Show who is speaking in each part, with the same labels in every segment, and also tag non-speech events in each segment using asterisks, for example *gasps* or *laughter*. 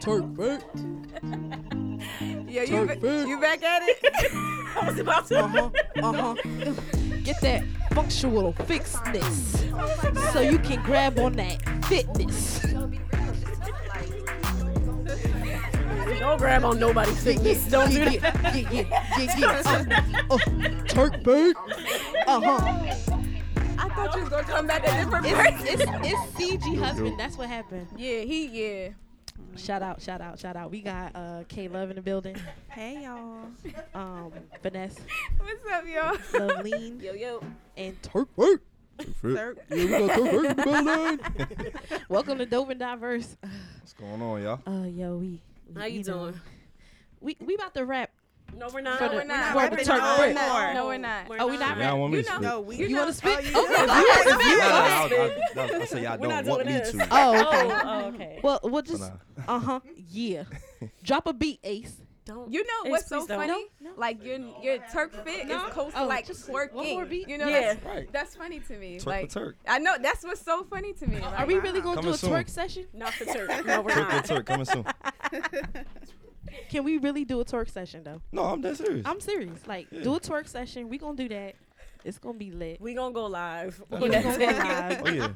Speaker 1: Twerk, twerk.
Speaker 2: Yo, you,
Speaker 1: Turk
Speaker 2: ba-
Speaker 1: food.
Speaker 2: you back at it?
Speaker 3: I was about to.
Speaker 4: Uh-huh.
Speaker 1: Uh huh.
Speaker 4: Get that functional fitness. So you can grab on that fitness.
Speaker 3: Don't grab on nobody's fitness. Don't do that.
Speaker 1: Yeah, yeah, yeah, yeah. Uh, uh, twerk, twerk. Uh huh.
Speaker 2: I thought you was gonna come back at different person.
Speaker 4: It's, it's, it's CG husband. That's what happened.
Speaker 2: Yeah, he yeah.
Speaker 4: Shout out, shout out, shout out. We got uh, K Love in the building.
Speaker 2: Hey y'all.
Speaker 4: Um, Vanessa,
Speaker 2: What's up, y'all?
Speaker 4: Loveline,
Speaker 2: *laughs*
Speaker 3: Yo, yo.
Speaker 4: and
Speaker 1: Twerk, twerk. Twerk. Yeah, we got twerk, twerk in the building.
Speaker 4: welcome to Dope and Diverse.
Speaker 5: What's going on, y'all?
Speaker 4: Uh, yo, we. we-
Speaker 3: How you
Speaker 4: know,
Speaker 3: doing?
Speaker 4: we we about to rap.
Speaker 3: No, we're not.
Speaker 4: For the-
Speaker 2: We're not.
Speaker 4: We're
Speaker 2: rapping
Speaker 4: the Turk
Speaker 2: no
Speaker 4: Brit.
Speaker 2: more. No, we're not.
Speaker 4: Oh, we not
Speaker 5: Y'all want me
Speaker 2: You
Speaker 5: to
Speaker 2: know.
Speaker 5: speak?
Speaker 2: No,
Speaker 4: You, want to speak?
Speaker 2: you
Speaker 4: Oh,
Speaker 2: know.
Speaker 4: yes, if you
Speaker 5: No, no, I,
Speaker 4: want.
Speaker 5: I, I, I say y'all
Speaker 3: We're not
Speaker 5: don't want
Speaker 3: doing
Speaker 5: me
Speaker 3: this.
Speaker 5: to.
Speaker 4: Oh, okay.
Speaker 3: Oh, oh, okay.
Speaker 4: Well, we'll just
Speaker 5: nah.
Speaker 4: uh huh.
Speaker 5: *laughs*
Speaker 4: Yeah, drop a beat, Ace.
Speaker 3: Don't.
Speaker 2: You know what's so
Speaker 3: Please don't.
Speaker 2: funny? Like your your Turk fit is close to
Speaker 4: Oh,
Speaker 2: like
Speaker 4: just
Speaker 2: twerking.
Speaker 4: one more beat?
Speaker 2: You know,
Speaker 3: Yeah.
Speaker 2: that's,
Speaker 5: Right.
Speaker 2: that's funny to me.
Speaker 5: Twerk
Speaker 2: like
Speaker 5: the Turk.
Speaker 2: I know that's what's so funny to me.
Speaker 4: Are we really gonna
Speaker 5: Coming
Speaker 4: do a
Speaker 5: soon.
Speaker 4: twerk session?
Speaker 3: Not *laughs* the Turk. No, we're
Speaker 5: Twerk
Speaker 3: not.
Speaker 5: the Turk coming soon.
Speaker 4: Can we really do a twerk session though?
Speaker 5: No, I'm dead serious.
Speaker 4: I'm serious. Like, do a twerk session. We gonna do that. It's gonna be lit.
Speaker 3: We gonna go live. *laughs*
Speaker 4: We *laughs* gonna go live.
Speaker 5: oh yeah,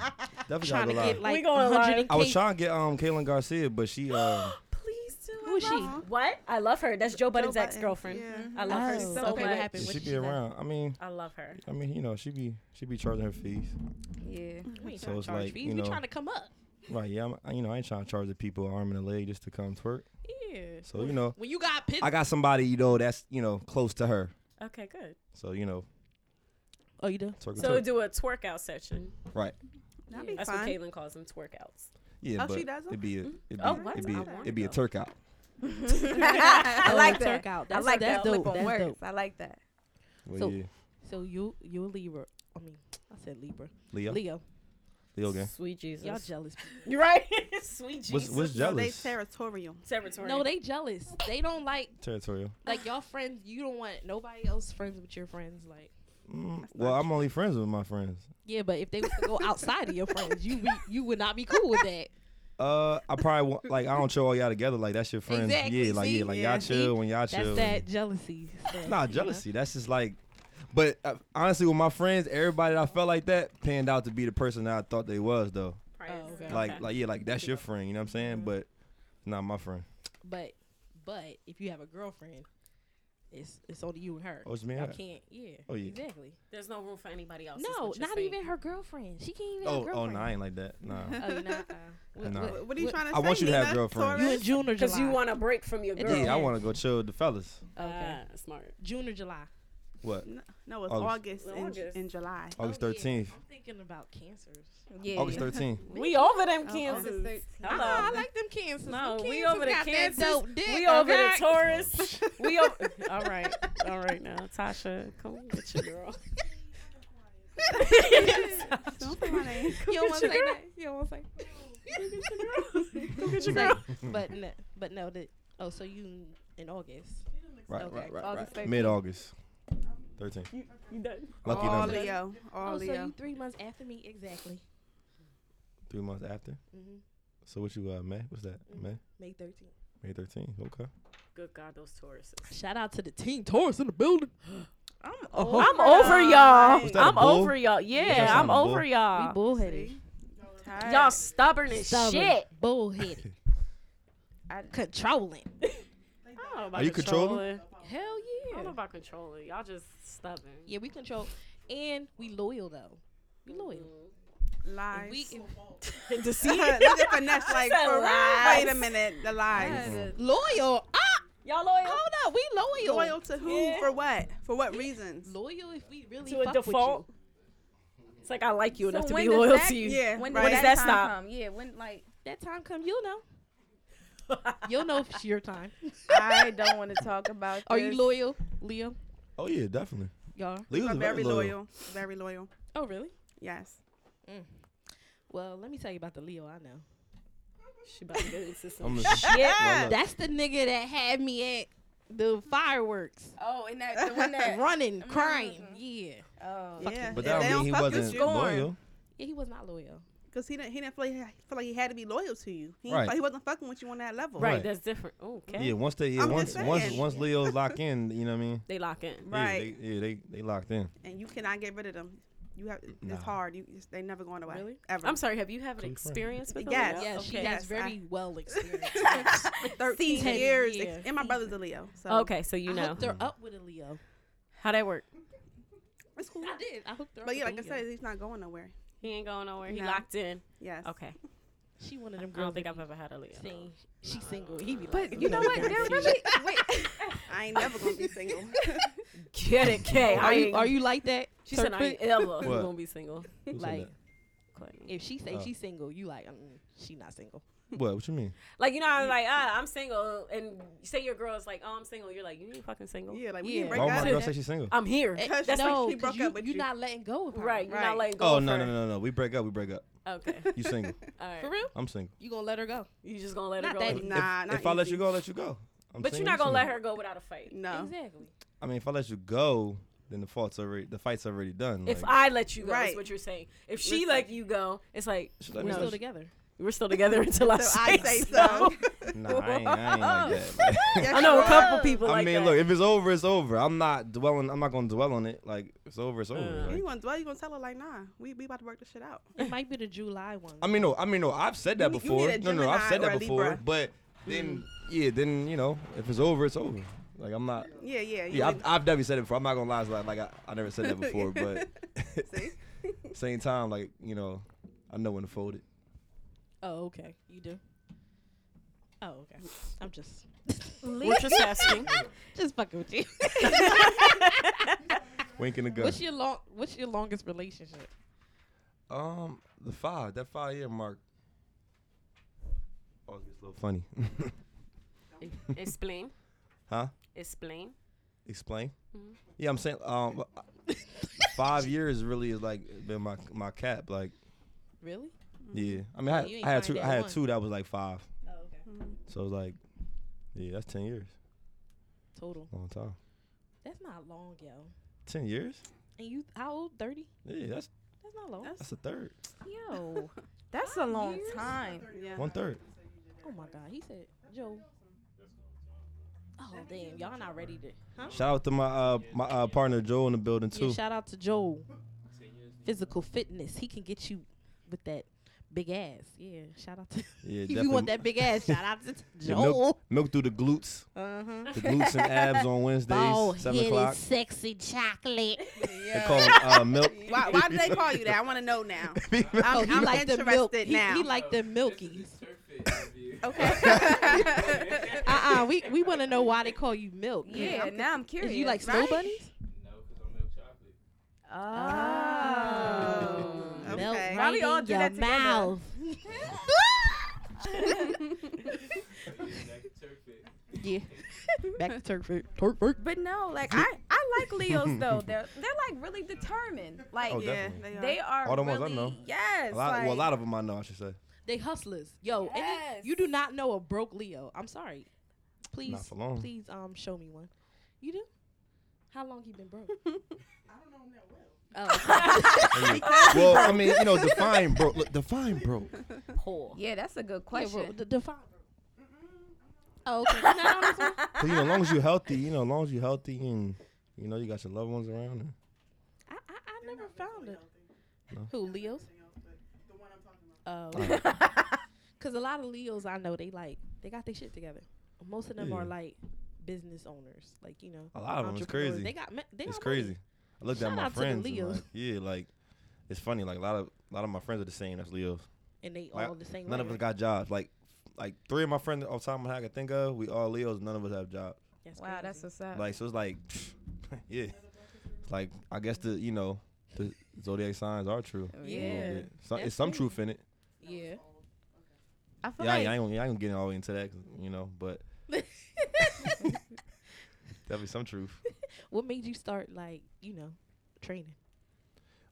Speaker 5: definitely gotta
Speaker 4: Trying to
Speaker 5: go
Speaker 4: get
Speaker 5: live.
Speaker 4: like
Speaker 3: We going
Speaker 4: 100
Speaker 3: live.
Speaker 5: I was trying to get um Kaylin Garcia, but she uh
Speaker 3: Please do.
Speaker 4: Who is she?
Speaker 3: What? I love her. That's Joe Budden's
Speaker 2: Budden,
Speaker 3: ex girlfriend.
Speaker 2: yeah.
Speaker 3: Mm-hmm. I love her
Speaker 4: Oh,
Speaker 3: so
Speaker 4: okay, what
Speaker 3: much.
Speaker 4: happened? What
Speaker 5: she
Speaker 4: did
Speaker 5: be
Speaker 4: she say?
Speaker 5: around. I mean,
Speaker 3: I love her.
Speaker 5: I mean, you know, she be she be charging her fees.
Speaker 2: Yeah.
Speaker 4: We ain't
Speaker 5: So
Speaker 4: trying to
Speaker 5: it's
Speaker 4: charge
Speaker 5: like,
Speaker 4: fees.
Speaker 5: you
Speaker 4: We
Speaker 5: know-
Speaker 4: trying to come up.
Speaker 5: Right? Yeah, I'm, I- you know, I ain't trying to charge the people an arm and a leg just to come twerk.
Speaker 4: Yeah.
Speaker 5: So you know,
Speaker 4: When you got pit.
Speaker 5: I got somebody you know that's you know close to her.
Speaker 3: Okay, good.
Speaker 5: So you know,
Speaker 4: oh, you do.
Speaker 5: twerk the
Speaker 3: So
Speaker 5: Turk.
Speaker 3: do a twerk out session.
Speaker 5: right?
Speaker 6: That'd be
Speaker 3: That's
Speaker 6: fun.
Speaker 2: *laughs*
Speaker 3: what Caitlin calls them twerk outs.
Speaker 5: Yeah,
Speaker 6: Oh,
Speaker 5: but
Speaker 6: she does
Speaker 5: it'd be a it'd be,
Speaker 3: Oh, what?
Speaker 5: it'd be
Speaker 3: I
Speaker 5: a,
Speaker 3: wanna
Speaker 5: it'd be a
Speaker 3: go.
Speaker 5: Turk out.
Speaker 2: I like that.
Speaker 4: Out.
Speaker 2: I
Speaker 4: That's,
Speaker 2: like
Speaker 4: that's
Speaker 2: that flip
Speaker 4: Dope.
Speaker 2: on
Speaker 4: That's
Speaker 2: words.
Speaker 4: dope.
Speaker 2: I like that.
Speaker 5: Well,
Speaker 4: So-
Speaker 5: yeah.
Speaker 4: So you you a Libra. I mean, I said Libra.
Speaker 5: Leo,
Speaker 4: Leo.
Speaker 5: Leo gang.
Speaker 3: Sweet Jesus.
Speaker 4: Y'all jealous.
Speaker 3: You're right. *laughs* Sweet Jesus.
Speaker 5: What's what's
Speaker 6: So they
Speaker 5: jealous?
Speaker 6: territorial.
Speaker 3: Territory.
Speaker 4: No, they jealous. They don't like
Speaker 5: Territorial.
Speaker 4: like y'all friends. You don't want nobody else friends with your friends. Like
Speaker 5: Mm, well, I'm only friends with my friends.
Speaker 4: yeah, but if they was to go outside of your friends, you be, you would not be cool with that.
Speaker 5: Uh, I probably want, like I don't show all y'all together. Like that's your friends.
Speaker 4: Exactly,
Speaker 5: Yeah, like
Speaker 4: see?
Speaker 5: yeah, like
Speaker 4: Yeah.
Speaker 5: y'all chill when y'all
Speaker 4: That's
Speaker 5: chill.
Speaker 4: that jealousy. stuff,
Speaker 5: Nah,
Speaker 4: you know?
Speaker 5: jealousy. That's just like. But uh, honestly, with my friends, everybody that I felt like that panned out to be the person that I thought they was though.
Speaker 3: Price.
Speaker 4: Oh, okay.
Speaker 5: Like like yeah, like that's your friend. You know what I'm saying? But not my friend.
Speaker 4: But but if you have a girlfriend, it's it's only you and her.
Speaker 5: Oh, it's me and
Speaker 4: Y'all
Speaker 5: her.
Speaker 4: can't. Yeah.
Speaker 5: Oh, yeah.
Speaker 4: Exactly.
Speaker 3: There's no room for anybody else. is
Speaker 4: No,
Speaker 3: what you're
Speaker 4: not
Speaker 3: saying.
Speaker 4: even her girlfriend. She can't even have a
Speaker 5: Oh oh
Speaker 4: girlfriend.
Speaker 5: no, I ain't like that. Nah.
Speaker 4: Oh, you're not, uh, what-
Speaker 5: Nah.
Speaker 4: what-
Speaker 6: What are you
Speaker 4: what-
Speaker 6: trying to
Speaker 5: I
Speaker 6: say?
Speaker 5: want you to have
Speaker 6: Nina
Speaker 5: girlfriends.
Speaker 4: You
Speaker 6: Torres?
Speaker 4: in June or
Speaker 3: Because
Speaker 4: July?
Speaker 3: you want a break from your girl.
Speaker 5: Yeah, I want to go chill with the fellas.
Speaker 4: okay.
Speaker 3: Ah, smart.
Speaker 4: uh, June or July.
Speaker 5: What?
Speaker 6: N- No, it's
Speaker 5: August.
Speaker 6: August, and,
Speaker 3: August.
Speaker 6: and July.
Speaker 5: August
Speaker 4: yeah.
Speaker 5: 13th.
Speaker 4: I'm thinking about cancers.
Speaker 2: *laughs* Yeah.
Speaker 5: August 13th.
Speaker 3: We over them
Speaker 2: August
Speaker 3: Kansas.
Speaker 2: 13th.
Speaker 3: Hello.
Speaker 4: I like them cancers.
Speaker 3: no,
Speaker 4: Them
Speaker 3: we
Speaker 4: cancers
Speaker 3: over the
Speaker 4: got that
Speaker 3: Kansas.
Speaker 4: dope dick,
Speaker 3: we over
Speaker 4: okay?
Speaker 3: the Taurus. we over. All right, all right now, Tasha, come get your girl.
Speaker 6: Don't put my name.
Speaker 4: *laughs* You don't want to
Speaker 3: your
Speaker 4: say
Speaker 3: girl.
Speaker 5: *laughs*
Speaker 4: that. You don't want to say.
Speaker 3: Come get your
Speaker 4: But-
Speaker 3: girl.
Speaker 4: But no, but no. The, oh, so you in August?
Speaker 5: Right,
Speaker 4: Okay.
Speaker 5: right, right,
Speaker 2: August
Speaker 5: right.
Speaker 2: 13th.
Speaker 5: Mid August. 13th.
Speaker 3: You, you done?
Speaker 5: Lucky
Speaker 6: all
Speaker 5: number.
Speaker 6: Leo. All
Speaker 4: oh, so
Speaker 6: Leo.
Speaker 4: you three months after me exactly.
Speaker 5: Three months after.
Speaker 4: hmm
Speaker 5: So what you uh May? What's that? May?
Speaker 4: May 13th.
Speaker 5: May 13th. Okay.
Speaker 3: *laughs* Good God, those Tauruses.
Speaker 4: Shout out to the team Taurus in the building.
Speaker 6: I'm
Speaker 4: Uh-huh.
Speaker 7: Oh,
Speaker 3: I'm over y'all.
Speaker 5: Was that a
Speaker 3: I'm
Speaker 5: bull?
Speaker 3: over y'all.
Speaker 5: that
Speaker 3: Yeah, I'm
Speaker 5: sound a bull?
Speaker 3: over
Speaker 4: Ah,
Speaker 3: y'all.
Speaker 4: bullheaded.
Speaker 6: tired.
Speaker 3: Y'all stubborn as shit.
Speaker 5: *laughs*
Speaker 4: Bullheaded. Controlling.
Speaker 3: I don't know about
Speaker 5: Are you controlling?
Speaker 4: Hell
Speaker 3: I
Speaker 4: yeah.
Speaker 3: don't know about controlling. Y'all just stubborn.
Speaker 4: Yeah, we control and we loyal though. We loyal.
Speaker 6: lies.
Speaker 4: We
Speaker 3: Deceit.
Speaker 6: Look at finesse. Like,
Speaker 3: said
Speaker 6: for,
Speaker 3: lies.
Speaker 6: wait a minute. The lies.
Speaker 4: loyal. Ah,
Speaker 3: Y'all loyal?
Speaker 4: hold up. We loyal.
Speaker 6: *laughs* Loyal to who?
Speaker 3: Yeah.
Speaker 6: For what? For what reasons?
Speaker 4: Loyal if we really
Speaker 3: To a
Speaker 4: fuck
Speaker 3: default?
Speaker 4: With
Speaker 3: It's like I like you
Speaker 2: So
Speaker 3: enough to
Speaker 2: when
Speaker 3: be
Speaker 2: does
Speaker 3: loyal
Speaker 2: that-
Speaker 3: to you.
Speaker 6: Yeah.
Speaker 2: When,
Speaker 6: right.
Speaker 3: does
Speaker 2: does
Speaker 3: that
Speaker 2: that time
Speaker 3: stop?
Speaker 2: Come? Yeah, when like
Speaker 4: That time come, you'll know. *laughs* you'll know if it's your time.
Speaker 6: I
Speaker 2: I don't want to talk about.
Speaker 4: Are you
Speaker 2: this.
Speaker 4: loyal, Leo?
Speaker 5: Oh yeah, definitely.
Speaker 4: Y'all?
Speaker 5: Leo's
Speaker 6: I'm very
Speaker 5: loyal.
Speaker 6: loyal. Very loyal.
Speaker 4: Oh, really?
Speaker 6: Yes.
Speaker 4: Well, let me tell you about the Leo I know. She about to go into some
Speaker 5: I'm a-
Speaker 4: shit.
Speaker 5: Why not?
Speaker 4: *laughs* That's the nigga that had me at the fireworks,
Speaker 2: Oh, and that the one *laughs* that.
Speaker 4: running, crying. Yeah.
Speaker 2: Oh,
Speaker 6: Yeah.
Speaker 5: But
Speaker 6: If
Speaker 5: that don't
Speaker 6: they
Speaker 5: mean
Speaker 6: don't
Speaker 5: he
Speaker 6: fuck with
Speaker 5: wasn't
Speaker 6: you,
Speaker 5: loyal.
Speaker 4: Yeah, he was not loyal.
Speaker 6: Cause he didn't, he didn't feel like, feel like he had to be loyal to you. He,
Speaker 5: Right.
Speaker 6: right. he wasn't fucking with you on that level.
Speaker 3: Right,
Speaker 5: Right.
Speaker 3: that's different. Ooh, okay.
Speaker 5: Yeah, once they yeah,
Speaker 6: I'm
Speaker 5: once
Speaker 6: just
Speaker 5: once
Speaker 6: saying.
Speaker 5: once Leo's locked in, you know what I mean.
Speaker 3: They lock in.
Speaker 6: Right.
Speaker 5: Yeah, they, yeah, they, they locked in.
Speaker 6: And you cannot get rid of them. You have
Speaker 5: Nah.
Speaker 6: it's hard. You it's, they never going away.
Speaker 4: Really?
Speaker 6: Ever.
Speaker 3: I'm sory, have you had an
Speaker 5: Come from.
Speaker 3: experience with a
Speaker 6: Yes.
Speaker 3: Leo?
Speaker 4: Yeah,
Speaker 6: Yes,
Speaker 4: she
Speaker 3: Okay.
Speaker 4: has
Speaker 6: Yes,
Speaker 4: very
Speaker 6: I-
Speaker 4: well experienced.
Speaker 6: *laughs* 13
Speaker 4: Seasoned.
Speaker 6: years.
Speaker 4: Yeah.
Speaker 6: And my brother's a Leo. So
Speaker 3: Okay, so
Speaker 4: you
Speaker 3: you
Speaker 4: I
Speaker 3: know
Speaker 4: hooked her up with a Leo.
Speaker 3: how that work.
Speaker 6: It's cool.
Speaker 4: I did. I hooked her up.
Speaker 6: But yeah,
Speaker 4: with
Speaker 6: like
Speaker 4: a
Speaker 6: I
Speaker 4: Leo.
Speaker 6: said, he's not going nowhere.
Speaker 3: He ain't going nowhere. He
Speaker 6: No.
Speaker 3: locked in.
Speaker 6: Yes.
Speaker 3: Okay.
Speaker 4: she one of
Speaker 3: I
Speaker 4: them
Speaker 3: don't
Speaker 4: girls.
Speaker 3: think
Speaker 4: that
Speaker 3: I've ever had a Leo.
Speaker 4: be saying She's single. He be like,
Speaker 2: But you know what?
Speaker 4: *laughs*
Speaker 6: *laughs*
Speaker 2: They're really. Wait.
Speaker 6: I ain't never gonna be single.
Speaker 3: Get it, Kay.
Speaker 4: Are you are you like that?
Speaker 3: *laughs* She said I ain't ever
Speaker 5: What?
Speaker 3: gonna be single.
Speaker 5: Who said
Speaker 4: Like-
Speaker 3: Courtney.
Speaker 4: If she say
Speaker 5: Oh.
Speaker 4: she's single, you like, mm, she not single.
Speaker 5: that? What? What you mean?
Speaker 3: Like you know, I was like, ah, I'm single, and say your girl's like, oh, I'm single. You're like, you ain't fucking single.
Speaker 6: yeah, like we
Speaker 4: Yeah.
Speaker 6: didn't break
Speaker 5: Why would
Speaker 6: up.
Speaker 5: Oh my girl say she's single?
Speaker 3: I'm here.
Speaker 4: Eh,
Speaker 6: Because
Speaker 4: no,
Speaker 6: that's why she
Speaker 4: 'cause
Speaker 6: broke
Speaker 4: you,
Speaker 6: up with
Speaker 4: you
Speaker 6: you.
Speaker 4: not letting go of her.
Speaker 3: Right. You're not
Speaker 6: Right.
Speaker 3: letting go.
Speaker 5: Oh
Speaker 3: of
Speaker 5: no
Speaker 3: her.
Speaker 5: no no no. We break up. We break up.
Speaker 3: Okay. *laughs*
Speaker 5: You single.
Speaker 3: All right.
Speaker 4: For real?
Speaker 5: I'm single.
Speaker 4: You gonna let her go?
Speaker 3: You just gonna let
Speaker 4: Not
Speaker 3: her go.
Speaker 4: that
Speaker 5: If,
Speaker 4: Nah,
Speaker 5: if-
Speaker 6: not
Speaker 5: if I let you
Speaker 6: easy.
Speaker 5: go, I let you go. I'm
Speaker 3: But you're
Speaker 5: single,
Speaker 3: not
Speaker 5: I'm
Speaker 3: gonna let
Speaker 5: single.
Speaker 3: her go without a fight.
Speaker 6: No.
Speaker 4: Exactly.
Speaker 5: I mean, if I let you go, then the fault's already the fight's already done.
Speaker 3: If
Speaker 5: like,
Speaker 3: I let you go, is
Speaker 6: Right.
Speaker 3: what you're saying. If she
Speaker 6: Listen.
Speaker 3: let you go, it's like
Speaker 5: She's like,
Speaker 4: We're
Speaker 5: No,
Speaker 7: Oh,
Speaker 4: still
Speaker 5: she-
Speaker 4: together.
Speaker 3: we're still together *laughs* until I
Speaker 6: So
Speaker 3: say,
Speaker 6: I say
Speaker 3: *laughs*
Speaker 6: so.
Speaker 5: nah, I ain't, I ain't like that. man.
Speaker 6: Yes,
Speaker 3: I know
Speaker 6: you
Speaker 3: a
Speaker 6: are.
Speaker 3: couple people
Speaker 5: *laughs* I
Speaker 3: like
Speaker 5: mean,
Speaker 3: that.
Speaker 5: look, if it's over, it's over. I'm not dwelling. I'm not gonna dwell on it. Like it's over, it's over.
Speaker 3: Uh.
Speaker 5: like.
Speaker 6: You gonna dwell? You gonna tell her like, nah, we we about to work this shit out.
Speaker 4: It might be the July one.
Speaker 5: I mean, no, I mean, no. I've said that
Speaker 6: You- you
Speaker 5: before.
Speaker 6: need a
Speaker 5: no, no, I've
Speaker 6: Gemini
Speaker 5: said
Speaker 6: or
Speaker 5: that
Speaker 6: a
Speaker 5: before.
Speaker 6: Libra. Mm.
Speaker 5: But then, yeah, then you know, if it's over, it's over. Like I'm not.
Speaker 6: Yeah, yeah. you
Speaker 5: Yeah, I've,
Speaker 6: need-
Speaker 5: I've definitely said it before. I'm not gonna lie, it's like, like I, I never said
Speaker 6: *laughs*
Speaker 5: that before, but
Speaker 6: See?
Speaker 5: *laughs* same time, like you know, I know when to fold it.
Speaker 4: *laughs* oh, okay. You do. Oh, okay. I'm just
Speaker 3: We're just *laughs* asking.
Speaker 4: just fucking with you.
Speaker 5: Wink and a gun.
Speaker 4: what's your long? What's your longest relationship?
Speaker 5: Um, the five, that five year mark. Always gets a little funny. *laughs*
Speaker 3: *laughs* Explain.
Speaker 5: Huh?
Speaker 3: Explain.
Speaker 5: Explain.
Speaker 6: Mm-hmm.
Speaker 5: Yeah, I'm saying um, *laughs* five years really is like been my my cap. Like,
Speaker 4: Really?
Speaker 5: yeah. I mean, I,
Speaker 4: Oh, You
Speaker 5: had- I had two.
Speaker 4: ain't find
Speaker 5: I
Speaker 4: that
Speaker 5: had
Speaker 4: one.
Speaker 5: two that was like five.
Speaker 4: Oh, okay.
Speaker 5: So it was like, yeah, that's ten years.
Speaker 4: Total.
Speaker 5: Long time.
Speaker 4: That's not long, yo.
Speaker 5: Ten years?
Speaker 4: And you how old? Thirty?
Speaker 5: Yeah, that's
Speaker 4: That's not long. *laughs*
Speaker 5: that's a third.
Speaker 3: Yo.
Speaker 2: That's a long time.
Speaker 6: Yeah.
Speaker 5: One third.
Speaker 4: oh my god. He said, Joe. Oh damn, y'all not ready to huh?
Speaker 5: Shout out to my uh my uh, partner Joe in the building
Speaker 4: Yeah,
Speaker 5: too.
Speaker 4: shout out to Joel. Physical fitness. He can get you with that big ass. Yeah. Shout out to *laughs*
Speaker 5: Yeah,
Speaker 4: if you want
Speaker 5: definitely.
Speaker 4: that big ass, shout out
Speaker 5: *laughs*
Speaker 4: to
Speaker 5: Yeah, milk,
Speaker 4: Joel.
Speaker 5: milk through the glutes,
Speaker 4: Uh-huh.
Speaker 5: the glutes and abs on Wednesdays,
Speaker 4: *laughs* Ball
Speaker 5: seven o'clock.
Speaker 4: headed sexy chocolate.
Speaker 5: They call it uh, milk.
Speaker 6: Why,
Speaker 5: *laughs*
Speaker 6: why do they call you that? I want to know now. *laughs*
Speaker 4: *laughs*
Speaker 6: I'm,
Speaker 4: Oh, he
Speaker 6: I'm
Speaker 4: like the milk.
Speaker 6: interested
Speaker 4: he-
Speaker 6: now.
Speaker 4: He, like the milkies. *laughs*
Speaker 6: okay.
Speaker 4: Uh uh We we want to know why they call you milk.
Speaker 2: *laughs* Yeah.
Speaker 6: I'm
Speaker 2: now I'm curious.
Speaker 4: Is you like snow
Speaker 6: right?
Speaker 4: bunnies? *laughs*
Speaker 2: Oh.
Speaker 6: Okay.
Speaker 4: Melt
Speaker 6: Why
Speaker 4: right
Speaker 6: we all
Speaker 4: in
Speaker 6: do
Speaker 4: your
Speaker 6: that together?
Speaker 4: mouth. yeah. Back to Turk food. Turk food.
Speaker 2: But no, like I, I like Leos though. They're they're like really determined. Like
Speaker 5: Oh,
Speaker 6: yeah,
Speaker 5: definitely.
Speaker 6: they are.
Speaker 2: they are
Speaker 5: All the
Speaker 2: really
Speaker 5: ones I know.
Speaker 2: yes.
Speaker 5: A lot,
Speaker 2: like,
Speaker 5: well, a lot of them I know, I should say.
Speaker 4: They hustlers. Yo, and then you do not know a broke Leo. I'm sorry. Please,
Speaker 5: for long.
Speaker 4: please, um, show me one. You do? How long he been broke? Oh, I don't know him that well.
Speaker 5: well, I mean, you know, define broke. Look, define broke.
Speaker 3: Poor.
Speaker 2: yeah, that's a good
Speaker 4: Oh, yeah,
Speaker 2: question.
Speaker 4: bro, the define. Oh, okay. You're not on this one?
Speaker 5: 'Cause, you know, as long as you're healthy, you know, as long as you're healthy and you know you got your loved ones around. And,
Speaker 4: I, I, I never found it. Who Leos? Oh, *laughs*
Speaker 5: *laughs*
Speaker 4: because a lot of Leos I know they like they got their shit together. Most of them are
Speaker 5: Yeah.
Speaker 4: like business owners, like you know.
Speaker 5: A lot of 'em, it's
Speaker 4: entrepreneurs.
Speaker 5: crazy.
Speaker 4: They got ma- they
Speaker 5: it's
Speaker 4: got money.
Speaker 5: crazy. I looked
Speaker 4: Shout
Speaker 5: at my
Speaker 4: out to the
Speaker 5: friends. and,
Speaker 4: Leos.
Speaker 5: like, yeah, like it's funny. Like a lot of a lot of my friends are the same as Leos.
Speaker 4: and they
Speaker 5: Like,
Speaker 4: all the same.
Speaker 5: None
Speaker 4: way,
Speaker 5: of us
Speaker 4: right?
Speaker 5: got jobs. Like like three of my friends off the top of my head I can think of, we all Leos. None of us have jobs.
Speaker 4: That's
Speaker 2: wow,
Speaker 5: *laughs*
Speaker 4: crazy.
Speaker 2: that's what's up.
Speaker 5: Like so, it's like, yeah. It's like I guess the you know the zodiac signs are true. a little
Speaker 4: Oh, Yeah,
Speaker 5: bit. So,
Speaker 4: that's
Speaker 5: it's some
Speaker 4: it.
Speaker 5: truth in it.
Speaker 4: Yeah.
Speaker 2: I feel
Speaker 5: Yeah, I, I
Speaker 2: like
Speaker 4: *laughs*
Speaker 5: ain't *laughs* gonna, I ain't gonna get all into that, 'cause, you know. But definitely some truth.
Speaker 4: What made you start like you know training?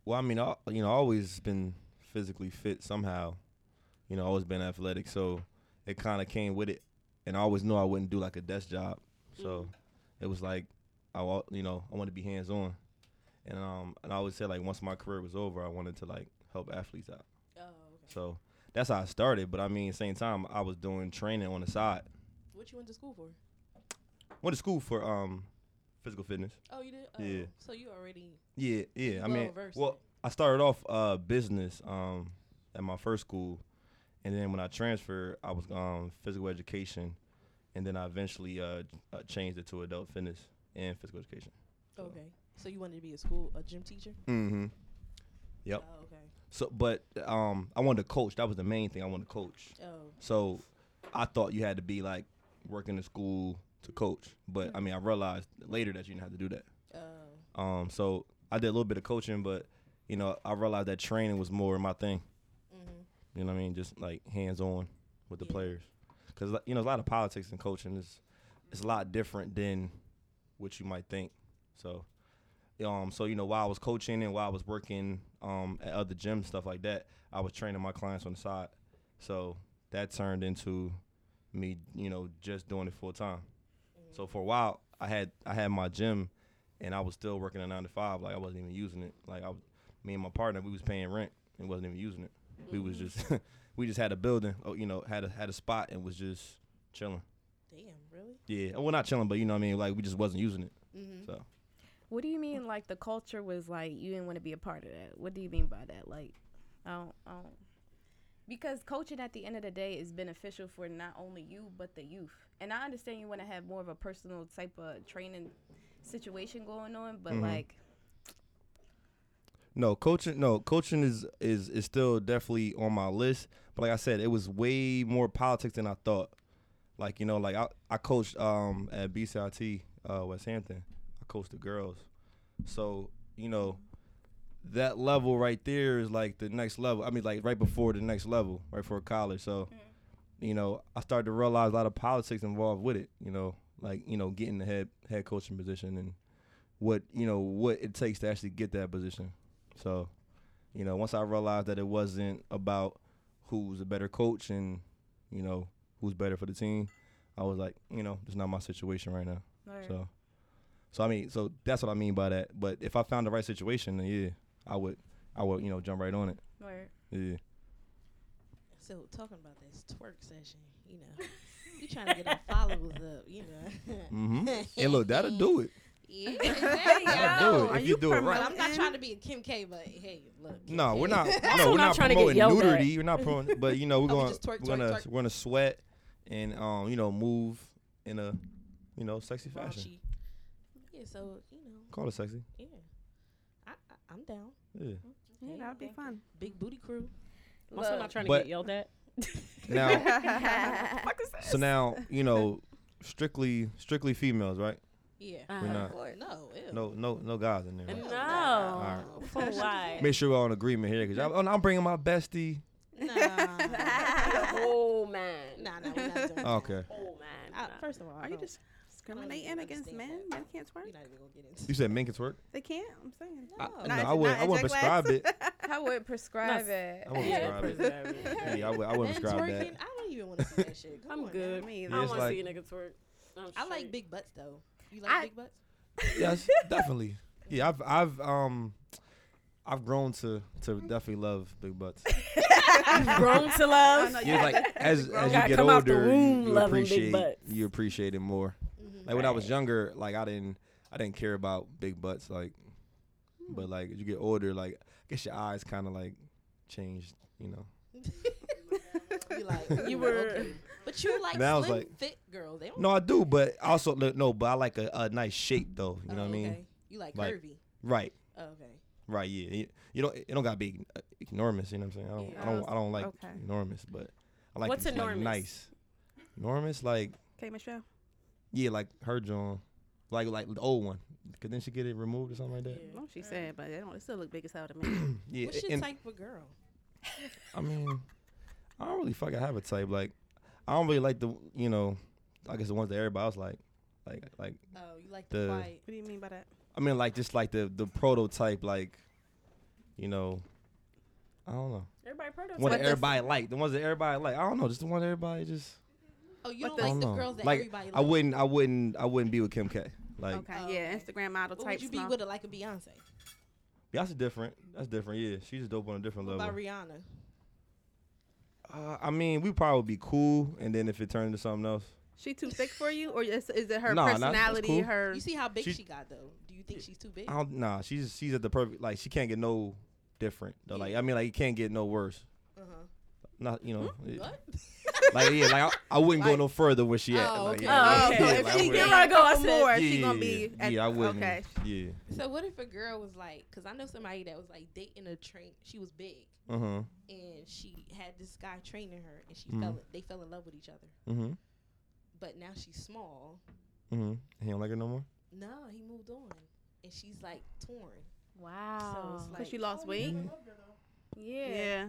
Speaker 5: Well, I mean, I, you know, I always been physically fit somehow. You know, always been athletic, so it kind of came with it. And I always knew I wouldn't do like a desk job,
Speaker 7: Mm-hmm.
Speaker 5: so it was like I, wa- you know, I wanted to be hands on. And um, and I always said like once my career was over, I wanted to like help athletes out.
Speaker 4: Oh,
Speaker 5: So that's how I started. But I mean, same time, I was doing training on the side.
Speaker 4: what you went to school for?
Speaker 5: Went to school for um, physical fitness.
Speaker 4: Oh, you did. Oh,
Speaker 5: Yeah.
Speaker 4: So you already
Speaker 5: Yeah, yeah. I
Speaker 4: well
Speaker 5: mean,
Speaker 4: versed
Speaker 5: well,
Speaker 4: in
Speaker 5: I started off uh, business um, at my first school, and then when I transferred, I was um, physical education, and then I eventually uh, j- uh, changed it to adult fitness and physical education. So-
Speaker 4: okay. So you wanted to be a school a gym teacher?
Speaker 5: Mm-hmm. Yep.
Speaker 4: Oh, okay.
Speaker 5: So, but um, I wanted to coach. That was the main thing. I wanted to coach.
Speaker 4: Oh,
Speaker 5: So, I thought you had to be like working in school to coach, but I mean, I realized later that you didn't have to do that.
Speaker 4: oh.
Speaker 5: Um, so I did a little bit of coaching, but you know, I realized that training was more my thing. You know what I mean? Just like hands on with the
Speaker 4: Yeah.
Speaker 5: players, because you know, there's a lot of politics in coaching. It's it's a lot different than what you might think. So, um, so you know, while I was coaching and while I was working um at other gyms stuff like that, I was training my clients on the side. So that turned into me, you know, just doing it full time. So for a while, I had I had my gym, and I was still working a nine to five. Like I wasn't even using it. Like I, was- me and my partner, we was paying rent and wasn't even using it. We was just *laughs* we just had a building, oh, you know, had a had a spot and was just chilling.
Speaker 4: Damn, really?
Speaker 5: Yeah, well, not chilling, but you know what I mean. Like we just wasn't using it. So
Speaker 2: what do you mean? Like the culture was like you didn't want to be a part of that. What do you mean by that? Like, I don't, I don't. Because coaching at the end of the day is beneficial for not only you but the youth. And I understand you want to have more of a personal type of training situation going on,
Speaker 5: Mm-hmm.
Speaker 2: but like,
Speaker 5: no coaching, no coaching is is is still definitely on my list. But like I said, it was way more politics than I thought. Like you know, like I I coached um at BCIT uh, West Hampton. I coached the girls. So you know, that level right there is like the next level. I mean, like right before the next level, right before college. So, you know, I started to realize a lot of politics involved with it. You know, like you know, getting the head head coaching position and what you know what it takes to actually get that position. So, you know, once I realized that it wasn't about who's a better coach and you know who's better for the team, I was like, you know, it's not my situation right now.
Speaker 2: Alright.
Speaker 5: So, so I mean, so that's what I mean by that. But if I found the right situation, then yeah, I would, I would, you know, jump right on it.
Speaker 2: Word.
Speaker 5: Yeah.
Speaker 4: So talking about this twerk session, you know, you trying to get our followers up, you know.
Speaker 5: Mm-hmm. and look, that'll do it.
Speaker 4: yeah, *laughs*
Speaker 6: *laughs*
Speaker 4: exactly. I
Speaker 5: That'll do
Speaker 4: know.
Speaker 5: it if you, do it
Speaker 4: But
Speaker 5: right.
Speaker 4: I'm not trying to be a Kim K, but hey, look. Kim
Speaker 5: No,
Speaker 4: K.
Speaker 5: we're
Speaker 4: *laughs*
Speaker 5: not.
Speaker 3: what
Speaker 5: No, we're
Speaker 3: I'm
Speaker 5: not
Speaker 3: trying to get
Speaker 5: promoting
Speaker 3: yelled at.
Speaker 5: nudity. We're not promoting. But you know, we're
Speaker 4: Oh, we
Speaker 5: going.
Speaker 4: just twerk,
Speaker 5: we're gonna
Speaker 4: twerk, twerk.
Speaker 5: we're gonna sweat and um, you know, move in a, you know, sexy fashion.
Speaker 4: Raunchy. Yeah, so you know,
Speaker 5: Call it sexy.
Speaker 4: yeah, I, I I'm down.
Speaker 5: Yeah.
Speaker 6: Yeah, that'd be fun.
Speaker 4: Big booty crew.
Speaker 3: Also, I'm not trying to
Speaker 5: But-
Speaker 3: get yelled at.
Speaker 5: Now,
Speaker 2: *laughs*
Speaker 6: Fuck is this?
Speaker 5: so now you
Speaker 6: *laughs*
Speaker 5: know, strictly strictly females, right?
Speaker 4: Yeah.
Speaker 5: We're not.
Speaker 4: no. Ew.
Speaker 5: No, no, no guys in there. right?
Speaker 3: No.
Speaker 5: Alright.
Speaker 3: *laughs* For *laughs* why?
Speaker 5: Make sure we're all in agreement here, because I'm, I'm bringing my bestie.
Speaker 4: Nah. *laughs*
Speaker 3: Oh man.
Speaker 4: nah. Nah. We're not doing
Speaker 5: Okay.
Speaker 3: Oh man.
Speaker 4: That. I, first of all,
Speaker 6: Are you just discriminating
Speaker 4: even
Speaker 6: against
Speaker 4: Oh. understand
Speaker 6: men? Men can't twerk.
Speaker 4: You're not even gonna get
Speaker 5: You
Speaker 4: into.
Speaker 5: said men can twerk.
Speaker 6: They can't. I'm saying.
Speaker 5: I,
Speaker 4: No.
Speaker 5: no,
Speaker 6: Oh, Not
Speaker 5: I
Speaker 6: at-
Speaker 5: wouldn't.
Speaker 6: not
Speaker 5: I
Speaker 6: at
Speaker 5: wouldn't
Speaker 6: Jack
Speaker 5: prescribe it.
Speaker 2: I would prescribe it.
Speaker 5: I
Speaker 6: *laughs*
Speaker 5: wouldn't
Speaker 3: Yeah,
Speaker 5: prescribe it. Yeah, I, would, I
Speaker 4: Men
Speaker 5: wouldn't prescribe
Speaker 4: twerking.
Speaker 5: that.
Speaker 4: I don't even want to see that shit. Come
Speaker 3: I'm
Speaker 4: on
Speaker 3: good.
Speaker 4: now.
Speaker 6: Me
Speaker 3: I
Speaker 6: either.
Speaker 5: Yeah,
Speaker 3: don't
Speaker 5: it's
Speaker 3: want to see a
Speaker 5: like-
Speaker 3: nigga twerk. I'm
Speaker 4: I like
Speaker 3: straight.
Speaker 4: big butts though. You like
Speaker 2: I-
Speaker 4: big butts?
Speaker 6: *laughs*
Speaker 5: Yes, definitely. Yeah, I've, I've, um, I've grown to to definitely love big butts.
Speaker 3: *laughs* grown to
Speaker 6: I
Speaker 3: love.
Speaker 6: know you
Speaker 5: Yeah,
Speaker 3: *laughs*
Speaker 6: have
Speaker 5: like
Speaker 6: to-
Speaker 5: as as you
Speaker 3: Gotta
Speaker 5: get
Speaker 3: come out the
Speaker 5: older,
Speaker 3: womb
Speaker 5: you, you
Speaker 3: loving big
Speaker 5: appreciate
Speaker 3: butts. Mm-hmm.
Speaker 5: you appreciate it more. Like when I was younger, like I didn't I didn't care about big butts, like.
Speaker 3: Hmm.
Speaker 5: But like as you get older, like I guess your eyes kind of like changed, you know.
Speaker 4: You like
Speaker 3: You
Speaker 4: you
Speaker 3: were-
Speaker 4: were okay. But you like
Speaker 5: Now it's
Speaker 4: slim
Speaker 5: like-
Speaker 4: fit girl. They don't
Speaker 5: No, I do, but I also look, no, but I like a, a nice shape though. You know
Speaker 4: Oh,
Speaker 5: what I mean?
Speaker 4: Okay. You like,
Speaker 5: Like-
Speaker 4: curvy.
Speaker 5: Right,
Speaker 4: Oh, okay.
Speaker 5: right, yeah. You, you don't it don't gotta be uh, enormous. You know what I'm saying? I don't I don't I don't like
Speaker 6: Okay.
Speaker 5: enormous, but I like
Speaker 3: What's
Speaker 5: like
Speaker 3: enormous?
Speaker 5: nice, enormous like
Speaker 6: Okay, Michelle.
Speaker 5: yeah, like her John. like like the old one. Cause then she get it removed or something like that.
Speaker 6: No, she said, but it, don't, it still look big as hell to me.
Speaker 5: Yeah,
Speaker 4: What's your
Speaker 5: and-
Speaker 4: type of girl?
Speaker 5: I mean, I don't really fucking have a type. Like, I don't really like the you know, I guess the ones that everybody else like. Like like
Speaker 4: Oh, you like
Speaker 5: The-
Speaker 4: the quiet.
Speaker 6: what do you mean by that?
Speaker 5: I mean like just like the the prototype like, you know, I don't know.
Speaker 2: Everybody prototype.
Speaker 5: One that
Speaker 6: But the-
Speaker 5: everybody like the ones that everybody like. I don't know, just the one that everybody just.
Speaker 4: Oh, you
Speaker 6: But
Speaker 4: don't
Speaker 6: the-
Speaker 5: I
Speaker 4: like
Speaker 5: don't
Speaker 4: the
Speaker 5: know.
Speaker 4: girls that
Speaker 5: like
Speaker 4: everybody
Speaker 5: I
Speaker 4: likes.
Speaker 5: wouldn't I wouldn't I wouldn't be with Kim K. Like
Speaker 6: okay,
Speaker 4: Oh,
Speaker 6: yeah,
Speaker 4: okay.
Speaker 6: Instagram model
Speaker 4: But
Speaker 6: type.
Speaker 4: would you be
Speaker 6: small.
Speaker 4: with a, like a Beyonce?
Speaker 5: Beyonce different. That's different. Yeah, she's just dope on a different
Speaker 4: What
Speaker 5: level.
Speaker 4: about Rihanna?
Speaker 5: Uh, I mean, we probably be cool, and then if it turned into something else,
Speaker 6: She too thick for you, or is, is it her
Speaker 5: Nah, nah, that's
Speaker 6: personality?
Speaker 5: cool.
Speaker 6: Her
Speaker 4: You see how big
Speaker 5: She-
Speaker 4: she, got though. Do you think she's too big?
Speaker 5: I don't. Nah, she's she's at the perfect. Like she can't get no different. Though. Like
Speaker 4: Yeah.
Speaker 5: I mean, like it can't get no worse.
Speaker 4: Uh-huh. Hmm?
Speaker 5: Not you know. it-
Speaker 4: What?
Speaker 5: Like yeah, like I, I wouldn't go
Speaker 6: Like-
Speaker 5: no further where she at.
Speaker 4: Oh,
Speaker 5: like,
Speaker 4: okay.
Speaker 5: yeah,
Speaker 6: Oh,
Speaker 5: like,
Speaker 6: okay.
Speaker 5: yeah,
Speaker 6: if
Speaker 5: like, I
Speaker 6: she
Speaker 5: wouldn't.
Speaker 6: get a couple more,
Speaker 5: yeah,
Speaker 6: she
Speaker 5: yeah,
Speaker 6: gonna
Speaker 5: yeah,
Speaker 6: be.
Speaker 5: yeah.
Speaker 6: at-
Speaker 5: yeah, I wouldn't.
Speaker 6: Okay.
Speaker 5: Yeah.
Speaker 4: *laughs* So what if a girl was like, because I know somebody that was like dating a train. She was big,
Speaker 5: Uh huh.
Speaker 4: and she had this guy training her, and she
Speaker 5: Mhm.
Speaker 4: fell. They fell in love with each other.
Speaker 5: Mhm.
Speaker 4: But now she's small.
Speaker 5: Mhm. He don't like her no more.
Speaker 4: No, he moved on, and she's like torn.
Speaker 2: Wow.
Speaker 4: So it's
Speaker 6: Cause
Speaker 4: like
Speaker 6: she lost weight.
Speaker 2: yeah.
Speaker 6: Yeah.
Speaker 5: Mm-hmm.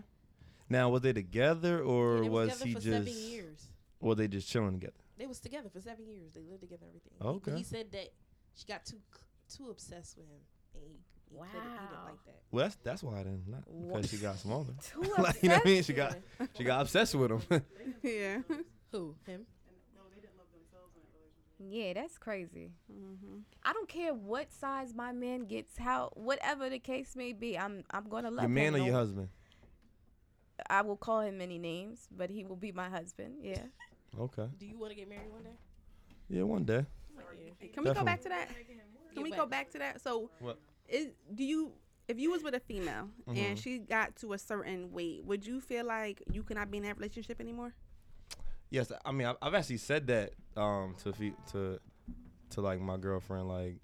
Speaker 5: Now was they together or
Speaker 4: Yeah, they
Speaker 5: was,
Speaker 4: was together
Speaker 5: he
Speaker 4: for
Speaker 5: just?
Speaker 4: seven years.
Speaker 5: Were they just chilling together?
Speaker 4: They was together for seven years. They lived together, and everything. He- but
Speaker 5: Okay.
Speaker 4: He, said that she got too c- too obsessed with him, and he, he couldn't eat it
Speaker 2: Wow.
Speaker 4: like that.
Speaker 5: Well, that's that's why I didn't. Not
Speaker 2: Wha-
Speaker 5: because she got smaller.
Speaker 2: Too
Speaker 5: *laughs* like you know what I mean? She
Speaker 4: Yeah.
Speaker 5: got she got obsessed with him. *laughs*
Speaker 6: Yeah.
Speaker 4: Who? Him?
Speaker 2: Yeah, that's crazy.
Speaker 6: Mhm.
Speaker 2: I don't care what size my man gets, how whatever the case may be, I'm I'm gonna love
Speaker 5: your man
Speaker 2: him.
Speaker 5: or your
Speaker 2: no-
Speaker 5: husband?
Speaker 2: I will call him many names, but he will be my husband. *laughs* Yeah.
Speaker 5: Okay.
Speaker 4: Do you want to get married one day?
Speaker 5: Yeah, one day.
Speaker 6: Can we
Speaker 5: Definitely.
Speaker 6: go back to that? Can we
Speaker 4: Get
Speaker 6: go
Speaker 4: back.
Speaker 6: back to that? So,
Speaker 5: What?
Speaker 6: is do you if you was with a female and
Speaker 5: Mhm.
Speaker 6: she got to a certain weight, would you feel like you cannot be in that relationship anymore?
Speaker 5: Yes, I mean I've, I've actually said that um to fe- to to like my girlfriend like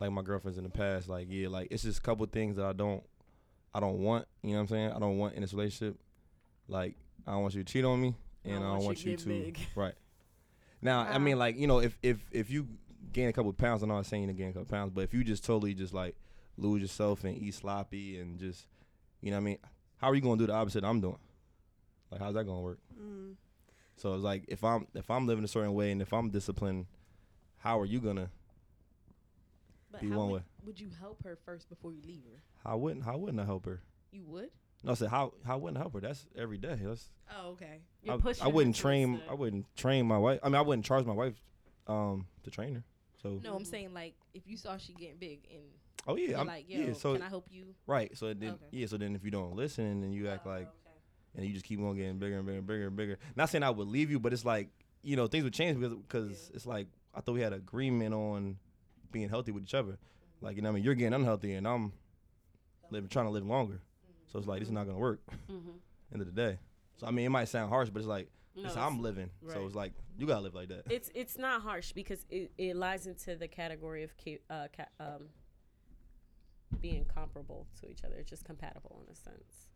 Speaker 5: like my girlfriends in the past like yeah like it's just a couple things that I don't I don't want you know what I'm saying I don't want in this relationship like I don't want you to cheat on me and I don't, want you, to *laughs* right now I
Speaker 6: Wow.
Speaker 5: mean like you know if if if you gain a couple pounds I'm not saying you gain a couple pounds but if you just totally just like lose yourself and eat sloppy and just you know what I mean how are you gonna do the opposite I'm doing like how's that gonna work
Speaker 6: Mm.
Speaker 5: so it's like if I'm if I'm living a certain way and if I'm disciplined, how are you gonna?
Speaker 4: But
Speaker 5: Be
Speaker 4: how
Speaker 5: one
Speaker 4: would,
Speaker 5: way.
Speaker 4: would you help her first before you leave her?
Speaker 5: How wouldn't how wouldn't I help her?
Speaker 4: You would?
Speaker 5: No, I said how how wouldn't I help her? That's every day. That's
Speaker 4: Oh, okay.
Speaker 5: I, I wouldn't train I wouldn't train my wife. I mean I wouldn't charge my wife um to train her. So
Speaker 4: No, I'm saying like if you saw she getting big and
Speaker 5: oh yeah
Speaker 4: you're
Speaker 5: I'm,
Speaker 4: like, yo,
Speaker 5: yeah so
Speaker 4: can I help you?
Speaker 5: right so then
Speaker 4: Okay.
Speaker 5: yeah so then if you don't listen and then you act
Speaker 4: Oh,
Speaker 5: like
Speaker 4: okay.
Speaker 5: and you just keep on getting bigger and bigger and bigger and bigger. Not saying I would leave you, but it's like you know things would change because because it's like I thought we had agreement on being healthy with each other. Like you know, what I mean, you're getting unhealthy, and I'm living trying to live longer. So it's like this is not gonna work. End of the day. So I mean, it might sound harsh, but it's like
Speaker 7: No,
Speaker 5: it's
Speaker 7: it's,
Speaker 5: how I'm living. So
Speaker 7: right.
Speaker 5: it's like you gotta live like that.
Speaker 7: it's it's not harsh because it, it lies into the category of ca- uh, ca- um, being comparable to each other. It's just compatible in a sense.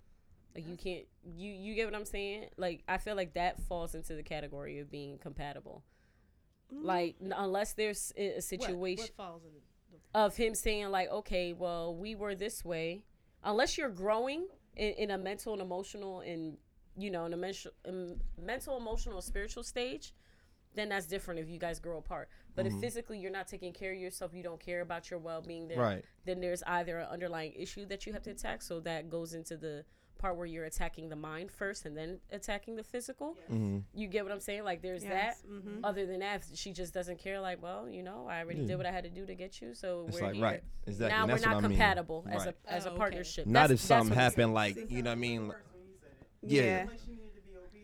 Speaker 7: Like you can't you you get what I'm saying? Like I feel like that falls into the category of being compatible. Like n- unless there's a-
Speaker 4: Mm-hmm.
Speaker 7: a
Speaker 4: What-
Speaker 7: situation
Speaker 4: What, falls in?
Speaker 7: of him saying like, okay, well, we were this way. Unless you're growing in, in a mental and emotional and you know an emotional, um, mental, emotional, spiritual stage, then that's different if you guys grow apart. But if physically you're not taking care of yourself, you don't care about your well being, then
Speaker 5: Right.
Speaker 7: then there's either an underlying issue that you have to attack. So that goes into the part where you're attacking the mind first and then attacking the physical. You get what I'm saying? Like there's
Speaker 6: Yes, Mm-hmm.
Speaker 7: that. Other than that, if she just doesn't care. Like, well, you know, I already did what I had to do to get you, so
Speaker 5: It's
Speaker 7: we're
Speaker 5: like
Speaker 7: here.
Speaker 5: right. Exactly.
Speaker 7: Now
Speaker 5: and
Speaker 7: we're
Speaker 5: that's what
Speaker 7: not
Speaker 5: I mean.
Speaker 7: compatible as
Speaker 5: Right.
Speaker 7: a as
Speaker 4: Oh,
Speaker 7: a
Speaker 4: okay.
Speaker 5: Not
Speaker 7: partnership.
Speaker 5: if
Speaker 7: That's- that's
Speaker 5: something
Speaker 7: what I'm
Speaker 5: happened, like you know what I mean. Yeah.
Speaker 6: Yeah.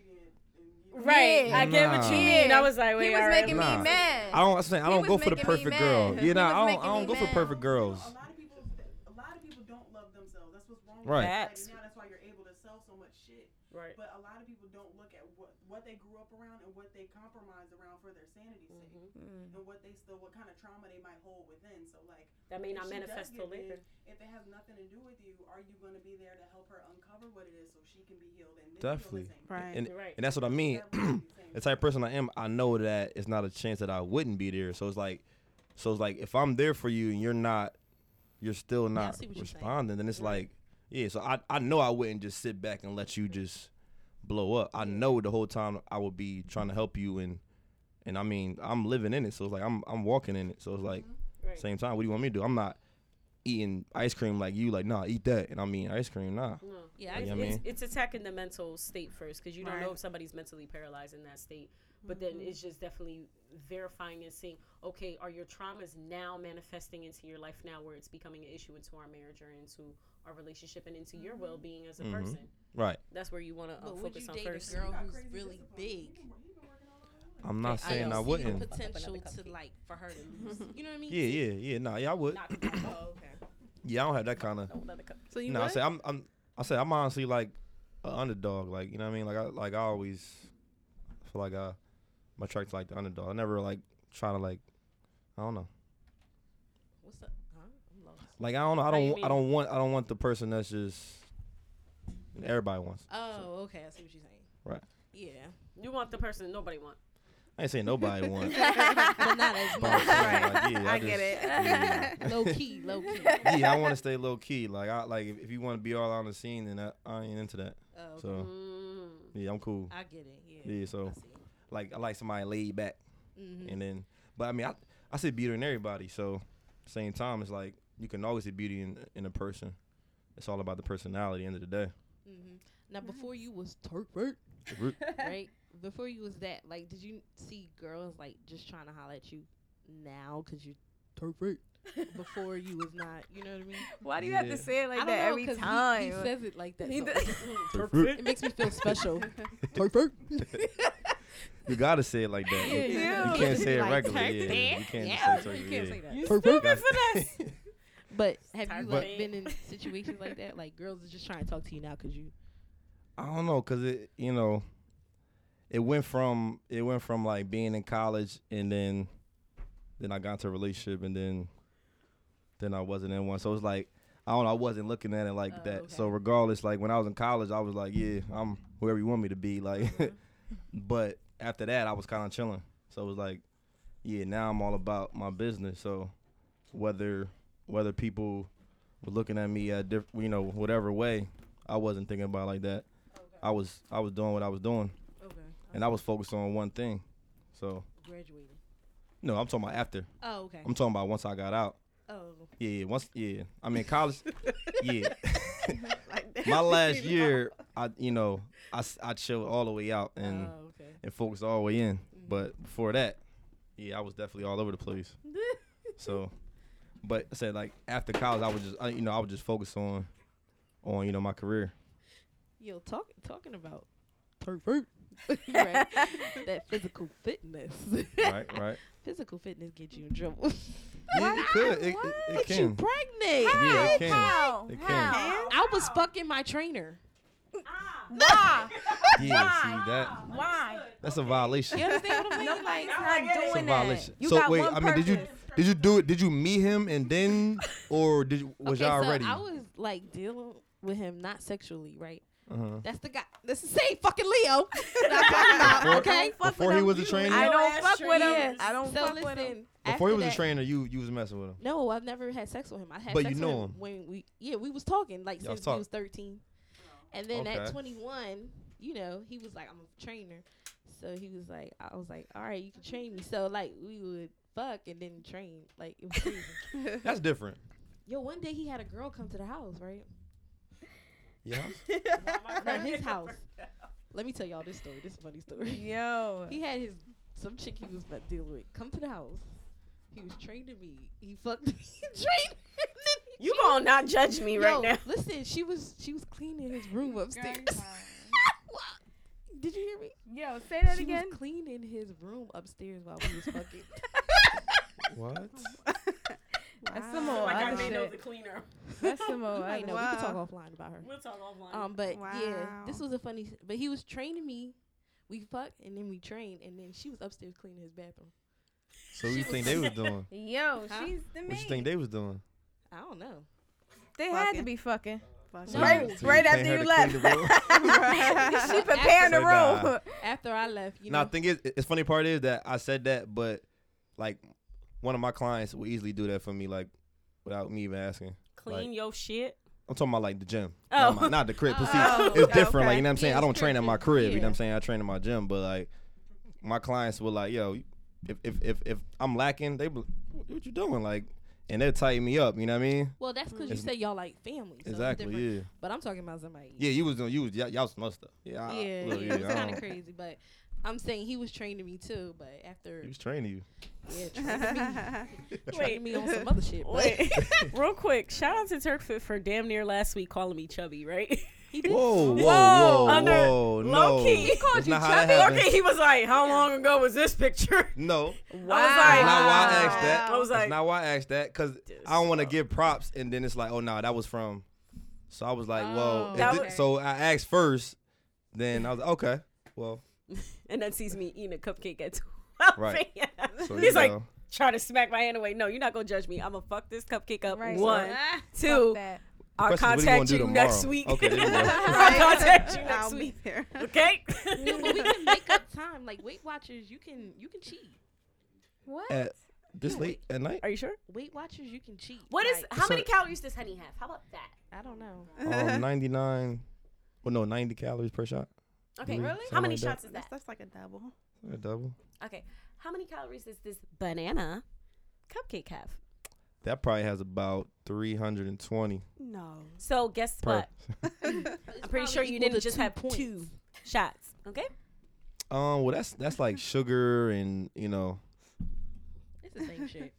Speaker 7: saying. Right. I get what you mean.
Speaker 2: Nah.
Speaker 7: I was like,
Speaker 2: He
Speaker 7: wait,
Speaker 2: was
Speaker 7: all right.
Speaker 2: making
Speaker 5: Nah.
Speaker 2: me mad.
Speaker 5: I don't. I'm saying I
Speaker 2: He
Speaker 5: don't
Speaker 2: was
Speaker 5: go for the
Speaker 2: making me
Speaker 5: perfect
Speaker 2: mad.
Speaker 5: girl.
Speaker 2: He
Speaker 5: You know,
Speaker 2: was
Speaker 5: I don't.
Speaker 2: making
Speaker 5: I don't
Speaker 2: me
Speaker 5: go for
Speaker 2: mad.
Speaker 5: perfect girls.
Speaker 8: A lot of people, a lot of people don't love themselves. That's what's wrong
Speaker 5: Right.
Speaker 8: with
Speaker 7: Facts.
Speaker 8: society now. That's why you're able to sell so much shit.
Speaker 7: Right.
Speaker 8: But a lot of people don't look at what what they grew up around and what they compromised around for their sanity's sake,
Speaker 7: Mm.
Speaker 8: and what they still, what kind of trauma they might hold within. So like,
Speaker 7: That may
Speaker 8: if
Speaker 7: not
Speaker 8: she does
Speaker 7: manifest
Speaker 8: get
Speaker 7: till
Speaker 8: big,
Speaker 7: later.
Speaker 8: If it has nothing to do with you, are you going to be there to help her uncover what it is so she can be healed and then heal the
Speaker 5: Definitely.
Speaker 8: same?
Speaker 6: Right.
Speaker 5: and,
Speaker 7: Right.
Speaker 5: and that's what I mean.
Speaker 8: That would
Speaker 5: *clears throat*
Speaker 8: be the same.
Speaker 5: the type of person I am, I know that it's not a chance that I wouldn't be there. So it's like So it's like if I'm there for you and you're not, you're still not
Speaker 4: see what you're saying.
Speaker 5: responding, then it's like, yeah. So I I know I wouldn't just sit back and let you just blow up. I know the whole time I would be trying to help you and and I mean I'm living in it. So it's like I'm I'm walking in it. So it's like
Speaker 7: Right.
Speaker 5: same time. What do you want me to do? I'm not eating ice cream like you. Like nah, eat that. And I mean ice cream, nah.
Speaker 7: No.
Speaker 4: Yeah,
Speaker 5: I
Speaker 7: it's,
Speaker 5: Yeah,
Speaker 7: it's,
Speaker 5: man.
Speaker 7: it's attacking the mental state first because you don't know
Speaker 6: Right.
Speaker 7: if somebody's mentally paralyzed in that state. But then it's just definitely verifying and seeing, okay, are your traumas now manifesting into your life now where it's becoming an issue into our marriage or into our relationship and into your well being
Speaker 5: Mm-hmm.
Speaker 7: as a person?
Speaker 5: Right.
Speaker 7: That's where you want to uh,
Speaker 4: But would you
Speaker 7: focus on
Speaker 4: date
Speaker 7: first.
Speaker 4: a girl who's really big?
Speaker 5: I'm not
Speaker 4: I
Speaker 5: saying
Speaker 4: don't
Speaker 5: I,
Speaker 4: see the
Speaker 5: wouldn't.
Speaker 4: Potential to like for her *laughs* to lose. You know what I mean?
Speaker 5: Yeah, yeah, yeah. Nah, yeah, I would.
Speaker 4: Oh, okay.
Speaker 5: Yeah, I don't have that kind of.
Speaker 6: So you
Speaker 5: No, I
Speaker 6: would?
Speaker 5: say I'm, I'm. I say I'm honestly like an underdog. Like you know what I mean. Like I like I always feel like I my track's like the underdog. I never like try to like I don't know.
Speaker 4: What's up? Huh? I'm lost.
Speaker 5: Like I don't know. I
Speaker 7: How you
Speaker 5: don't.
Speaker 7: mean?
Speaker 5: I don't want. I don't want the person that's just everybody wants.
Speaker 4: Oh, okay. I see what you're saying.
Speaker 5: Right.
Speaker 4: Yeah,
Speaker 7: You want the person nobody wants.
Speaker 5: I ain't saying nobody wants.
Speaker 4: *laughs* but not as
Speaker 5: but I'm
Speaker 4: much.
Speaker 5: saying, like, yeah,
Speaker 6: I get it.
Speaker 5: *laughs* Yeah,
Speaker 4: low key, low key.
Speaker 5: Yeah, I want to stay low key. Like I like if, if you want to be all on the scene, then I, I ain't into that.
Speaker 4: Oh, okay.
Speaker 5: So
Speaker 7: Mm.
Speaker 5: yeah, I'm cool.
Speaker 4: *laughs* I get it. Yeah.
Speaker 5: Yeah, so like I like somebody laid back.
Speaker 4: Mm-hmm.
Speaker 5: And then, but I mean, I I see beauty in everybody. So, same time, it's like you can always see beauty in in a person. It's all about the personality. End of the day,
Speaker 4: Mm-hmm. Now, before you was
Speaker 1: Turk bait.
Speaker 4: *laughs*
Speaker 5: Root-
Speaker 4: right, before you was that, like, did you see girls like just trying to holler at you now? Cause you
Speaker 1: Turk
Speaker 4: *laughs*
Speaker 1: bait.
Speaker 4: before you was not. You know what I mean?
Speaker 2: Why do you have
Speaker 5: Yeah.
Speaker 2: to say it
Speaker 4: I
Speaker 2: like
Speaker 4: don't
Speaker 2: that
Speaker 4: know,
Speaker 2: every
Speaker 4: 'cause he-
Speaker 2: time?
Speaker 4: He, says it like that.
Speaker 2: He
Speaker 4: so
Speaker 2: does.
Speaker 4: *laughs* it makes me *laughs* feel special.
Speaker 1: Turk bait.
Speaker 5: you gotta say it like that. You-
Speaker 4: *laughs* Yeah,
Speaker 5: You,
Speaker 2: yeah.
Speaker 5: can't say it
Speaker 4: Like,
Speaker 5: regularly.
Speaker 4: "Turk
Speaker 5: Yeah, you can't
Speaker 4: Yeah,
Speaker 5: just say it.
Speaker 4: *laughs* you can't say that.
Speaker 5: You
Speaker 1: Turk bait.
Speaker 4: But have you
Speaker 7: Tired
Speaker 4: like
Speaker 7: of
Speaker 4: been in *laughs* situations like that? Like girls are just trying to talk to you now because you.
Speaker 5: I don't know, cause it you know, it went from it went from like being in college and then, then I got into a relationship and then, then I wasn't in one. So it's like I don't know, I wasn't looking at it like
Speaker 4: Oh,
Speaker 5: that. So
Speaker 4: okay.
Speaker 5: regardless, like when I was in college, I was like, yeah, I'm whoever you want me to be. Like,
Speaker 4: Uh-huh.
Speaker 5: *laughs* but after that, I was kind of chilling. So it was like, yeah, now I'm all about my business. So whether whether people were looking at me at diff- you know whatever way, I wasn't thinking about it like that. I was I was doing what I was doing,
Speaker 4: Okay.
Speaker 5: and I was focused on one thing. So
Speaker 4: Graduating.
Speaker 5: no, I'm talking about after.
Speaker 4: Oh, okay.
Speaker 5: I'm talking about once I got out.
Speaker 4: Oh. *laughs*
Speaker 5: Yeah, yeah, once yeah. I mean college. yeah. My last
Speaker 4: *laughs*
Speaker 5: year, I you know I s- I chilled all the way out and
Speaker 4: oh, Mm-hmm. okay.
Speaker 5: and focused all the way in. But before that, yeah, I was definitely all over the place.
Speaker 4: *laughs*
Speaker 5: so, but I said like after college, I was just I, you know I was just focused on on you know my career.
Speaker 4: Yo, talk, talking about
Speaker 1: Turk bait.
Speaker 4: *laughs* right, that physical *laughs* fitness.
Speaker 5: Right,
Speaker 4: *laughs*
Speaker 5: right.
Speaker 4: physical fitness gets you in trouble.
Speaker 5: yeah, it could. It, it, it
Speaker 4: *laughs* Get you
Speaker 5: can.
Speaker 4: pregnant.
Speaker 5: Yeah, it can.
Speaker 2: How?
Speaker 5: It can.
Speaker 2: How?
Speaker 4: I was fucking my trainer.
Speaker 2: Why?
Speaker 5: Yeah, see that.
Speaker 2: Why?
Speaker 5: That's a violation.
Speaker 4: You understand what I mean?
Speaker 2: Nobody's
Speaker 4: Like,
Speaker 5: It's
Speaker 2: not
Speaker 5: a
Speaker 2: doing that.
Speaker 5: violation.
Speaker 2: You
Speaker 5: so
Speaker 2: got
Speaker 5: wait,
Speaker 2: one
Speaker 5: I mean, did you
Speaker 2: person.
Speaker 5: did you do it? Did you meet him and then, or did you, was
Speaker 4: okay,
Speaker 5: y'all
Speaker 4: so
Speaker 5: already?
Speaker 4: I was like dealing with him not sexually, right?
Speaker 5: uh-huh.
Speaker 4: That's the guy. That's the same fucking Leo that
Speaker 2: *laughs*
Speaker 4: I'm talking about.
Speaker 5: Before-
Speaker 4: Okay.
Speaker 5: Before he was a trainer.
Speaker 2: I
Speaker 7: Your
Speaker 2: don't
Speaker 7: ass
Speaker 2: fuck with him.
Speaker 4: Yes.
Speaker 2: I don't
Speaker 4: so
Speaker 2: fuck
Speaker 4: listen,
Speaker 2: with him.
Speaker 4: after
Speaker 5: Before he was a
Speaker 4: that-
Speaker 5: trainer, you you was messing
Speaker 4: *laughs*
Speaker 5: with him.
Speaker 4: No, I've never had sex with him. I had
Speaker 5: But
Speaker 4: sex
Speaker 5: you know
Speaker 4: with
Speaker 5: him.
Speaker 4: when we yeah we was talking like
Speaker 5: Y'all was
Speaker 4: since
Speaker 5: talk-
Speaker 4: he was thirteen, and then
Speaker 5: Okay.
Speaker 4: at twenty one, you know, he was like I'm a trainer, so he was like I was like all right you can train me. So like we would fuck and then train like *laughs* it was crazy.
Speaker 5: That's different.
Speaker 4: Yo, one day he had a girl come to the house right,
Speaker 5: Yeah.
Speaker 4: no his house. Let me tell y'all this story. This is a funny story.
Speaker 2: Yo.
Speaker 4: He had his some chick he was about dealing with come to the house. He was training me. He fucked *laughs* me. and trained. me, and then he
Speaker 7: You gonna not judge me right
Speaker 4: Yo,
Speaker 7: now.
Speaker 4: Listen, she was she was cleaning his room upstairs. *laughs* What? Did you hear me?
Speaker 2: Yo, say that
Speaker 4: she
Speaker 2: again.
Speaker 4: was cleaning his room upstairs while we was fucking. *laughs*
Speaker 5: What?
Speaker 2: That's some
Speaker 5: Oh,
Speaker 4: Wow.
Speaker 2: old
Speaker 7: like I
Speaker 2: other
Speaker 7: may know the
Speaker 2: shit.
Speaker 7: cleaner.
Speaker 2: *laughs* That's some
Speaker 4: you
Speaker 2: old
Speaker 4: might
Speaker 2: other
Speaker 4: know. We can talk offline about her.
Speaker 7: We'll talk offline.
Speaker 4: Um, but yeah, this
Speaker 6: Wow.
Speaker 4: was a funny. s- But he was training me. We fucked and then we trained and then she was upstairs cleaning his bathroom.
Speaker 5: So what you think they was doing?
Speaker 2: Yo,
Speaker 4: Huh?
Speaker 2: she's the
Speaker 5: What
Speaker 2: main.
Speaker 5: you think they was doing?
Speaker 4: I don't know.
Speaker 2: They had to
Speaker 6: Fucking.
Speaker 2: be fucking.
Speaker 5: So
Speaker 4: No.
Speaker 5: you- so
Speaker 2: right
Speaker 5: you
Speaker 2: after
Speaker 5: paying her
Speaker 2: you
Speaker 5: to clean the
Speaker 2: *laughs*
Speaker 5: room?
Speaker 2: she preparing the
Speaker 5: Say nah.
Speaker 2: room.
Speaker 4: After I left, you
Speaker 5: Now,
Speaker 4: know,
Speaker 5: thing is, it's funny part is that I said that, but like one of my clients will easily do that for me, like without me even asking.
Speaker 7: Clean
Speaker 5: Like,
Speaker 7: your shit.
Speaker 5: I'm talking about like the gym,
Speaker 7: Oh.
Speaker 5: not, my, not the crib. 'cause see,
Speaker 7: Oh,
Speaker 5: it's different.
Speaker 7: okay.
Speaker 5: Like you know what I'm saying.
Speaker 7: Yeah,
Speaker 5: I don't
Speaker 7: it's
Speaker 5: train at my
Speaker 7: different.
Speaker 5: crib. You know what I'm
Speaker 7: Yeah.
Speaker 5: saying. I train in my gym, but like my clients were like, yo, if if if, if I'm lacking, they be like, what you doing like, and they tighten me up. You know what I mean?
Speaker 4: Well, that's because you
Speaker 5: It's-
Speaker 4: say y'all like family.
Speaker 5: Mm-hmm.
Speaker 4: So
Speaker 5: Exactly,
Speaker 4: exactly. Different.
Speaker 5: yeah.
Speaker 4: But I'm talking about somebody.
Speaker 5: Yeah, you was doing. You was y'all, y'all some other stuff. Yeah, I-
Speaker 4: yeah,
Speaker 5: look,
Speaker 4: yeah,
Speaker 5: yeah,
Speaker 4: it's
Speaker 5: I
Speaker 4: kind of
Speaker 5: don't-
Speaker 4: crazy, but I'm saying he was training me too. But after
Speaker 5: He was training you. *laughs*
Speaker 4: yeah, training me,
Speaker 7: Wait.
Speaker 4: training me *laughs* on some other shit. but-
Speaker 7: Wait, *laughs* real quick. Shout out to Turkfit for damn near last week calling me chubby, right?
Speaker 4: he did.
Speaker 5: Whoa, whoa,
Speaker 7: Whoa,
Speaker 5: whoa,
Speaker 7: under- *laughs*
Speaker 5: whoa, Oh, no.
Speaker 7: low key. He called
Speaker 5: That's
Speaker 7: you
Speaker 5: not how that happened.
Speaker 7: Okay, he was like, "How long ago was this picture?" *laughs*
Speaker 5: No,
Speaker 7: Wow. I
Speaker 5: that's
Speaker 7: was like,
Speaker 5: not why I asked that.
Speaker 7: I was
Speaker 5: that's
Speaker 7: like-
Speaker 5: not why I asked that because I don't want to give props and then it's like, oh no, that was from. So I was like, well,
Speaker 4: Oh,
Speaker 5: if
Speaker 7: That
Speaker 5: thi-
Speaker 7: was-
Speaker 5: so I asked first, then I was like, okay, well,
Speaker 7: and then sees me eating a cupcake at *laughs* twelve
Speaker 5: Right.
Speaker 7: a.m.
Speaker 5: so
Speaker 7: He's
Speaker 5: you
Speaker 7: like,
Speaker 5: know.
Speaker 7: trying to smack my hand away. No, you're not gonna judge me. I'm gonna fuck this cupcake up.
Speaker 2: Right.
Speaker 7: One,
Speaker 2: Ah,
Speaker 7: two.
Speaker 2: that.
Speaker 5: Question
Speaker 7: I'll
Speaker 5: is, what
Speaker 7: contact
Speaker 5: you
Speaker 7: you
Speaker 5: gonna do
Speaker 7: next
Speaker 5: tomorrow?
Speaker 7: week.
Speaker 5: Okay, there you go.
Speaker 7: *laughs* I'll contact you next
Speaker 6: I'll be
Speaker 7: week.
Speaker 6: there.
Speaker 5: Oh,
Speaker 7: Okay.
Speaker 4: No, but we can make up time. Like Weight Watchers, you can you can cheat.
Speaker 2: What?
Speaker 5: at
Speaker 7: *laughs*
Speaker 5: this late at night.
Speaker 7: *laughs* Are you sure?
Speaker 4: Weight Watchers, you can cheat.
Speaker 7: What is?
Speaker 4: Like,
Speaker 7: How
Speaker 5: So-
Speaker 7: many calories does honey have? How about that?
Speaker 4: I don't know.
Speaker 7: *laughs*
Speaker 5: Um, 99, well, no, 90 calories per shot.
Speaker 7: Okay.
Speaker 5: Mm,
Speaker 7: How
Speaker 5: something
Speaker 7: many
Speaker 5: like that.
Speaker 7: shots is
Speaker 6: That's,
Speaker 7: that?
Speaker 6: that's like a double.
Speaker 5: A double.
Speaker 7: Okay. How many calories does this banana cupcake have?
Speaker 5: That probably has about 320
Speaker 6: No.
Speaker 7: So guess
Speaker 5: per. *laughs*
Speaker 7: what? *laughs* I'm pretty sure you didn't just have two shots. Okay.
Speaker 5: Um, well, that's that's like sugar and you know.
Speaker 4: It's the same
Speaker 7: *laughs*
Speaker 4: shit.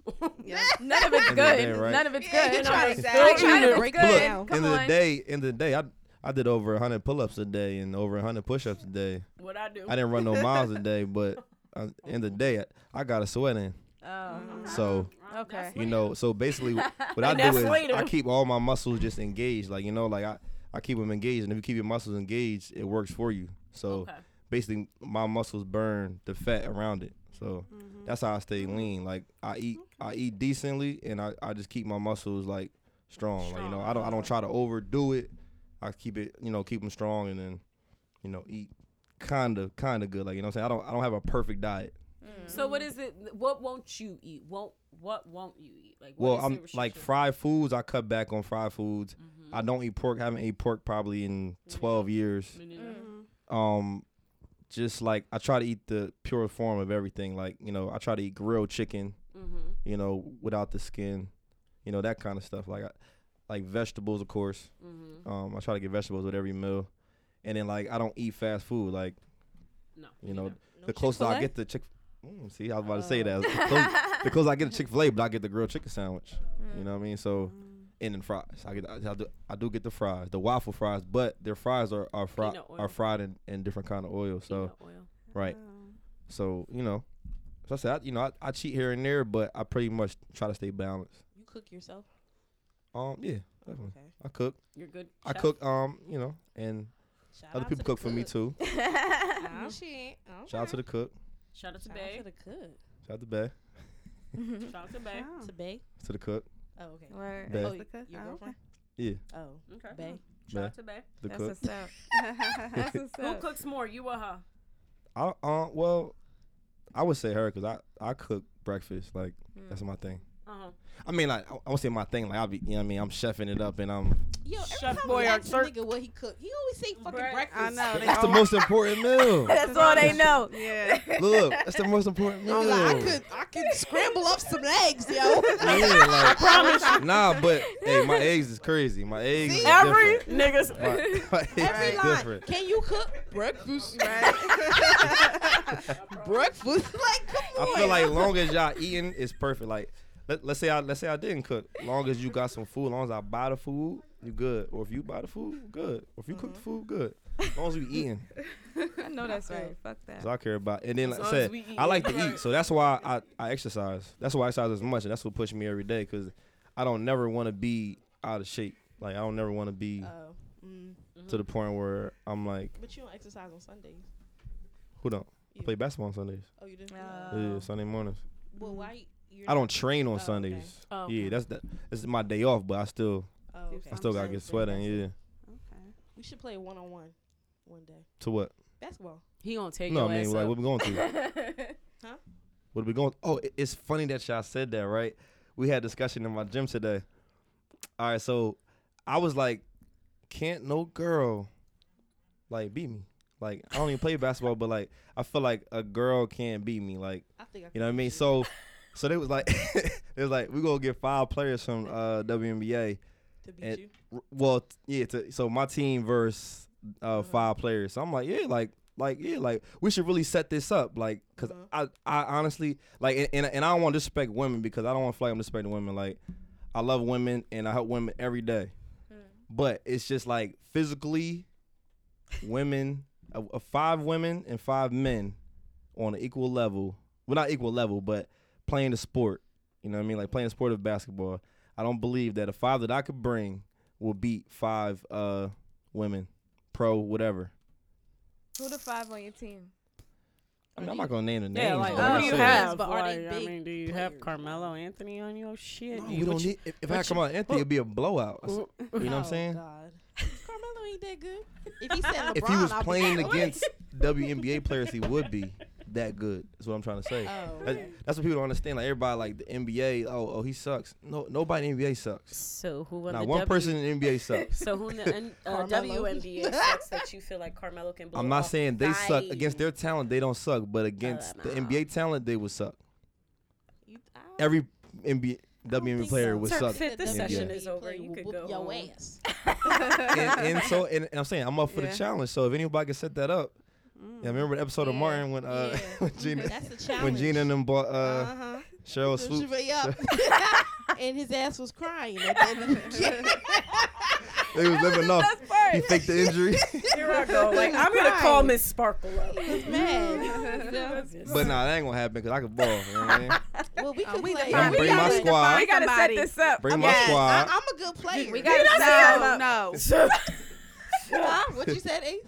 Speaker 6: Yeah.
Speaker 2: None of
Speaker 5: End
Speaker 2: it's
Speaker 5: of the day,
Speaker 2: good.
Speaker 5: right?
Speaker 2: None of it's
Speaker 6: Yeah,
Speaker 2: good.
Speaker 6: you try to
Speaker 2: I
Speaker 6: exact-
Speaker 2: tried to
Speaker 5: But
Speaker 2: break
Speaker 5: look,
Speaker 2: it down.
Speaker 5: end
Speaker 2: Come
Speaker 5: of the
Speaker 2: on.
Speaker 5: day, end of the day, I I did over 100 pull-ups a day and over 100 push-ups a day.
Speaker 7: What I do?
Speaker 5: I didn't run no miles a day, but uh, end of the day, I, I got a sweat in.
Speaker 2: Oh,
Speaker 5: So
Speaker 2: okay.
Speaker 5: you know, so basically,
Speaker 7: *laughs*
Speaker 5: what I
Speaker 7: And
Speaker 5: do
Speaker 7: that's
Speaker 5: is
Speaker 7: later.
Speaker 5: I keep all my muscles just engaged. Like you know, like I I keep them engaged, and if you keep your muscles engaged, it works for you. So
Speaker 7: Okay.
Speaker 5: basically, my muscles burn the fat around it. So
Speaker 7: Mm-hmm.
Speaker 5: that's how I stay lean. Like I eat I eat decently, and I, I just keep my muscles like strong. Like you know, I don't I don't try to overdo it. I keep it you know keep them strong, and then you know eat kinda kinda good. Like you know, what I'm saying I don't I don't have a perfect diet.
Speaker 2: Mm. *laughs*
Speaker 7: So what is it? What won't you eat? Won't what won't you eat? Like what
Speaker 5: Well,
Speaker 7: is the
Speaker 5: I'm like
Speaker 7: restriction? Mm-hmm.
Speaker 5: fried foods. I cut back on fried foods. I
Speaker 7: Mm.
Speaker 5: don't eat pork. haven't ate pork probably in 12 years.
Speaker 7: Me neither.
Speaker 6: Mm-hmm.
Speaker 7: Mm.
Speaker 5: Um, just like I try to eat the pure form of everything. Like you know, I try to eat grilled chicken. You know, without the skin. You know that kind of stuff. Like I, like vegetables, of course.
Speaker 7: Mm-hmm.
Speaker 5: Um, I try to get vegetables with every meal, and then like I don't eat fast food. Like
Speaker 7: No.
Speaker 5: you know, the closer I
Speaker 4: Chick-fil-A?
Speaker 5: get to Chick. Mm, see, I was about to say
Speaker 7: *laughs*
Speaker 5: that. The close- the closer I get to Chick Fil A, but I get the grilled chicken sandwich.
Speaker 7: Mm.
Speaker 5: You know what I mean? So, and then fries. I get, I, do, I do get the fries, the waffle fries, but their fries are are, fri-
Speaker 7: Peanut oil.
Speaker 5: are fried in, in different kind of oil. So,
Speaker 7: Peanut oil.
Speaker 5: right. So you know, so I said, I, you know, I, I cheat here and there, but I pretty much try to stay balanced.
Speaker 4: You cook yourself.
Speaker 5: Um, yeah, definitely.
Speaker 4: okay.
Speaker 5: I cook.
Speaker 7: You're good.
Speaker 5: I
Speaker 7: chef?
Speaker 5: cook. Um, you know, and
Speaker 4: Shout
Speaker 5: other
Speaker 4: out
Speaker 5: people
Speaker 4: to the
Speaker 5: cook for me too.
Speaker 4: Oh, shit.
Speaker 5: Shout out to the cook.
Speaker 7: Shout out to
Speaker 4: Shout out to
Speaker 7: Bay.
Speaker 4: the cook.
Speaker 5: Shout out to Bay.
Speaker 7: Shout out to Bay.
Speaker 4: To Bay.
Speaker 5: To the cook.
Speaker 4: Oh, okay.
Speaker 2: Word.
Speaker 5: Bay.
Speaker 4: Oh,
Speaker 6: The cook-
Speaker 4: your
Speaker 6: oh, okay.
Speaker 4: girlfriend?
Speaker 5: Yeah.
Speaker 4: Oh,
Speaker 7: Okay.
Speaker 4: Bay.
Speaker 5: Bay.
Speaker 7: Shout out to Bay.
Speaker 5: The
Speaker 2: That's
Speaker 5: cook.
Speaker 2: what's up. That's what's
Speaker 7: Who
Speaker 2: up.
Speaker 7: cooks more, you or her?
Speaker 5: I uh, well, I would say her because I I cook breakfast like that's my thing.
Speaker 7: Uh huh.
Speaker 5: I mean like I, I would say my thing like I'll be you know what I mean I'm chefing it up and I'm
Speaker 4: Yo, every
Speaker 7: Chef
Speaker 4: time
Speaker 7: Boyardee.
Speaker 4: I ask a nigga what he cooked, he always say fucking
Speaker 7: Right.
Speaker 4: breakfast.
Speaker 5: *laughs*
Speaker 6: I know. they
Speaker 5: that's the
Speaker 6: all-
Speaker 5: most important
Speaker 4: *laughs*
Speaker 5: meal.
Speaker 2: That's
Speaker 5: *laughs*
Speaker 2: all they know.
Speaker 6: *laughs* Yeah.
Speaker 5: Look, that's the most important meal.
Speaker 4: I'm like, I could, I could scramble up some eggs,
Speaker 5: *laughs*
Speaker 4: yo. *laughs*
Speaker 5: Yeah, like, I promise. *laughs* Nah, but hey, my eggs is crazy. My eggs is
Speaker 7: Every
Speaker 5: different.
Speaker 7: niggas.
Speaker 4: *laughs*
Speaker 5: My, *laughs* my eggs
Speaker 4: Every
Speaker 5: is
Speaker 4: line.
Speaker 5: different.
Speaker 4: Can you cook Uh, breakfast? breakfast? *laughs* Like, come on.
Speaker 5: I feel like long as y'all eating is perfect. Like let, let's say I let's say I didn't cook. Long as you got some food, long as I buy the food, you good. Or if you buy the food, good. Or if you cook
Speaker 4: Mm-hmm.
Speaker 5: the food, good. As long as we eating.
Speaker 2: I know that's right. Fuck that.
Speaker 5: So I care about. And then like I
Speaker 7: As long as
Speaker 5: said,
Speaker 7: we eat.
Speaker 5: I like to eat, so that's why I, I exercise. That's why I exercise as much, and that's what pushes me every day because I don't never want to be out of shape. Like I don't never want to be
Speaker 7: Uh-huh.
Speaker 4: Oh, mm,
Speaker 5: to the point where I'm like,
Speaker 4: but you don't exercise on Sundays.
Speaker 5: who don't I
Speaker 4: Yeah.
Speaker 5: play basketball on Sundays?
Speaker 4: Oh, you didn't.
Speaker 5: yeah, Sunday mornings.
Speaker 4: well, why? You're
Speaker 5: I don't train on
Speaker 4: okay.
Speaker 5: Sundays.
Speaker 7: Oh,
Speaker 5: Yeah, that's that. This is my day off, but I still
Speaker 4: Not, oh, okay.
Speaker 5: I still gotta get sweating. Yeah.
Speaker 6: Okay.
Speaker 4: We should play one on one, one day.
Speaker 5: To what?
Speaker 4: Basketball.
Speaker 7: He gonna take
Speaker 5: No,
Speaker 7: your
Speaker 5: I mean
Speaker 7: ass *laughs*
Speaker 5: like
Speaker 7: up.
Speaker 5: what we going to?
Speaker 4: Huh?
Speaker 5: What are we going? Oh, it- it's funny that y'all said that, right? We had discussion in my gym today. All right, so I was like, can't no girl like beat me. Like I don't even play basketball, but like I feel like a girl can't beat me. Like
Speaker 4: I think I
Speaker 5: you know what I mean? So, so they was like, *laughs* they was like, we gonna get five players from uh, WNBA.
Speaker 4: to beat
Speaker 5: and-
Speaker 4: you.
Speaker 5: R- Well, t- yeah. To, so my team versus uh, five players. So I'm like, yeah, like, like, yeah, like we should really set this up, like, because I, I honestly like, and and, and I don't want to disrespect women because I don't want to feel like I'm disrespecting women. Like, I love women and I help women every day, but it's just like physically, women, uh, uh, five women and five men on an equal level. Well, not equal level, but playing the sport. You know what I mean? Like playing the sport of basketball. I don't believe that a five that I could bring will beat five uh women, pro, whatever.
Speaker 2: Who the five on your team?
Speaker 5: I mean, I'm not gonna name the names.
Speaker 3: Yeah, like,
Speaker 5: but
Speaker 3: who
Speaker 5: I'm
Speaker 3: do you
Speaker 5: saying-
Speaker 3: have?
Speaker 4: But are
Speaker 3: like,
Speaker 4: they
Speaker 3: I
Speaker 4: big
Speaker 3: mean, do you have
Speaker 4: players?
Speaker 3: Carmelo Anthony on your shit?
Speaker 5: No,
Speaker 3: You-
Speaker 5: we don't
Speaker 3: what you-
Speaker 5: need. If, if I
Speaker 3: what
Speaker 5: come
Speaker 3: you-
Speaker 5: on Anthony, it'd be a blowout. I s-
Speaker 3: Ooh,
Speaker 5: You know what I'm
Speaker 4: Oh,
Speaker 5: saying?
Speaker 4: God. Carmelo ain't that good. If
Speaker 7: *laughs*
Speaker 4: he said LeBron,
Speaker 5: If he was
Speaker 4: I'll be
Speaker 5: playing
Speaker 4: like,
Speaker 5: against WNBA players, he would be that good. Is what I'm trying to say.
Speaker 4: Oh.
Speaker 5: That- that's what people don't understand. Like everybody, like the NBA. Oh, oh, he sucks. No, nobody in the NBA sucks.
Speaker 7: So who won
Speaker 5: Not
Speaker 7: the
Speaker 5: one
Speaker 7: W-
Speaker 5: person in the NBA sucks.
Speaker 7: So who in the N- uh,
Speaker 4: Carmelo.
Speaker 7: WNBA sucks that you feel like Carmelo can blow
Speaker 5: I'm not
Speaker 7: off?
Speaker 5: saying they suck
Speaker 7: Right.
Speaker 5: against their talent. They don't suck, but
Speaker 3: Oh,
Speaker 5: against the NBA talent, they would suck.
Speaker 4: You- I don't
Speaker 5: Every NBA WNBA
Speaker 4: think
Speaker 5: player
Speaker 4: so.
Speaker 5: would
Speaker 4: Turk
Speaker 5: suck.
Speaker 4: said
Speaker 7: Fit, this
Speaker 4: the
Speaker 7: session
Speaker 4: WNBA
Speaker 7: is over.
Speaker 4: player
Speaker 7: You
Speaker 4: will
Speaker 7: could
Speaker 4: whoop
Speaker 7: go
Speaker 4: your
Speaker 7: home.
Speaker 4: ass.
Speaker 5: and, and so and, and I'm saying I'm up for
Speaker 6: Yeah. Mm-hmm.
Speaker 5: the challenge. So if anybody can set that up,
Speaker 6: Mm.
Speaker 5: yeah, remember the episode of
Speaker 4: Yeah.
Speaker 5: Martin when uh
Speaker 4: Yeah.
Speaker 5: *laughs* when Gina
Speaker 4: *laughs* That's a challenge.
Speaker 5: when Gina and them bought uh
Speaker 4: uh-huh.
Speaker 5: Cheryl
Speaker 4: So
Speaker 5: Swoop, *laughs*
Speaker 4: Sheree up. and his ass was crying at the end of the *laughs* game.
Speaker 5: they was
Speaker 4: *laughs*
Speaker 5: living off. He faked the injury, *laughs*
Speaker 7: Here I go. Like I'm gonna call
Speaker 4: Right.
Speaker 7: Miss Sparkle up.
Speaker 4: He was mad. You know?
Speaker 5: but nah, that ain't gonna happen because I could ball. You know what I mean?
Speaker 4: *laughs* Well,
Speaker 2: Uh,
Speaker 4: we could
Speaker 6: we
Speaker 4: play.
Speaker 5: I'm
Speaker 6: We
Speaker 5: bring my
Speaker 6: gotta
Speaker 5: squad.
Speaker 2: We gotta set
Speaker 6: Somebody.
Speaker 2: this up.
Speaker 5: Bring my
Speaker 4: Yes,
Speaker 5: squad.
Speaker 4: I, am a good player.
Speaker 2: We gotta set this
Speaker 6: No,
Speaker 2: up.
Speaker 6: no.
Speaker 4: Huh? What you said, Ace?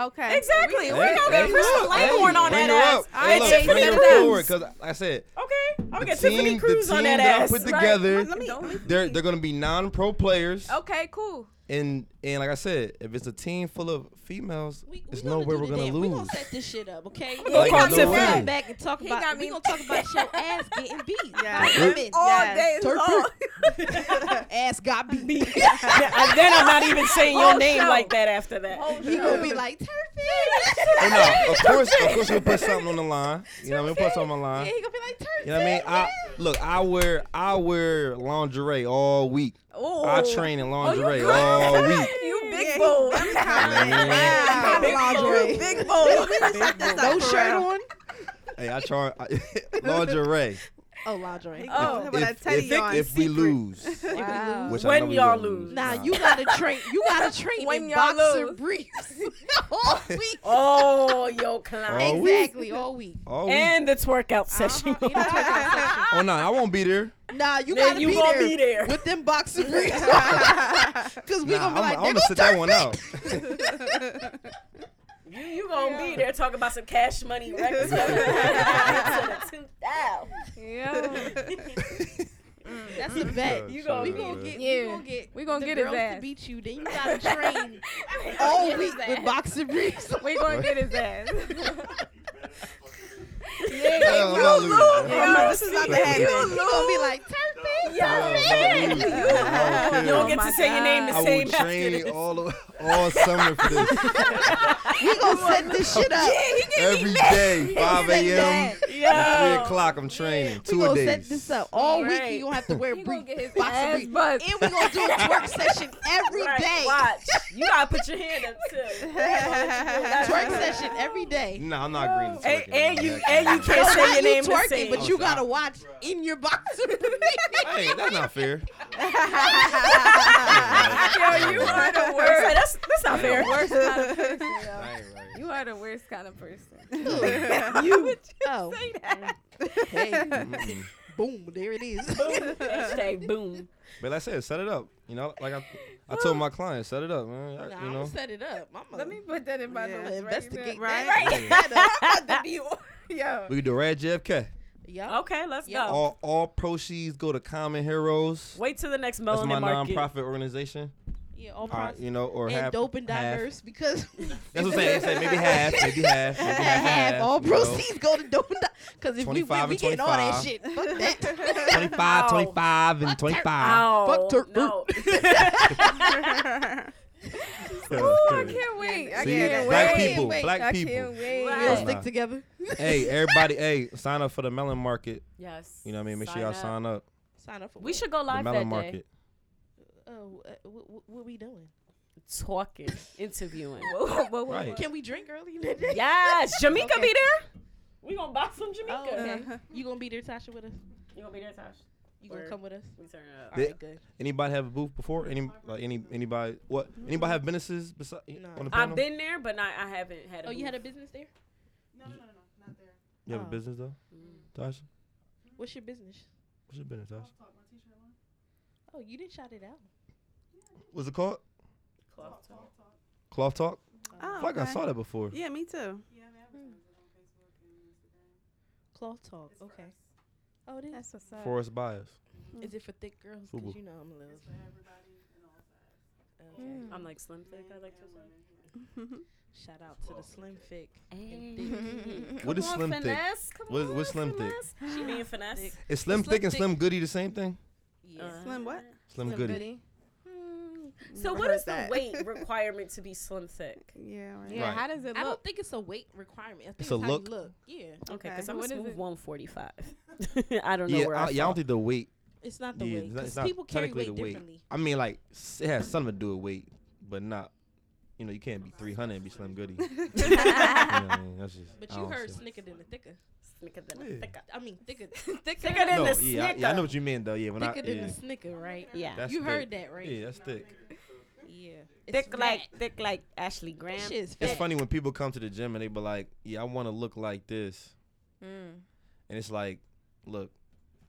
Speaker 6: Okay.
Speaker 7: Exactly.
Speaker 5: *laughs* Hey,
Speaker 7: We're gonna get
Speaker 5: hey,
Speaker 7: Crystal
Speaker 5: hey,
Speaker 7: Langhorn on
Speaker 5: bring
Speaker 7: that
Speaker 5: her
Speaker 7: ass.
Speaker 5: up.
Speaker 7: I
Speaker 5: Hey,
Speaker 7: ain't
Speaker 5: look,
Speaker 7: chasing
Speaker 5: bring
Speaker 7: them
Speaker 5: her forward
Speaker 7: ass.
Speaker 5: because, like I said,
Speaker 7: Okay. I'm gonna
Speaker 5: the
Speaker 7: get
Speaker 5: team,
Speaker 7: Tiffany
Speaker 5: the
Speaker 7: Cruz
Speaker 5: team
Speaker 7: on that
Speaker 5: that I
Speaker 7: ass.
Speaker 5: put
Speaker 7: Right.
Speaker 5: together,
Speaker 2: Let me- don't leave-
Speaker 5: they're they're gonna be non-pro players,
Speaker 2: Okay, cool.
Speaker 5: and and like I said, if it's a team full of females,
Speaker 4: We, we
Speaker 5: there's no
Speaker 4: gonna
Speaker 5: way
Speaker 4: do
Speaker 5: we're
Speaker 4: the
Speaker 5: gonna
Speaker 4: dance.
Speaker 5: lose.
Speaker 4: We gonna
Speaker 5: *laughs*
Speaker 4: set this shit up, okay?
Speaker 5: We'll
Speaker 4: we
Speaker 5: call
Speaker 4: gonna
Speaker 5: Tiffany.
Speaker 4: run back and talk about.
Speaker 2: got
Speaker 4: We
Speaker 2: me-
Speaker 4: gonna talk about your ass getting beat.
Speaker 6: Yeah.
Speaker 4: by women.
Speaker 2: All
Speaker 6: Yes.
Speaker 2: day long.
Speaker 4: ass got beat.
Speaker 7: Th- and then I'm not even saying your
Speaker 2: Whole
Speaker 7: name
Speaker 2: show.
Speaker 7: like that after that.
Speaker 4: He gonna be like, Turpin.
Speaker 5: Oh, no, of course, of course, we'll put something on the line. You know, what I mean? we'll put something on the line.
Speaker 4: Yeah, *laughs* he gonna be like, Turpin.
Speaker 5: You know what I mean? I look, I wear I wear lingerie all week. I
Speaker 4: Oh.
Speaker 5: train in
Speaker 7: Oh,
Speaker 5: lingerie all
Speaker 7: *laughs*
Speaker 5: week.
Speaker 2: You big bull.
Speaker 5: Man.
Speaker 4: Lingerie.
Speaker 2: Big bull.
Speaker 4: No shirt on.
Speaker 5: hey, I try I, *laughs* lingerie.
Speaker 4: Oh, lingerie.
Speaker 6: Oh,
Speaker 5: if,
Speaker 6: what I tell
Speaker 5: if,
Speaker 6: you on
Speaker 5: if we lose,
Speaker 4: *laughs* Wow.
Speaker 5: which I
Speaker 7: When
Speaker 5: know we
Speaker 7: y'all
Speaker 5: will
Speaker 7: lose.
Speaker 4: Nah, you gotta train. You gotta train
Speaker 2: When
Speaker 4: in
Speaker 2: y'all
Speaker 4: boxer
Speaker 2: lose.
Speaker 5: *laughs*
Speaker 4: briefs *laughs* all week.
Speaker 7: Oh, yo, client.
Speaker 5: all week,
Speaker 4: exactly, all week.
Speaker 5: all week.
Speaker 7: And the twerk out session.
Speaker 5: oh no, I won't be there.
Speaker 4: Nah, you
Speaker 7: Then
Speaker 4: gotta
Speaker 7: you
Speaker 4: be,
Speaker 7: gonna
Speaker 4: there
Speaker 7: be there.
Speaker 4: with them
Speaker 5: *laughs*
Speaker 4: boxer briefs. *laughs* Cause
Speaker 5: Nah,
Speaker 4: we gonna be
Speaker 5: I'm,
Speaker 4: like,
Speaker 5: I'm gonna
Speaker 4: there go
Speaker 5: sit that
Speaker 4: Turpin.
Speaker 5: one
Speaker 4: *laughs*
Speaker 5: out. *laughs*
Speaker 7: You, you gonna be there talking about some cash *laughs* money records. you
Speaker 2: Yeah.
Speaker 4: That's a bet.
Speaker 5: You
Speaker 4: We
Speaker 5: gonna
Speaker 4: gonna get, we
Speaker 2: Yeah.
Speaker 4: gonna get,
Speaker 2: We gonna
Speaker 4: the
Speaker 2: get his
Speaker 4: girls
Speaker 2: ass.
Speaker 4: to beat you. Then you gotta train all week with boxer briefs. *laughs*
Speaker 2: We gonna get
Speaker 7: *laughs*
Speaker 2: his ass.
Speaker 5: Hell, Oh, I'm not losing.
Speaker 4: Yeah, this is
Speaker 5: *laughs*
Speaker 4: not the
Speaker 5: You
Speaker 4: happen. You gonna be like, Turpin.
Speaker 5: Hell, I'm not losing. I
Speaker 7: *laughs*
Speaker 5: don't
Speaker 7: don't
Speaker 5: care.
Speaker 7: get to say your
Speaker 4: Oh
Speaker 7: name the
Speaker 5: I will
Speaker 7: same *laughs* after
Speaker 5: train
Speaker 7: this.
Speaker 5: all of, all summer for
Speaker 4: *laughs*
Speaker 5: this.
Speaker 4: We gonna set this shit up.
Speaker 7: *laughs*
Speaker 5: Every day, 5 a.m.
Speaker 7: Yo.
Speaker 5: 3 o'clock, I'm training.
Speaker 4: we
Speaker 5: Two a
Speaker 4: gonna
Speaker 5: days.
Speaker 4: set this up all week.
Speaker 7: Right.
Speaker 4: You gonna have to wear
Speaker 2: He gonna
Speaker 4: briefs,
Speaker 2: get his
Speaker 4: boxer
Speaker 2: ass
Speaker 4: briefs,
Speaker 2: bust.
Speaker 4: and we gonna do a twerk session every day.
Speaker 7: Right, Watch. You gotta put your hand up too. *laughs*
Speaker 4: Twerk session every day.
Speaker 5: No, I'm not agreeing to
Speaker 7: And,
Speaker 5: twerking.
Speaker 7: and
Speaker 5: I'm not
Speaker 7: you and you
Speaker 5: actually-
Speaker 7: can't
Speaker 4: Not
Speaker 7: say your
Speaker 4: you
Speaker 7: name the
Speaker 4: twerking,
Speaker 7: same.
Speaker 4: but you gotta watch in your boxer briefs.
Speaker 5: *laughs* Hey, that's not
Speaker 4: *laughs*
Speaker 5: fair.
Speaker 7: Yo, *laughs* you are the worst. That's that's not fair.
Speaker 5: I ain't right.
Speaker 2: You are the worst kind of person.
Speaker 4: you. Oh. *laughs* Hey,
Speaker 5: Mm-mm.
Speaker 4: boom. There it is. *laughs*
Speaker 7: *laughs* Hashtag boom.
Speaker 5: But like I said, set it up. You know, like I, I told my client, set it up, man. I-
Speaker 4: Nah,
Speaker 5: you
Speaker 4: I'm
Speaker 5: know,
Speaker 4: gonna set it up. I'm
Speaker 2: Let me put that in my
Speaker 6: Yeah.
Speaker 2: notes.
Speaker 4: investigate
Speaker 6: Right?
Speaker 4: that. *laughs*
Speaker 2: Yo.
Speaker 5: we could do Rad JFK.
Speaker 4: Yup.
Speaker 2: Oh.
Speaker 7: Okay, let's
Speaker 4: Yeah.
Speaker 7: go.
Speaker 5: All all proceeds go to Common Heroes.
Speaker 7: Wait till the next
Speaker 5: That's my
Speaker 7: Melanin Market.
Speaker 5: nonprofit organization.
Speaker 4: Yeah, all
Speaker 5: All right,
Speaker 4: processed.
Speaker 5: you know, or
Speaker 4: and
Speaker 5: half,
Speaker 4: dope and
Speaker 5: half.
Speaker 4: diverse because *laughs*
Speaker 5: That's what I'm saying. They said maybe half, maybe half, maybe half and half,
Speaker 4: all
Speaker 5: you know.
Speaker 4: proceeds go to dope and diverse. Because if we win,
Speaker 5: 25
Speaker 4: we
Speaker 5: and
Speaker 4: getting all that
Speaker 5: 25.
Speaker 4: shit. Fuck that.
Speaker 5: 25, 25, and 25.
Speaker 1: Fuck Turk
Speaker 7: Oh,
Speaker 5: *laughs*
Speaker 7: no.
Speaker 2: *laughs* I can't wait.
Speaker 4: *laughs*
Speaker 2: I
Speaker 5: See,
Speaker 2: can't
Speaker 5: black
Speaker 2: wait.
Speaker 5: people,
Speaker 4: Wait,
Speaker 5: black
Speaker 2: I
Speaker 5: people.
Speaker 2: can't wait.
Speaker 7: Right.
Speaker 4: We'll
Speaker 5: Nah.
Speaker 4: stick together.
Speaker 5: hey, everybody, hey, sign up for the melon market.
Speaker 7: Yes.
Speaker 5: You know what I mean? Make sure y'all sign up.
Speaker 4: Sign up for
Speaker 7: We
Speaker 4: what?
Speaker 7: should go
Speaker 5: The
Speaker 7: live that
Speaker 5: melon
Speaker 7: day.
Speaker 5: market.
Speaker 4: Oh, uh, what, what, what we doing?
Speaker 7: Talking, interviewing. *laughs*
Speaker 5: Right.
Speaker 4: Can we drink *laughs* early? that day?
Speaker 7: yes, *laughs* Jamaica
Speaker 4: Okay.
Speaker 7: be there. We gonna buy some Jamaica.
Speaker 4: Oh, okay.
Speaker 2: Uh-huh.
Speaker 4: you gonna be there, Tasha, with us?
Speaker 7: You gonna be there, Tosh?
Speaker 4: You gonna
Speaker 7: Word.
Speaker 4: come with us?
Speaker 7: We turn it up.
Speaker 4: All right,
Speaker 5: Yeah.
Speaker 4: good.
Speaker 5: Anybody have a booth before? Any like any anybody what anybody have businesses besides
Speaker 4: No.
Speaker 5: on the panel?
Speaker 7: I've been there, but not, I haven't had. A
Speaker 4: Oh, you had a
Speaker 7: booth.
Speaker 4: business there?
Speaker 8: No, no, no, no, no, not there.
Speaker 5: you have
Speaker 4: oh.
Speaker 5: a business though?
Speaker 7: Mm.
Speaker 5: Tasha?
Speaker 4: What's your business?
Speaker 5: What's your business, Tasha?
Speaker 8: Talk my t-shirt line.
Speaker 4: Oh, you didn't shout it out.
Speaker 5: What's it called?
Speaker 7: Cloth top.
Speaker 5: Cloth Talk? I
Speaker 6: Oh,
Speaker 5: feel like I
Speaker 6: okay.
Speaker 5: saw that before.
Speaker 6: Yeah, me too.
Speaker 8: Yeah, they advertise it on Facebook and Instagram.
Speaker 4: Cloth talk.
Speaker 8: It's for
Speaker 4: Okay.
Speaker 8: us.
Speaker 4: Oh, it is.
Speaker 2: That's what's up.
Speaker 5: Forest Bias.
Speaker 4: Is it for thick girls?
Speaker 5: Fubu.
Speaker 4: Because you know I'm a little.
Speaker 8: It's for everybody and all sides.
Speaker 4: Okay.
Speaker 7: I'm like slim thick. I like to
Speaker 8: And
Speaker 7: *gasps*
Speaker 8: women, yeah.
Speaker 4: Shout out to the slim thick. and
Speaker 7: say.
Speaker 4: thick. *laughs*
Speaker 5: What is slim thick?
Speaker 7: finesse. Come
Speaker 5: What is-
Speaker 7: on,
Speaker 5: what's slim thick?
Speaker 7: She being finesse.
Speaker 5: Is Slim
Speaker 4: Slim
Speaker 5: Thick and
Speaker 4: Thick-
Speaker 5: Slim Goody the same thing?
Speaker 4: Yeah.
Speaker 6: Slim what?
Speaker 5: Slim, Goody.
Speaker 7: So
Speaker 6: Never
Speaker 7: what
Speaker 6: heard
Speaker 7: is the
Speaker 5: *laughs*
Speaker 6: that.
Speaker 7: weight *laughs* requirement to be slim thick?
Speaker 6: Yeah, right.
Speaker 2: Yeah,
Speaker 5: Right.
Speaker 2: how does it
Speaker 4: I
Speaker 2: look?
Speaker 4: don't think it's a weight requirement. I think
Speaker 5: It's
Speaker 4: it's,
Speaker 5: a
Speaker 4: how
Speaker 5: look.
Speaker 4: you look. Yeah.
Speaker 7: Okay,
Speaker 6: Okay.
Speaker 7: because I'm
Speaker 2: What
Speaker 7: a
Speaker 2: is
Speaker 7: smooth
Speaker 2: it?
Speaker 7: 145. *laughs* I don't know
Speaker 5: Yeah, uh,
Speaker 7: where
Speaker 5: I,
Speaker 7: I,
Speaker 5: yeah, I don't think the weight.
Speaker 4: It's not the
Speaker 5: Yeah,
Speaker 4: weight.
Speaker 5: it's not- it's
Speaker 4: Because
Speaker 5: not
Speaker 4: people carry
Speaker 5: technically
Speaker 4: weight
Speaker 5: the weight.
Speaker 4: differently.
Speaker 5: I mean, like s- it has something to do with weight, but not. You know, you can't be 300 and be Slim
Speaker 4: *laughs*
Speaker 5: Goody. You know what I mean? That's just-
Speaker 4: But
Speaker 5: I
Speaker 4: you
Speaker 5: don't
Speaker 4: heard
Speaker 5: see it.
Speaker 4: snicker than the thicker.
Speaker 7: thicker than
Speaker 5: Yeah.
Speaker 7: a thicker.
Speaker 4: I mean thicker,
Speaker 7: Thicker than
Speaker 5: No,
Speaker 7: the
Speaker 5: yeah, I- yeah, I
Speaker 7: snicker.
Speaker 5: know what you mean though. Yeah, when
Speaker 4: thicker
Speaker 5: I
Speaker 4: than
Speaker 5: yeah,
Speaker 4: the snicker, right?
Speaker 7: Yeah.
Speaker 5: that's
Speaker 4: you
Speaker 5: thick.
Speaker 4: heard that, right?
Speaker 5: Yeah, that's thick.
Speaker 4: Yeah.
Speaker 7: thick
Speaker 4: It's
Speaker 7: like
Speaker 4: fat.
Speaker 7: thick like Ashley Graham.
Speaker 4: That shit is
Speaker 5: It's
Speaker 4: fat.
Speaker 5: funny when people come to the gym and they be like, "Yeah, I want to look like this,"
Speaker 2: Mm.
Speaker 5: and it's like, "Look,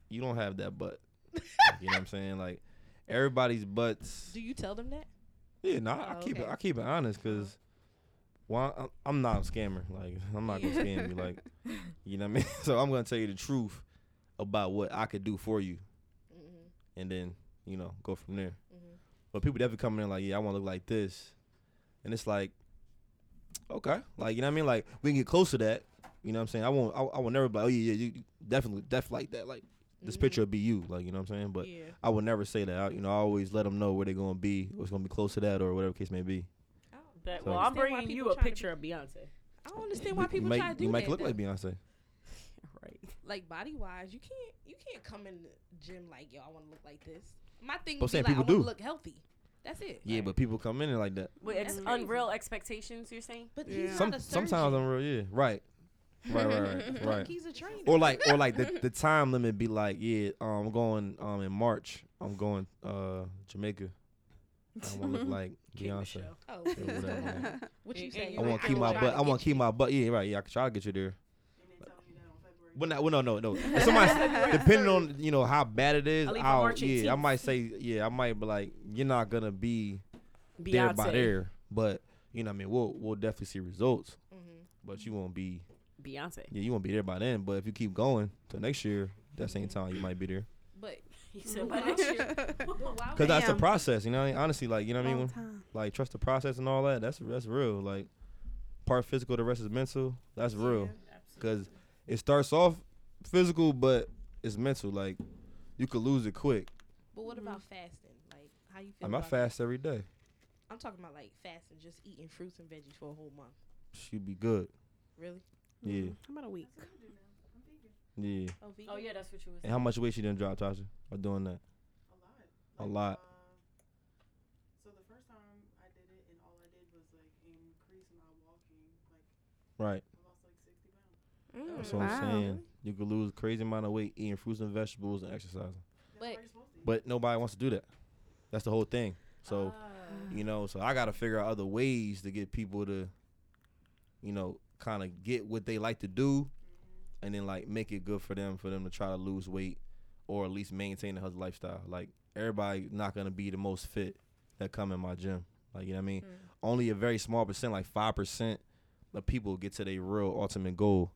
Speaker 5: you don't have that butt." you know what I'm saying? Like everybody's butts.
Speaker 4: *laughs* Do you tell them that?
Speaker 5: Yeah, no, I
Speaker 4: Oh,
Speaker 5: keep it.
Speaker 4: okay. Uh-huh.
Speaker 5: I keep it honest because, well, I'm, I'm not a scammer. Like *laughs* I'm not gonna scam you.
Speaker 4: *laughs*
Speaker 5: Like you know what I mean. *laughs* So I'm gonna tell you the truth about what I could do for you,
Speaker 7: Mm-hmm,
Speaker 5: and then you know go from there. But people definitely come in like, yeah, I want to look like this, and it's like, okay, like you know what I mean. Like we can get close to that. You know what I'm saying? I won't. I, I will never be like, oh yeah, yeah, you you definitely, def like that. Like this picture will be you. Like you know what I'm saying? But
Speaker 4: Mm-hmm. yeah.
Speaker 5: I would never say that. I, you know, I always let them know where they're gonna be, what's gonna be close to that, or whatever case may be.
Speaker 7: That-
Speaker 5: So-
Speaker 7: well,
Speaker 4: I
Speaker 7: I'm
Speaker 4: understand why
Speaker 7: bringing you
Speaker 4: people
Speaker 7: a
Speaker 4: try to
Speaker 7: picture of Beyonce.
Speaker 4: I don't understand why
Speaker 5: you
Speaker 4: people
Speaker 5: make,
Speaker 4: try to do
Speaker 5: you make
Speaker 4: that.
Speaker 5: look
Speaker 4: though.
Speaker 5: like Beyonce.
Speaker 7: Right.
Speaker 4: like body wise, you can't you can't come in the gym like yo, I want to look like this. My thing
Speaker 5: But
Speaker 4: would be
Speaker 5: saying
Speaker 4: like I
Speaker 5: people
Speaker 4: want to
Speaker 5: do.
Speaker 4: look healthy. That's it.
Speaker 5: Yeah, but people come in and like that.
Speaker 7: With ex-
Speaker 4: That's
Speaker 7: unreal expectations, you're saying?
Speaker 4: but
Speaker 6: Yeah.
Speaker 4: he's
Speaker 5: Some
Speaker 4: not a
Speaker 5: sometimes
Speaker 4: surgeon.
Speaker 5: I'm real. Yeah, right, right, right,
Speaker 4: *laughs*
Speaker 5: right.
Speaker 4: Like,
Speaker 5: right.
Speaker 4: he's a trainer.
Speaker 5: Or like, or like the, the time limit be like, yeah, um, I'm going um in March. I'm going uh Jamaica. I want to
Speaker 4: *laughs*
Speaker 5: look like Beyonce.
Speaker 7: Michelle.
Speaker 5: *laughs*
Speaker 4: oh,
Speaker 5: or whatever.
Speaker 6: *laughs*
Speaker 4: what
Speaker 7: And-
Speaker 4: you
Speaker 7: and
Speaker 4: say?
Speaker 5: I
Speaker 7: you
Speaker 5: want to
Speaker 7: can
Speaker 5: keep my
Speaker 7: try
Speaker 5: butt. I want to keep my butt. Yeah, right. Yeah, I could try to get you there.
Speaker 8: And they tell you that on February.
Speaker 5: Well, not, well, no, no, no. If
Speaker 4: *laughs*
Speaker 5: somebody's depending on you know how bad it is,
Speaker 7: I'll leave on
Speaker 5: I'll,
Speaker 7: March
Speaker 5: yeah, I
Speaker 7: 18th.
Speaker 5: might say, yeah, I might be like, you're not gonna be
Speaker 7: Beyonce.
Speaker 5: there by there, but you know, what I mean, we'll we'll definitely see results,
Speaker 4: Mm-hmm.
Speaker 5: but you won't be,
Speaker 7: Beyonce.
Speaker 5: yeah, you won't be there by then. But if you keep going till next year, that same time, you might be there.
Speaker 4: But
Speaker 7: He said, "By next year."
Speaker 4: but why
Speaker 5: Cause
Speaker 4: would
Speaker 5: that's the
Speaker 6: Damn.
Speaker 5: process, you know. what I mean? Honestly, like you know what I mean.
Speaker 6: Long
Speaker 5: When-
Speaker 6: time.
Speaker 5: Like trust the process and all that. That's that's real. Like part physical, the rest is mental. That's real. Cause it starts off physical, but it's mental. Like you could lose it quick.
Speaker 4: but what about fasting? Like how you feel?
Speaker 5: Like, I
Speaker 4: about that?
Speaker 5: fast every day.
Speaker 4: I'm talking about like fasting, just eating fruits and veggies for a whole month.
Speaker 5: She be good.
Speaker 4: Really?
Speaker 5: Yeah,
Speaker 6: How about a week?
Speaker 5: yeah.
Speaker 4: Oh, vegan?
Speaker 7: Oh yeah, that's what you was.
Speaker 5: And how much weight she done drop, Tasha? By doing that,
Speaker 8: A lot.
Speaker 5: A lot.
Speaker 8: uh, so the first time I did it, and all I did was like increase my walking. Like
Speaker 5: right?
Speaker 8: I lost like 60 pounds.
Speaker 2: Mm.
Speaker 5: That's what I'm saying. You could lose a crazy amount of weight eating fruits and vegetables and exercising.
Speaker 4: But
Speaker 8: You're supposed to.
Speaker 5: But nobody wants to do that. That's the whole thing. So you know, so I gotta figure out other ways to get people to, you know, kind of get what they like to do, and then like make it good for them for them to try to lose weight, or at least maintain the healthy lifestyle. Like everybody not gonna be the most fit that come in my gym. Like you know what I mean. Only a very small percent, like five percent, of people get to their real ultimate goal.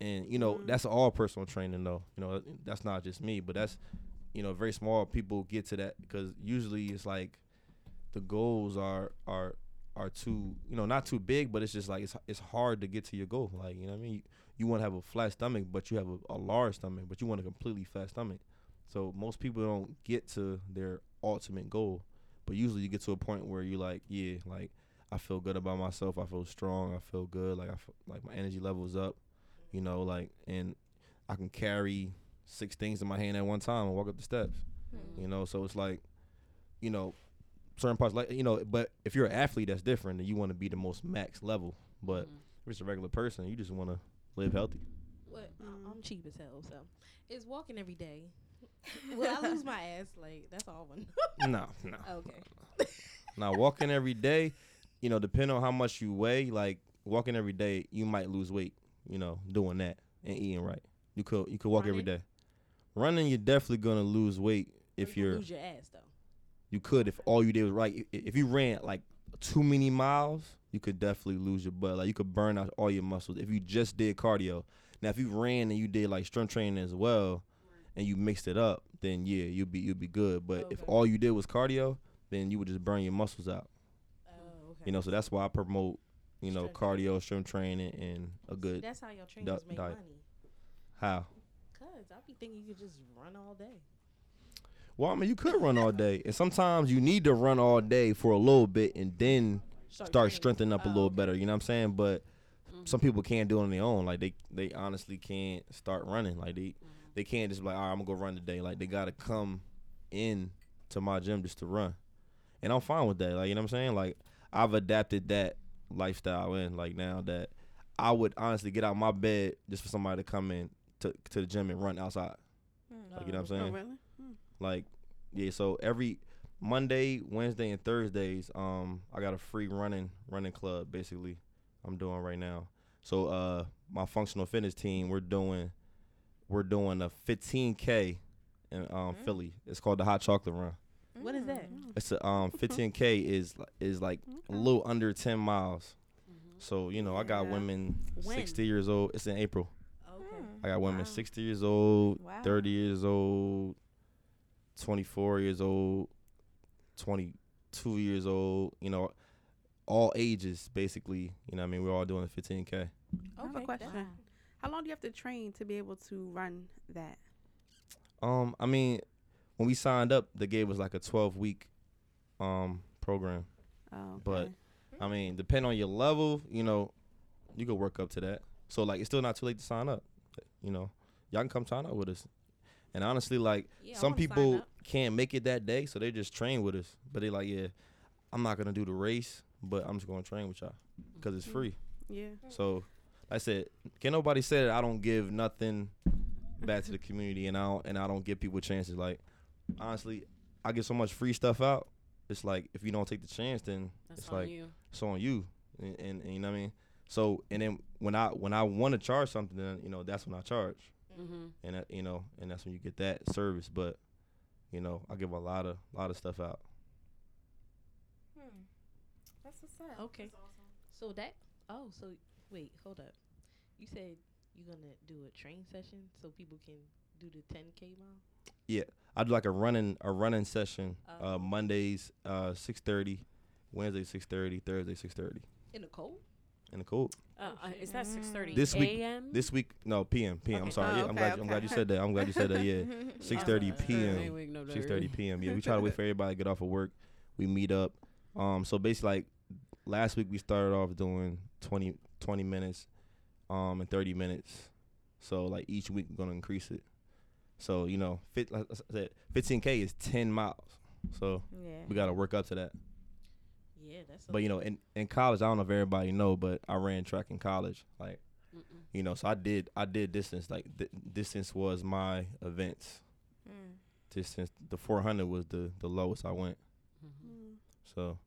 Speaker 5: And you know that's all personal training though. You know that's not just me, but that's you know very small people get to that because usually it's like the goals are are are too you know not too big, but it's just like it's it's hard to get to your goal. Like you know what I mean. You, you want to have a flat stomach, but you have a, a large stomach, but you want a completely flat stomach. So most people don't get to their ultimate goal, but usually you get to a point where you're like, yeah, like I feel good about myself. I feel strong. I feel good. Like I f- like my energy levels up. You know, like and I can carry six things in my hand at one time and walk up the steps. You know, so it's like, you know, certain parts like you know, but if you're an athlete, that's different. And you want to be the most max level. But if it's a regular person, you just want to live healthy.
Speaker 4: What I- I'm cheap as hell, so it's walking every day. *laughs* Will I lose my ass? Like that's all one.
Speaker 5: No, no.
Speaker 4: *laughs* okay.
Speaker 5: Now walking every day, you know, depending on how much you weigh, like walking every day, you might lose weight. You know, doing that and eating right, you could you could walk every day. Running, you're definitely gonna lose weight if
Speaker 4: You
Speaker 5: you're
Speaker 4: lose your ass though.
Speaker 5: you could if all you did was right. I- If you ran like too many miles, you could definitely lose your butt. Like you could burn out all your muscles if you just did cardio. Now, if you ran and you did like strength training as well, and you mixed it up, then yeah, you'll be you'll be good. But if all you did was cardio, then you would just burn your muscles out.
Speaker 4: Oh, okay.
Speaker 5: You know, so that's why I promote you know cardio, strength training, and a good
Speaker 4: That's how your
Speaker 5: di-
Speaker 4: trainers make
Speaker 5: diet.
Speaker 4: money.
Speaker 5: How?
Speaker 4: Cause I be thinking you could just run all day.
Speaker 5: Well, I mean, you could run all day, and sometimes you need to run all day for a little bit, and then
Speaker 4: Start
Speaker 5: start,
Speaker 4: training.
Speaker 5: strengthening up a little better. You know what I'm saying? But some people can't do it on their own. Like they, they honestly can't start running. Like they, they can't just be like, all right, I'm gonna go run today. Like they gotta come in to my gym just to run, and I'm fine with that. Like you know what I'm saying? Like I've adapted that lifestyle in. Like now that I would honestly get out my bed just for somebody to come in to to the gym and run outside. Like you know what I'm
Speaker 6: Oh,
Speaker 5: saying?
Speaker 6: really? Hmm.
Speaker 5: Like, yeah. So every Monday, Wednesday, and Thursdays, um, I got a free running running club. Basically, I'm doing right now. So uh, my functional fitness team, we're doing we're doing a 15k in um Philly. It's called the Hot Chocolate Run.
Speaker 4: What is that?
Speaker 7: Mm-hmm.
Speaker 5: It's a, um 15k is li- is like a little under 10 miles.
Speaker 4: Mm-hmm.
Speaker 5: So you know, I got women
Speaker 4: When?
Speaker 5: 60 years old. It's in April.
Speaker 4: Okay. Mm.
Speaker 5: I got women 60 years old,
Speaker 2: Wow.
Speaker 5: 30 years old, 24 years old, 22 years old, you know, all ages basically. You know, what I mean, we're all doing a 15K.
Speaker 6: I have a question. How long do you have to train to be able to run that?
Speaker 5: Um, I mean, when we signed up, they gave us like a 12 week um program.
Speaker 6: Oh,
Speaker 5: But I mean, depending on your level, you know, you could work up to that. So like, it's still not too late to sign up. You know, y'all can come sign up with us. And honestly, like
Speaker 4: Yeah, I
Speaker 5: some
Speaker 4: wanna sign
Speaker 5: people
Speaker 4: up.
Speaker 5: can't make it that day, so they just train with us. But they like, yeah, I'm not gonna do the race, but I'm just gonna train with y'all because it's free.
Speaker 4: Mm-hmm.
Speaker 6: yeah.
Speaker 5: So like I said, can nobody say that I don't give nothing back to the community and I don't, and I don't give people chances. Like honestly, I give so much free stuff out. It's like if you don't take the chance, then
Speaker 7: That's
Speaker 5: it's
Speaker 7: on
Speaker 5: like
Speaker 7: you.
Speaker 5: it's on you, and, and, and you know what I mean. So and then when I when I want to charge something, then you know that's when I charge,
Speaker 7: Mhm.
Speaker 5: and that, you know and that's when you get that service. But you know I give a lot of lot of stuff out.
Speaker 2: Hmm. That's what's up.
Speaker 7: Oh.
Speaker 4: Okay. So that. Oh, so wait, hold up. You said you're gonna do a train session so people can do the 10k mile.
Speaker 5: Yeah, I do like a running a running session
Speaker 4: Oh.
Speaker 5: uh, Mondays uh, six thirty, Wednesday six thirty, Thursday six thirty,
Speaker 4: In the cold?
Speaker 5: and cool.
Speaker 7: Uh,
Speaker 4: Oh,
Speaker 7: uh, is that
Speaker 4: Mm.
Speaker 7: 6:30
Speaker 5: This week,
Speaker 7: a.m.?
Speaker 5: this week, no PM, PM. I'm
Speaker 7: Okay.
Speaker 5: sorry.
Speaker 6: Oh,
Speaker 5: yeah, I'm
Speaker 6: okay,
Speaker 5: glad. I'm glad you
Speaker 6: okay.
Speaker 5: said that. I'm glad you
Speaker 6: *laughs*
Speaker 5: said that. Yeah,
Speaker 4: *laughs*
Speaker 5: six
Speaker 4: Oh,
Speaker 5: thirty
Speaker 7: Okay. Ain't wake
Speaker 5: PM.
Speaker 7: no
Speaker 5: Six thirty
Speaker 7: dirty.
Speaker 5: PM. Yeah, we try to wait for everybody to get off of work. We meet up. Um, so basically, like last week, we started off doing 20, 20 minutes, um, and thirty minutes. So like each week, we're gonna increase it. So you know, fit, like I said, fifteen k is ten miles. So
Speaker 2: Yeah.
Speaker 5: we gotta work up to that.
Speaker 4: Yeah, that's.
Speaker 5: But you know, in, in college, I don't know if everybody know, but I ran track in college. Like, you know, so I did I did distance. Like th- distance was my events.
Speaker 2: Hmm.
Speaker 5: Distance the 400 was the the lowest I went. So,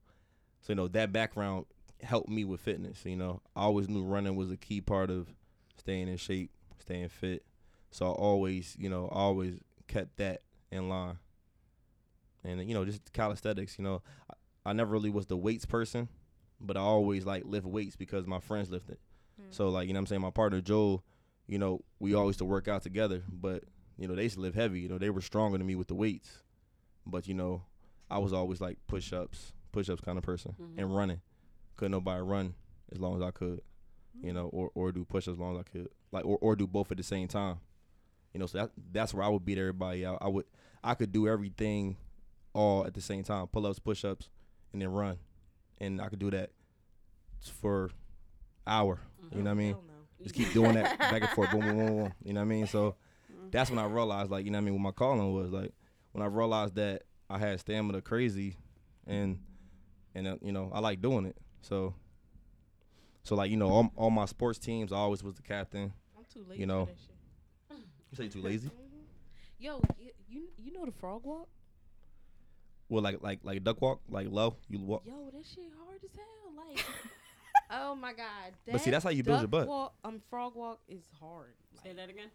Speaker 5: so you know that background helped me with fitness. You know, I always knew running was a key part of staying in shape, staying fit. So I always, you know, I always kept that in line. And you know, just calisthenics. You know, I, I never really was the weights person, but I always like lift weights because my friends lifted. So like you know, what I'm saying my partner Joel, you know, we always to work out together. But you know, they used to lift heavy. You know, they were stronger than me with the weights. But you know, I was always like push ups, push-ups kind of person, and running. Couldn't nobody run as long as I could, you know, or or do push-ups as long as I could, like or or do both at the same time, you know. So that that's where I would beat everybody out. I would I could do everything all at the same time: pull-ups, push-ups, and then run, and I could do that for hour. You know what I mean? Just keep doing that back and forth, boom, boom, boom, boom. You know what I mean? So that's when I realized, like, you know what I mean, what my calling was. Like, when I realized that I had stamina crazy and, and uh, you know, I like doing it. So, so like, you know, all, all my sports teams, I always was the captain.
Speaker 4: I'm too late.
Speaker 5: You know.
Speaker 4: For that shit.
Speaker 5: You say you too lazy?
Speaker 4: Yo, you, you you know the frog walk?
Speaker 5: Well, like, like, like duck walk, like low, you walk.
Speaker 4: Yo, that shit hard as hell. *laughs* Like, oh my god. That
Speaker 5: But see, that's how you build your
Speaker 4: duck
Speaker 5: butt.
Speaker 4: Walk, um, frog walk is hard.
Speaker 7: Say
Speaker 4: *laughs*
Speaker 7: that again.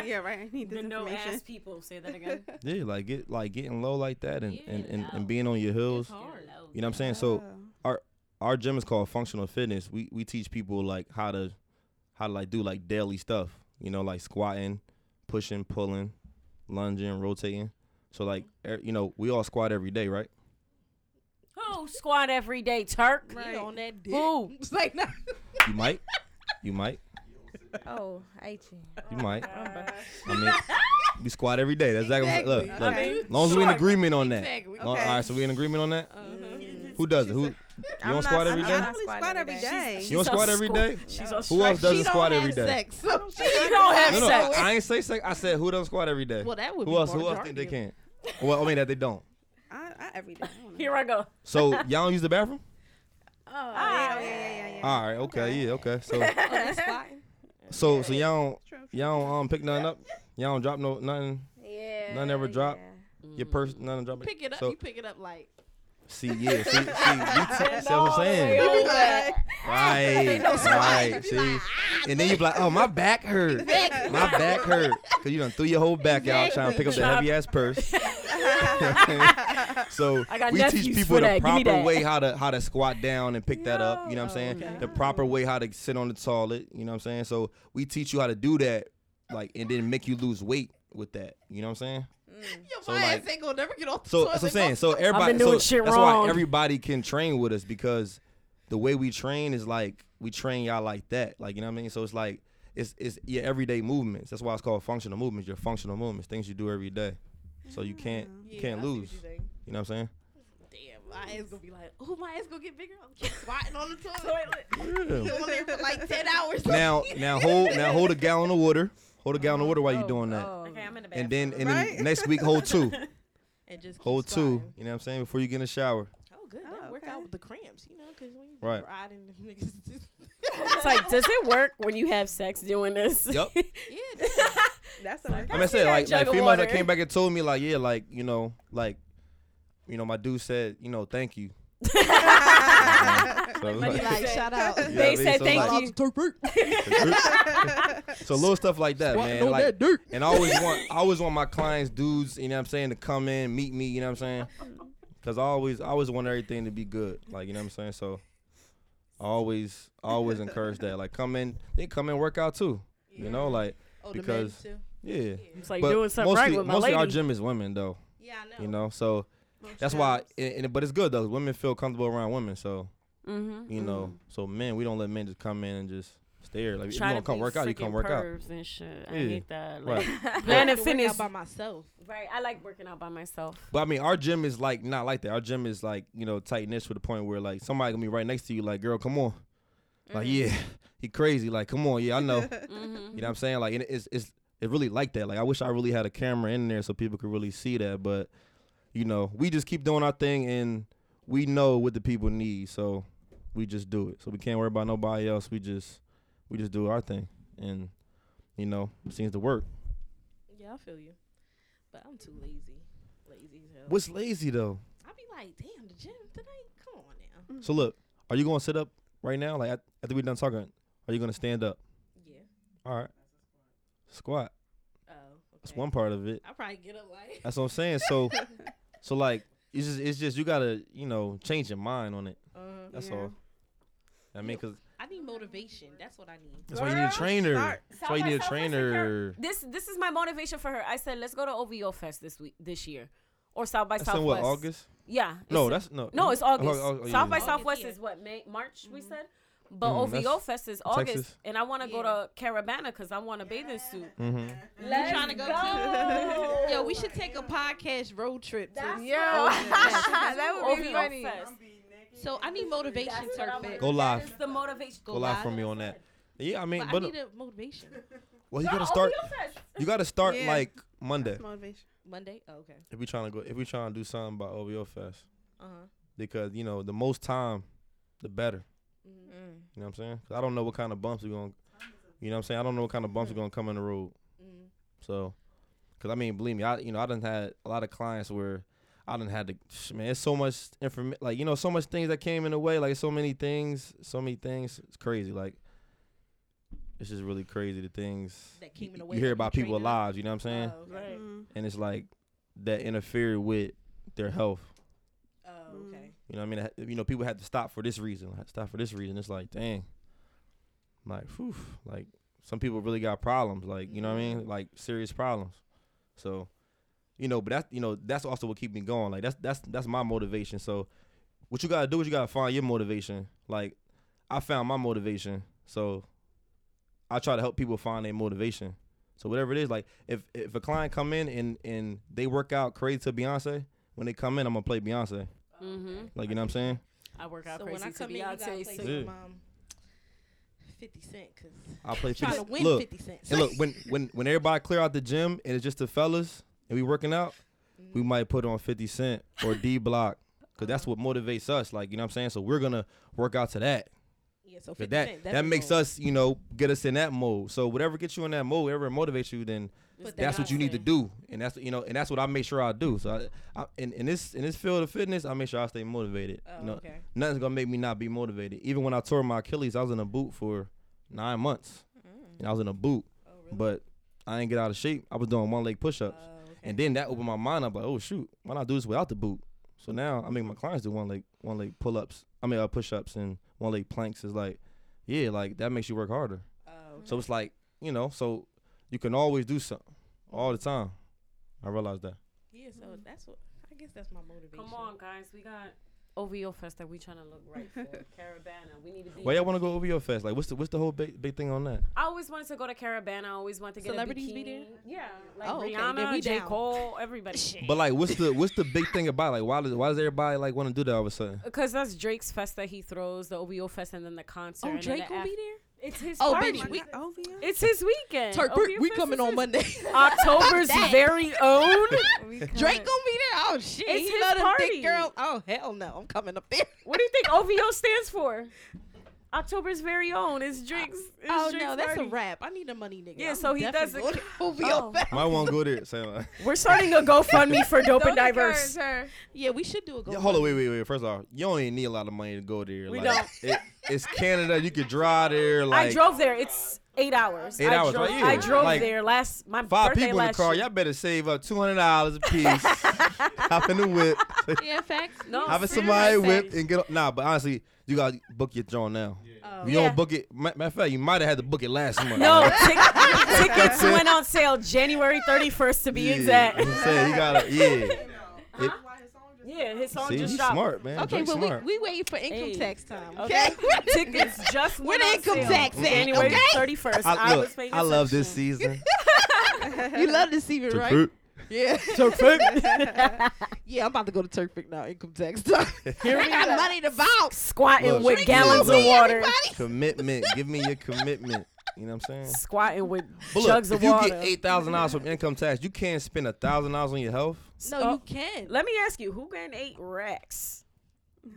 Speaker 6: Oh, yeah, right. I need
Speaker 7: The
Speaker 6: this
Speaker 7: no
Speaker 6: information.
Speaker 7: ass people. Say that again.
Speaker 5: Yeah, like get like getting low like that and, and, and, and being on your heels. You know what I'm saying? So
Speaker 6: Oh,
Speaker 5: our our gym is called Functional Fitness. We we teach people like how to how to like do like daily stuff. You know, like squatting, pushing, pulling, lunging, rotating. So like er, you know, we all squat every day, right?
Speaker 7: Who squat every day, Turk?
Speaker 4: Right. on that dick.
Speaker 7: Who?
Speaker 4: *laughs* It's like, nah.
Speaker 5: You might, you might,
Speaker 2: Oh, hate you.
Speaker 5: you might.
Speaker 2: Oh,
Speaker 5: I mean, we squat every day. That's exactly, look. look.
Speaker 6: Okay.
Speaker 5: As long as we in agreement on that.
Speaker 4: Exactly. Mm-hmm.
Speaker 5: Long-
Speaker 6: Okay.
Speaker 5: All right, so we in agreement on that.
Speaker 4: Uh-huh.
Speaker 5: Who does it? Who you don't squat every
Speaker 2: I'm
Speaker 5: day?
Speaker 6: I
Speaker 2: not
Speaker 6: don't really
Speaker 2: squat
Speaker 6: squat
Speaker 2: every
Speaker 6: every
Speaker 2: day.
Speaker 6: day.
Speaker 5: You don't
Speaker 7: She's a
Speaker 5: squat every
Speaker 7: squat-
Speaker 5: day.
Speaker 7: She's on
Speaker 5: Who else
Speaker 7: strike.
Speaker 5: doesn't squat every day?
Speaker 4: Sex. *laughs* So she
Speaker 7: She don't have
Speaker 5: No, no,
Speaker 7: sex.
Speaker 5: I ain't say sex. I said who doesn't squat every day.
Speaker 4: Well, that would
Speaker 5: who
Speaker 4: be
Speaker 5: else? Who
Speaker 4: more
Speaker 5: else think they
Speaker 4: jarring.
Speaker 5: can? Well, I mean that they don't.
Speaker 6: I, I every day. I don't know.
Speaker 7: Here I go.
Speaker 4: *laughs*
Speaker 5: So y'all don't use the bathroom?
Speaker 6: Oh, yeah, yeah, yeah, yeah, yeah.
Speaker 5: All right. Okay. Yeah. Okay. So
Speaker 4: *laughs* Oh, that's
Speaker 6: *laughs*
Speaker 4: squatting.
Speaker 5: so so y'all
Speaker 6: True,
Speaker 5: don't y'all don't um, pick nothing
Speaker 4: *laughs*
Speaker 5: up. Y'all don't drop no nothing.
Speaker 2: Yeah.
Speaker 5: None ever drop.
Speaker 2: yeah.
Speaker 5: Your purse nothing drop.
Speaker 4: Mm. Pick it up.
Speaker 5: So
Speaker 4: you pick it up like.
Speaker 5: see
Speaker 4: *laughs*
Speaker 5: yeah see see you t- see what I'm saying.
Speaker 7: Yo,
Speaker 5: Right. Right. See.
Speaker 7: "Ah,
Speaker 5: And then you be like, oh, my back
Speaker 7: *laughs*
Speaker 5: hurt. My back hurt. Because you done threw your whole back out trying to pick up the heavy ass
Speaker 7: *laughs*
Speaker 5: purse. so
Speaker 7: I got
Speaker 5: we
Speaker 7: nephews
Speaker 5: teach
Speaker 7: for
Speaker 5: people the
Speaker 7: that. Give
Speaker 5: proper
Speaker 7: me that. Oh,
Speaker 5: way how to how to squat down and pick that up. You know what I'm saying? The proper way how to sit on the toilet. You know what I'm saying? So we teach you how to do that, like, and then make you lose weight with that. You know what I'm saying?
Speaker 4: Your
Speaker 5: So,
Speaker 4: so ass
Speaker 5: like-
Speaker 4: ain't gonna never get off the
Speaker 5: So
Speaker 4: toilet.
Speaker 5: that's what I'm saying. So everybody,
Speaker 7: been
Speaker 5: so
Speaker 7: doing shit
Speaker 5: that's
Speaker 7: wrong.
Speaker 5: why everybody can train with us because the way we train is like we train y'all like that. Like you know what I mean. So it's like it's it's your everyday movements. That's why it's called functional movements. Your functional movements, things you do every day. So you can't you
Speaker 4: Yeah,
Speaker 5: can't
Speaker 4: I see what
Speaker 5: lose.
Speaker 4: you think.
Speaker 5: You know what I'm saying?
Speaker 4: Damn, my ass gonna be like, oh, my ass gonna get bigger. I'm keep squatting on the toilet.
Speaker 6: *laughs*
Speaker 5: Yeah.
Speaker 4: I'm on there for like ten hours.
Speaker 5: now now hold now hold a gallon of water. Hold a gallon of water while you're
Speaker 2: Oh,
Speaker 5: doing that.
Speaker 2: oh.
Speaker 7: Okay, I'm in the bathroom.
Speaker 5: And then
Speaker 2: *laughs*
Speaker 5: and
Speaker 6: Right?
Speaker 5: then next week hold two.
Speaker 4: and just keep
Speaker 5: Hold two.
Speaker 4: squatting.
Speaker 5: You know what I'm saying? Before you get in the shower.
Speaker 4: Oh, good.
Speaker 6: Oh,
Speaker 4: That work
Speaker 6: okay.
Speaker 4: out with the cramps, you know, because when you be
Speaker 5: Right.
Speaker 4: riding, the niggas just
Speaker 7: it's like, does it work when you have sex doing this? *laughs*
Speaker 5: Yup.
Speaker 4: *laughs* *laughs* yeah. that's-
Speaker 6: That's all right.
Speaker 5: I mean, I said
Speaker 7: that
Speaker 5: like
Speaker 7: jug
Speaker 5: like
Speaker 7: of
Speaker 5: females that
Speaker 7: water.
Speaker 5: came back and told me like yeah like you know like you know my dude said you know thank you. so, it was
Speaker 4: Be
Speaker 5: like,
Speaker 4: like, *laughs* shout out.
Speaker 5: you know
Speaker 7: They
Speaker 5: what I mean?
Speaker 7: said
Speaker 5: So,
Speaker 7: thank
Speaker 5: like,
Speaker 7: you.
Speaker 1: Turk Burke.
Speaker 7: *laughs*
Speaker 5: so little stuff like that, man.
Speaker 1: on
Speaker 5: Like,
Speaker 1: that dirt.
Speaker 5: and I always want I always want my clients, dudes, you know what I'm saying, to come in, meet me, you know what I'm saying? Cause I always I always want everything to be good. Like, you know what I'm saying? So I always I always encourage that. Like come in, they come in work out too. You know, like
Speaker 4: Oh,
Speaker 5: because-
Speaker 4: the men too.
Speaker 5: yeah.
Speaker 7: It's like
Speaker 5: But
Speaker 7: doing something
Speaker 5: mostly,
Speaker 7: right with my
Speaker 5: mostly
Speaker 7: lady.
Speaker 5: our gym is women though.
Speaker 4: Yeah, I know.
Speaker 5: You know, so that's why and, and- but it's good though. Women feel comfortable around women, so
Speaker 7: mm-hmm.
Speaker 5: you know, so men, we don't let men just come in and just stare. Like if you
Speaker 7: Try
Speaker 5: want
Speaker 7: to
Speaker 5: to come
Speaker 7: be
Speaker 5: work out, you
Speaker 7: freaking
Speaker 5: come work out.
Speaker 7: pervs And shit. I
Speaker 5: Yeah.
Speaker 7: hate that. Like,
Speaker 5: Right.
Speaker 2: Mm.
Speaker 7: Planet
Speaker 4: to work out
Speaker 7: Fitness.
Speaker 4: by myself.
Speaker 7: *laughs* Right. I like working out by myself. *laughs*
Speaker 5: But I mean, our gym is like not like that. Our gym is like you know tight knit to the point where like somebody gonna be right next to you, like girl, come on, like
Speaker 4: Mm-hmm.
Speaker 5: yeah, *laughs* he crazy, like come on, yeah, I
Speaker 4: *laughs*
Speaker 6: *laughs*
Speaker 5: know.
Speaker 7: Mm-hmm.
Speaker 5: You know what I'm saying? Like and it's it's it's really like that. Like I wish I really had a camera in there so people could really see that. But you know, we just keep doing our thing and we know what the people need, so we just do it. So we can't worry about nobody else. We just we just do our thing, and you know, it seems to work.
Speaker 4: Yeah, I feel you. But I'm too lazy. Lazy as hell.
Speaker 5: What's lazy though?
Speaker 4: I be like, damn, the gym tonight. Come on now.
Speaker 5: So look, are you gonna sit up right now? Like at- after we're done talking, are you gonna stand up?
Speaker 4: Yeah.
Speaker 5: All right. Squat.
Speaker 4: Oh.
Speaker 5: That's one part of it.
Speaker 4: I probably get up like.
Speaker 5: That's what I'm saying. So, so like it's just it's just you gotta you know change your mind on it.
Speaker 4: Uh,
Speaker 5: That's
Speaker 6: Yeah.
Speaker 5: all. I mean, cause
Speaker 4: I need motivation. That's what I need.
Speaker 5: that's why you need a trainer.
Speaker 6: start.
Speaker 5: That's why you need a trainer.
Speaker 7: This this is my motivation for her. I said, let's go to OVO Fest this week this year. or South by
Speaker 5: That's in
Speaker 7: Southwest.
Speaker 5: what August?
Speaker 7: Yeah. it's
Speaker 5: No,
Speaker 7: in-
Speaker 5: that's no.
Speaker 7: No, it's
Speaker 5: Oh,
Speaker 7: August.
Speaker 5: oh, oh, yeah,
Speaker 7: South by
Speaker 5: yeah.
Speaker 7: Southwest is what May, March
Speaker 4: Mm-hmm.
Speaker 7: we said, but
Speaker 5: Mm,
Speaker 7: OVO
Speaker 5: that's
Speaker 7: Fest is August,
Speaker 5: Texas.
Speaker 7: and I want to go to Caravana because I want a bathing suit.
Speaker 5: Mhm.
Speaker 7: Let's
Speaker 4: trying to *laughs* go,
Speaker 7: go.
Speaker 4: too? Yo, we should take a podcast road trip. To
Speaker 2: Yo,
Speaker 4: *laughs* Ah,
Speaker 2: that would be
Speaker 7: OVO
Speaker 2: funny.
Speaker 7: Fest.
Speaker 4: So I need motivation,
Speaker 7: That's what I
Speaker 4: Turk.
Speaker 7: want.
Speaker 5: Go live.
Speaker 7: That is the motivation.
Speaker 5: Go live for me on that. Yeah, I mean,
Speaker 4: But I
Speaker 5: but,
Speaker 4: need a motivation.
Speaker 5: well, you gotta
Speaker 7: No,
Speaker 5: start.
Speaker 7: OVO Fest.
Speaker 5: You gotta start
Speaker 6: Yeah.
Speaker 5: like Monday
Speaker 6: Motivation.
Speaker 4: Monday. Oh, okay.
Speaker 5: if we trying to go. If we trying to do something by OVO Fest,
Speaker 4: Uh huh.
Speaker 5: because you know the most time, the better.
Speaker 2: Mm.
Speaker 4: Mm-hmm.
Speaker 5: You know what I'm saying? 'Cause I don't know what kind of bumps are going. You know what I'm saying? I don't know what kind of bumps are going to come in the road.
Speaker 4: Mm.
Speaker 5: So, because I mean, believe me, I you know I done had a lot of clients where I done had to sh- man. It's so much information, like you know, so much things that came in the way, like so many things, so many things. It's crazy, like it's just really crazy the things
Speaker 4: That came in the
Speaker 5: y-
Speaker 4: way
Speaker 5: You hear
Speaker 4: that you
Speaker 5: about people's
Speaker 4: trained up.
Speaker 5: lives, you know what I'm saying?
Speaker 4: Oh, okay.
Speaker 7: Right.
Speaker 6: Mm.
Speaker 5: And it's like that interfered with their health.
Speaker 4: Oh,
Speaker 6: Mm.
Speaker 4: okay.
Speaker 5: You know what I mean? It ha- You know, people had to stop for this reason, like, stop for this reason. It's like, dang, like, whew, like some people really got problems, like you know what I mean, like serious problems. So, you know, but that's you know that's also what keep me going. Like that's that's that's my motivation. So, what you gotta do is you gotta find your motivation. Like, I found my motivation, so I try to help people find their motivation. So whatever it is, like if if a client come in and and they work out crazy to Beyonce, when they come in, I'm gonna play Beyonce.
Speaker 7: Mm-hmm.
Speaker 5: Like you know what I'm saying?
Speaker 7: I work out
Speaker 4: Oh, So
Speaker 7: crazy
Speaker 4: when I
Speaker 7: to
Speaker 4: come in, you gotta play
Speaker 7: Beyonce.
Speaker 4: some
Speaker 7: so-
Speaker 5: Yeah.
Speaker 4: um, Fifty Cent, cause
Speaker 5: I'll play
Speaker 4: trying
Speaker 5: 50.
Speaker 4: to win
Speaker 5: look,
Speaker 4: Fifty Cent.
Speaker 5: and look, when when when everybody clear out the gym and it's just the fellas and we working out,
Speaker 4: Mm.
Speaker 5: we might put on 50 Cent or D Block because that's what motivates us. Like you know what I'm saying. So we're gonna work out to that.
Speaker 4: yeah, so
Speaker 5: 'Cause
Speaker 4: 50
Speaker 5: that
Speaker 4: Cent,
Speaker 5: that makes us you know get us in that mode. So whatever gets you in that mode, whatever motivates you, then
Speaker 4: But
Speaker 5: that's what you need to
Speaker 4: Beyonce.
Speaker 5: do. And that's what you know, and that's what I make sure I do. So I, I in, in this in this field of fitness, I make sure I stay motivated.
Speaker 4: Oh,
Speaker 5: you know,
Speaker 4: okay.
Speaker 5: nothing's gonna make me not be motivated. Even when I tore my Achilles, I was in a boot for nine months, and I was in a boot,
Speaker 4: Oh,
Speaker 5: but I didn't get out of shape. I was doing one leg
Speaker 4: uh,
Speaker 5: push-ups, and then that opened my mind up. Like, oh shoot, why not do this without the boot? So now I make my clients do one leg one leg pull-ups. I mean, uh, push-ups and one leg planks is like, yeah, like that makes you work harder.
Speaker 4: Oh,
Speaker 5: So it's like you know, so you can always do something all the time. I realized that.
Speaker 4: Yeah, so that's what I guess that's my motivation.
Speaker 7: Come on, guys, we got OVO Fest that we trying to look right
Speaker 4: *laughs*
Speaker 7: for. Caravana, we need to be.
Speaker 5: Why y'all want to go over your fest? Like, what's the what's the whole big, big thing on that?
Speaker 7: I always wanted to go to Caravana. I always wanted to get
Speaker 4: Celebrities
Speaker 7: a
Speaker 4: be
Speaker 7: bikini.
Speaker 4: there?
Speaker 7: Yeah, like
Speaker 4: Oh, okay, then
Speaker 7: Rihanna,
Speaker 4: we
Speaker 7: J
Speaker 4: down.
Speaker 7: Cole,
Speaker 4: *laughs*
Speaker 7: everybody.
Speaker 5: But like, what's the what's the big thing about? it? Like, why does why does everybody like want to do that all of a sudden?
Speaker 7: Because that's Drake's fest that he throws, the OVO Fest, and then the concert.
Speaker 4: Oh,
Speaker 7: and then
Speaker 4: Drake
Speaker 7: the
Speaker 4: will
Speaker 7: af-
Speaker 4: be there.
Speaker 7: It's his
Speaker 4: Oh,
Speaker 7: party.
Speaker 4: bitch, we
Speaker 6: OVO.
Speaker 7: It's his weekend.
Speaker 4: Turk,
Speaker 7: OVO
Speaker 4: Oh, we, we
Speaker 7: Fest
Speaker 4: coming
Speaker 7: is
Speaker 4: on
Speaker 7: his-
Speaker 4: Monday. *laughs*
Speaker 7: *laughs* October's
Speaker 4: Fuck that.
Speaker 7: very
Speaker 4: *laughs*
Speaker 7: own.
Speaker 2: We could.
Speaker 4: Drake gonna be there. Oh shit,
Speaker 7: It's
Speaker 4: you
Speaker 7: his
Speaker 4: know them
Speaker 7: party.
Speaker 4: thick girl. Oh hell no, I'm coming up there.
Speaker 7: What do you think OVO stands for? October's very own. It's Drake's. It's
Speaker 4: Oh
Speaker 7: Drake's
Speaker 4: no, that's
Speaker 7: party.
Speaker 4: a wrap. I need a money nigga.
Speaker 7: Yeah,
Speaker 4: I'm
Speaker 7: so he
Speaker 4: definitely *laughs*
Speaker 7: doesn't-
Speaker 4: going to
Speaker 7: Oh.
Speaker 4: OVO Fest.
Speaker 5: Might want to go there. Say, like,
Speaker 7: We're starting a GoFundMe *laughs* for dope and
Speaker 2: Don't encourage
Speaker 7: diverse.
Speaker 2: her.
Speaker 4: Yeah, we should do a go.
Speaker 5: Yeah, hold on, wait, wait, wait. First off, you don't even need a lot of money to go there.
Speaker 7: We
Speaker 5: like,
Speaker 7: don't.
Speaker 5: It, it's Canada. You could drive there. Like,
Speaker 7: I drove there. It's eight hours.
Speaker 5: Eight
Speaker 7: I
Speaker 5: hours,
Speaker 7: Drove,
Speaker 5: right? Yeah.
Speaker 7: I drove
Speaker 5: Like,
Speaker 7: there last my
Speaker 5: five
Speaker 7: birthday
Speaker 5: people in the
Speaker 7: last
Speaker 5: car.
Speaker 7: year.
Speaker 5: Y'all better save up two hundred dollars a
Speaker 7: *laughs*
Speaker 5: piece. Hop in the whip.
Speaker 4: Yeah,
Speaker 5: *laughs*
Speaker 4: facts.
Speaker 7: No,
Speaker 5: Have
Speaker 7: seriously.
Speaker 5: somebody whip and get. On. Nah, but honestly, you gotta book your joint now. If you
Speaker 7: Oh, Yeah.
Speaker 5: don't book it, ma- matter of fact, you might have had to book it
Speaker 7: *laughs*
Speaker 5: last month. *laughs*
Speaker 7: No,
Speaker 5: Like,
Speaker 7: tic- tickets went on sale January 31st to be
Speaker 5: yeah,
Speaker 7: exact.
Speaker 5: I'm saying you
Speaker 7: *laughs*
Speaker 5: gotta. Yeah.
Speaker 1: *laughs*
Speaker 5: It-
Speaker 7: Yeah, his song
Speaker 5: See,
Speaker 7: just
Speaker 5: he's
Speaker 7: dropped.
Speaker 5: smart, man.
Speaker 4: Okay,
Speaker 5: Drake's
Speaker 4: well
Speaker 5: smart.
Speaker 4: we we waiting for income
Speaker 7: Hey.
Speaker 4: tax time.
Speaker 7: Okay.
Speaker 4: Okay.
Speaker 7: *laughs* Tickets just
Speaker 4: Where
Speaker 7: went
Speaker 4: the
Speaker 7: on
Speaker 4: income
Speaker 7: sale
Speaker 4: tax at?
Speaker 7: January
Speaker 4: Okay.
Speaker 7: 31st. I,
Speaker 5: I, look,
Speaker 7: was paying
Speaker 5: I
Speaker 7: *laughs*
Speaker 5: love this
Speaker 7: attention.
Speaker 5: season.
Speaker 4: *laughs* you love to see
Speaker 7: *laughs*
Speaker 4: it, right? Yeah. *laughs* yeah, I'm about to go to Turkfic now. Income tax *laughs* time. I got money to *laughs* bounce.
Speaker 7: Squatting
Speaker 5: Look,
Speaker 7: with
Speaker 5: Drink
Speaker 7: gallons
Speaker 5: Kobe,
Speaker 7: of water.
Speaker 5: commitment. Give me your commitment. You know what I'm saying?
Speaker 7: Squatting with
Speaker 5: But look,
Speaker 7: jugs
Speaker 5: if
Speaker 7: of
Speaker 5: you
Speaker 7: water.
Speaker 5: get eight thousand dollars from income tax, you can't spend a thousand dollars on your health.
Speaker 4: No,
Speaker 7: Oh.
Speaker 4: you can.
Speaker 7: Let me ask you, who getting eight racks?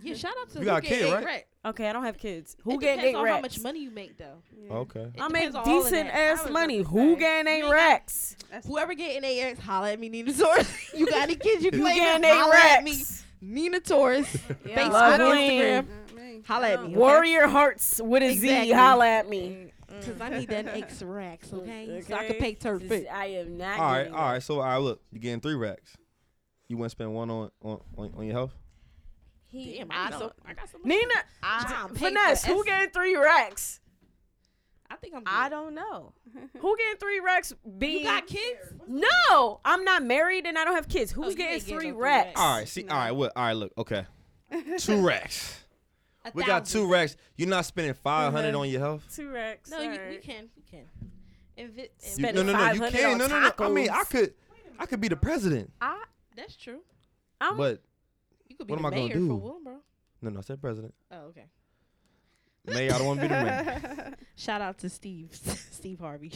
Speaker 4: Yeah, shout out to
Speaker 5: You
Speaker 4: who
Speaker 5: got a
Speaker 4: get
Speaker 5: kid,
Speaker 4: eight
Speaker 5: right?
Speaker 4: racks.
Speaker 7: Okay, I don't have kids. Who
Speaker 4: It
Speaker 7: getting
Speaker 4: depends
Speaker 7: eight
Speaker 4: on
Speaker 7: racks?
Speaker 4: how much money you make though.
Speaker 5: Okay.
Speaker 4: It
Speaker 7: I make
Speaker 4: depends on all of
Speaker 7: decent
Speaker 4: that.
Speaker 7: ass
Speaker 6: I was
Speaker 7: money.
Speaker 6: gonna
Speaker 7: Who
Speaker 6: say.
Speaker 7: getting
Speaker 6: You
Speaker 7: eight
Speaker 6: ain't got-
Speaker 7: racks?
Speaker 4: Wholler getting eight racks, holla at me, Nina Taurus. *laughs* you got any kids? You
Speaker 5: You
Speaker 4: claim
Speaker 7: Who getting
Speaker 4: it,
Speaker 7: eight
Speaker 4: holla at me,
Speaker 7: racks?
Speaker 4: Nina *laughs* Taurus.
Speaker 2: Yeah,
Speaker 4: Facebook,
Speaker 7: Love
Speaker 4: Instagram, holla at me. okay?
Speaker 7: Warrior Hearts with a Z,
Speaker 4: Exactly.
Speaker 7: Holla at me.
Speaker 4: Cause I need that X *laughs* racks, okay? So I
Speaker 7: Okay?
Speaker 4: can pay turf
Speaker 7: This-
Speaker 4: fit.
Speaker 7: I am not.
Speaker 5: All right,
Speaker 7: getting
Speaker 5: all right. So, all right, look, you're getting three racks. You want to spend one on on, on, on your health?
Speaker 2: He,
Speaker 4: Damn,
Speaker 2: I
Speaker 4: I,
Speaker 2: don't.
Speaker 4: got so, I got so
Speaker 7: Nina,
Speaker 4: I
Speaker 7: finesse. Who getting three racks?
Speaker 4: *laughs* I think I'm. Good.
Speaker 2: I don't know.
Speaker 7: *laughs* Who getting three racks? Being
Speaker 4: You got kids?
Speaker 7: No, I'm not married and I don't have kids.
Speaker 4: Oh,
Speaker 7: Who's
Speaker 4: you
Speaker 7: getting
Speaker 4: ain't getting
Speaker 7: three
Speaker 4: no three
Speaker 7: racks?
Speaker 4: racks.
Speaker 5: All right, see, all right, what, all right, look,
Speaker 7: *laughs*
Speaker 5: okay, two racks.
Speaker 4: A
Speaker 5: We got
Speaker 4: thousand.
Speaker 5: two racks. You're not spending five
Speaker 7: Mhm.
Speaker 5: on your health.
Speaker 7: Two racks.
Speaker 4: No, you, we
Speaker 7: alright.
Speaker 4: can. We can. Invi- invi-
Speaker 5: You-
Speaker 7: Spending $500 on
Speaker 5: No, no, no. I mean, I
Speaker 7: tacos.
Speaker 5: could, I could be the president,
Speaker 4: That's true.
Speaker 7: I'm-
Speaker 5: but
Speaker 4: You could be
Speaker 5: What am
Speaker 4: the
Speaker 5: I gonna
Speaker 4: mayor
Speaker 5: do?
Speaker 4: for Wilmer.
Speaker 5: no, no, I said president.
Speaker 4: Oh, okay.
Speaker 5: Mayor, I don't want to be the
Speaker 7: *laughs*
Speaker 5: mayor.
Speaker 4: Shout out to Steve, *laughs* Steve Harvey.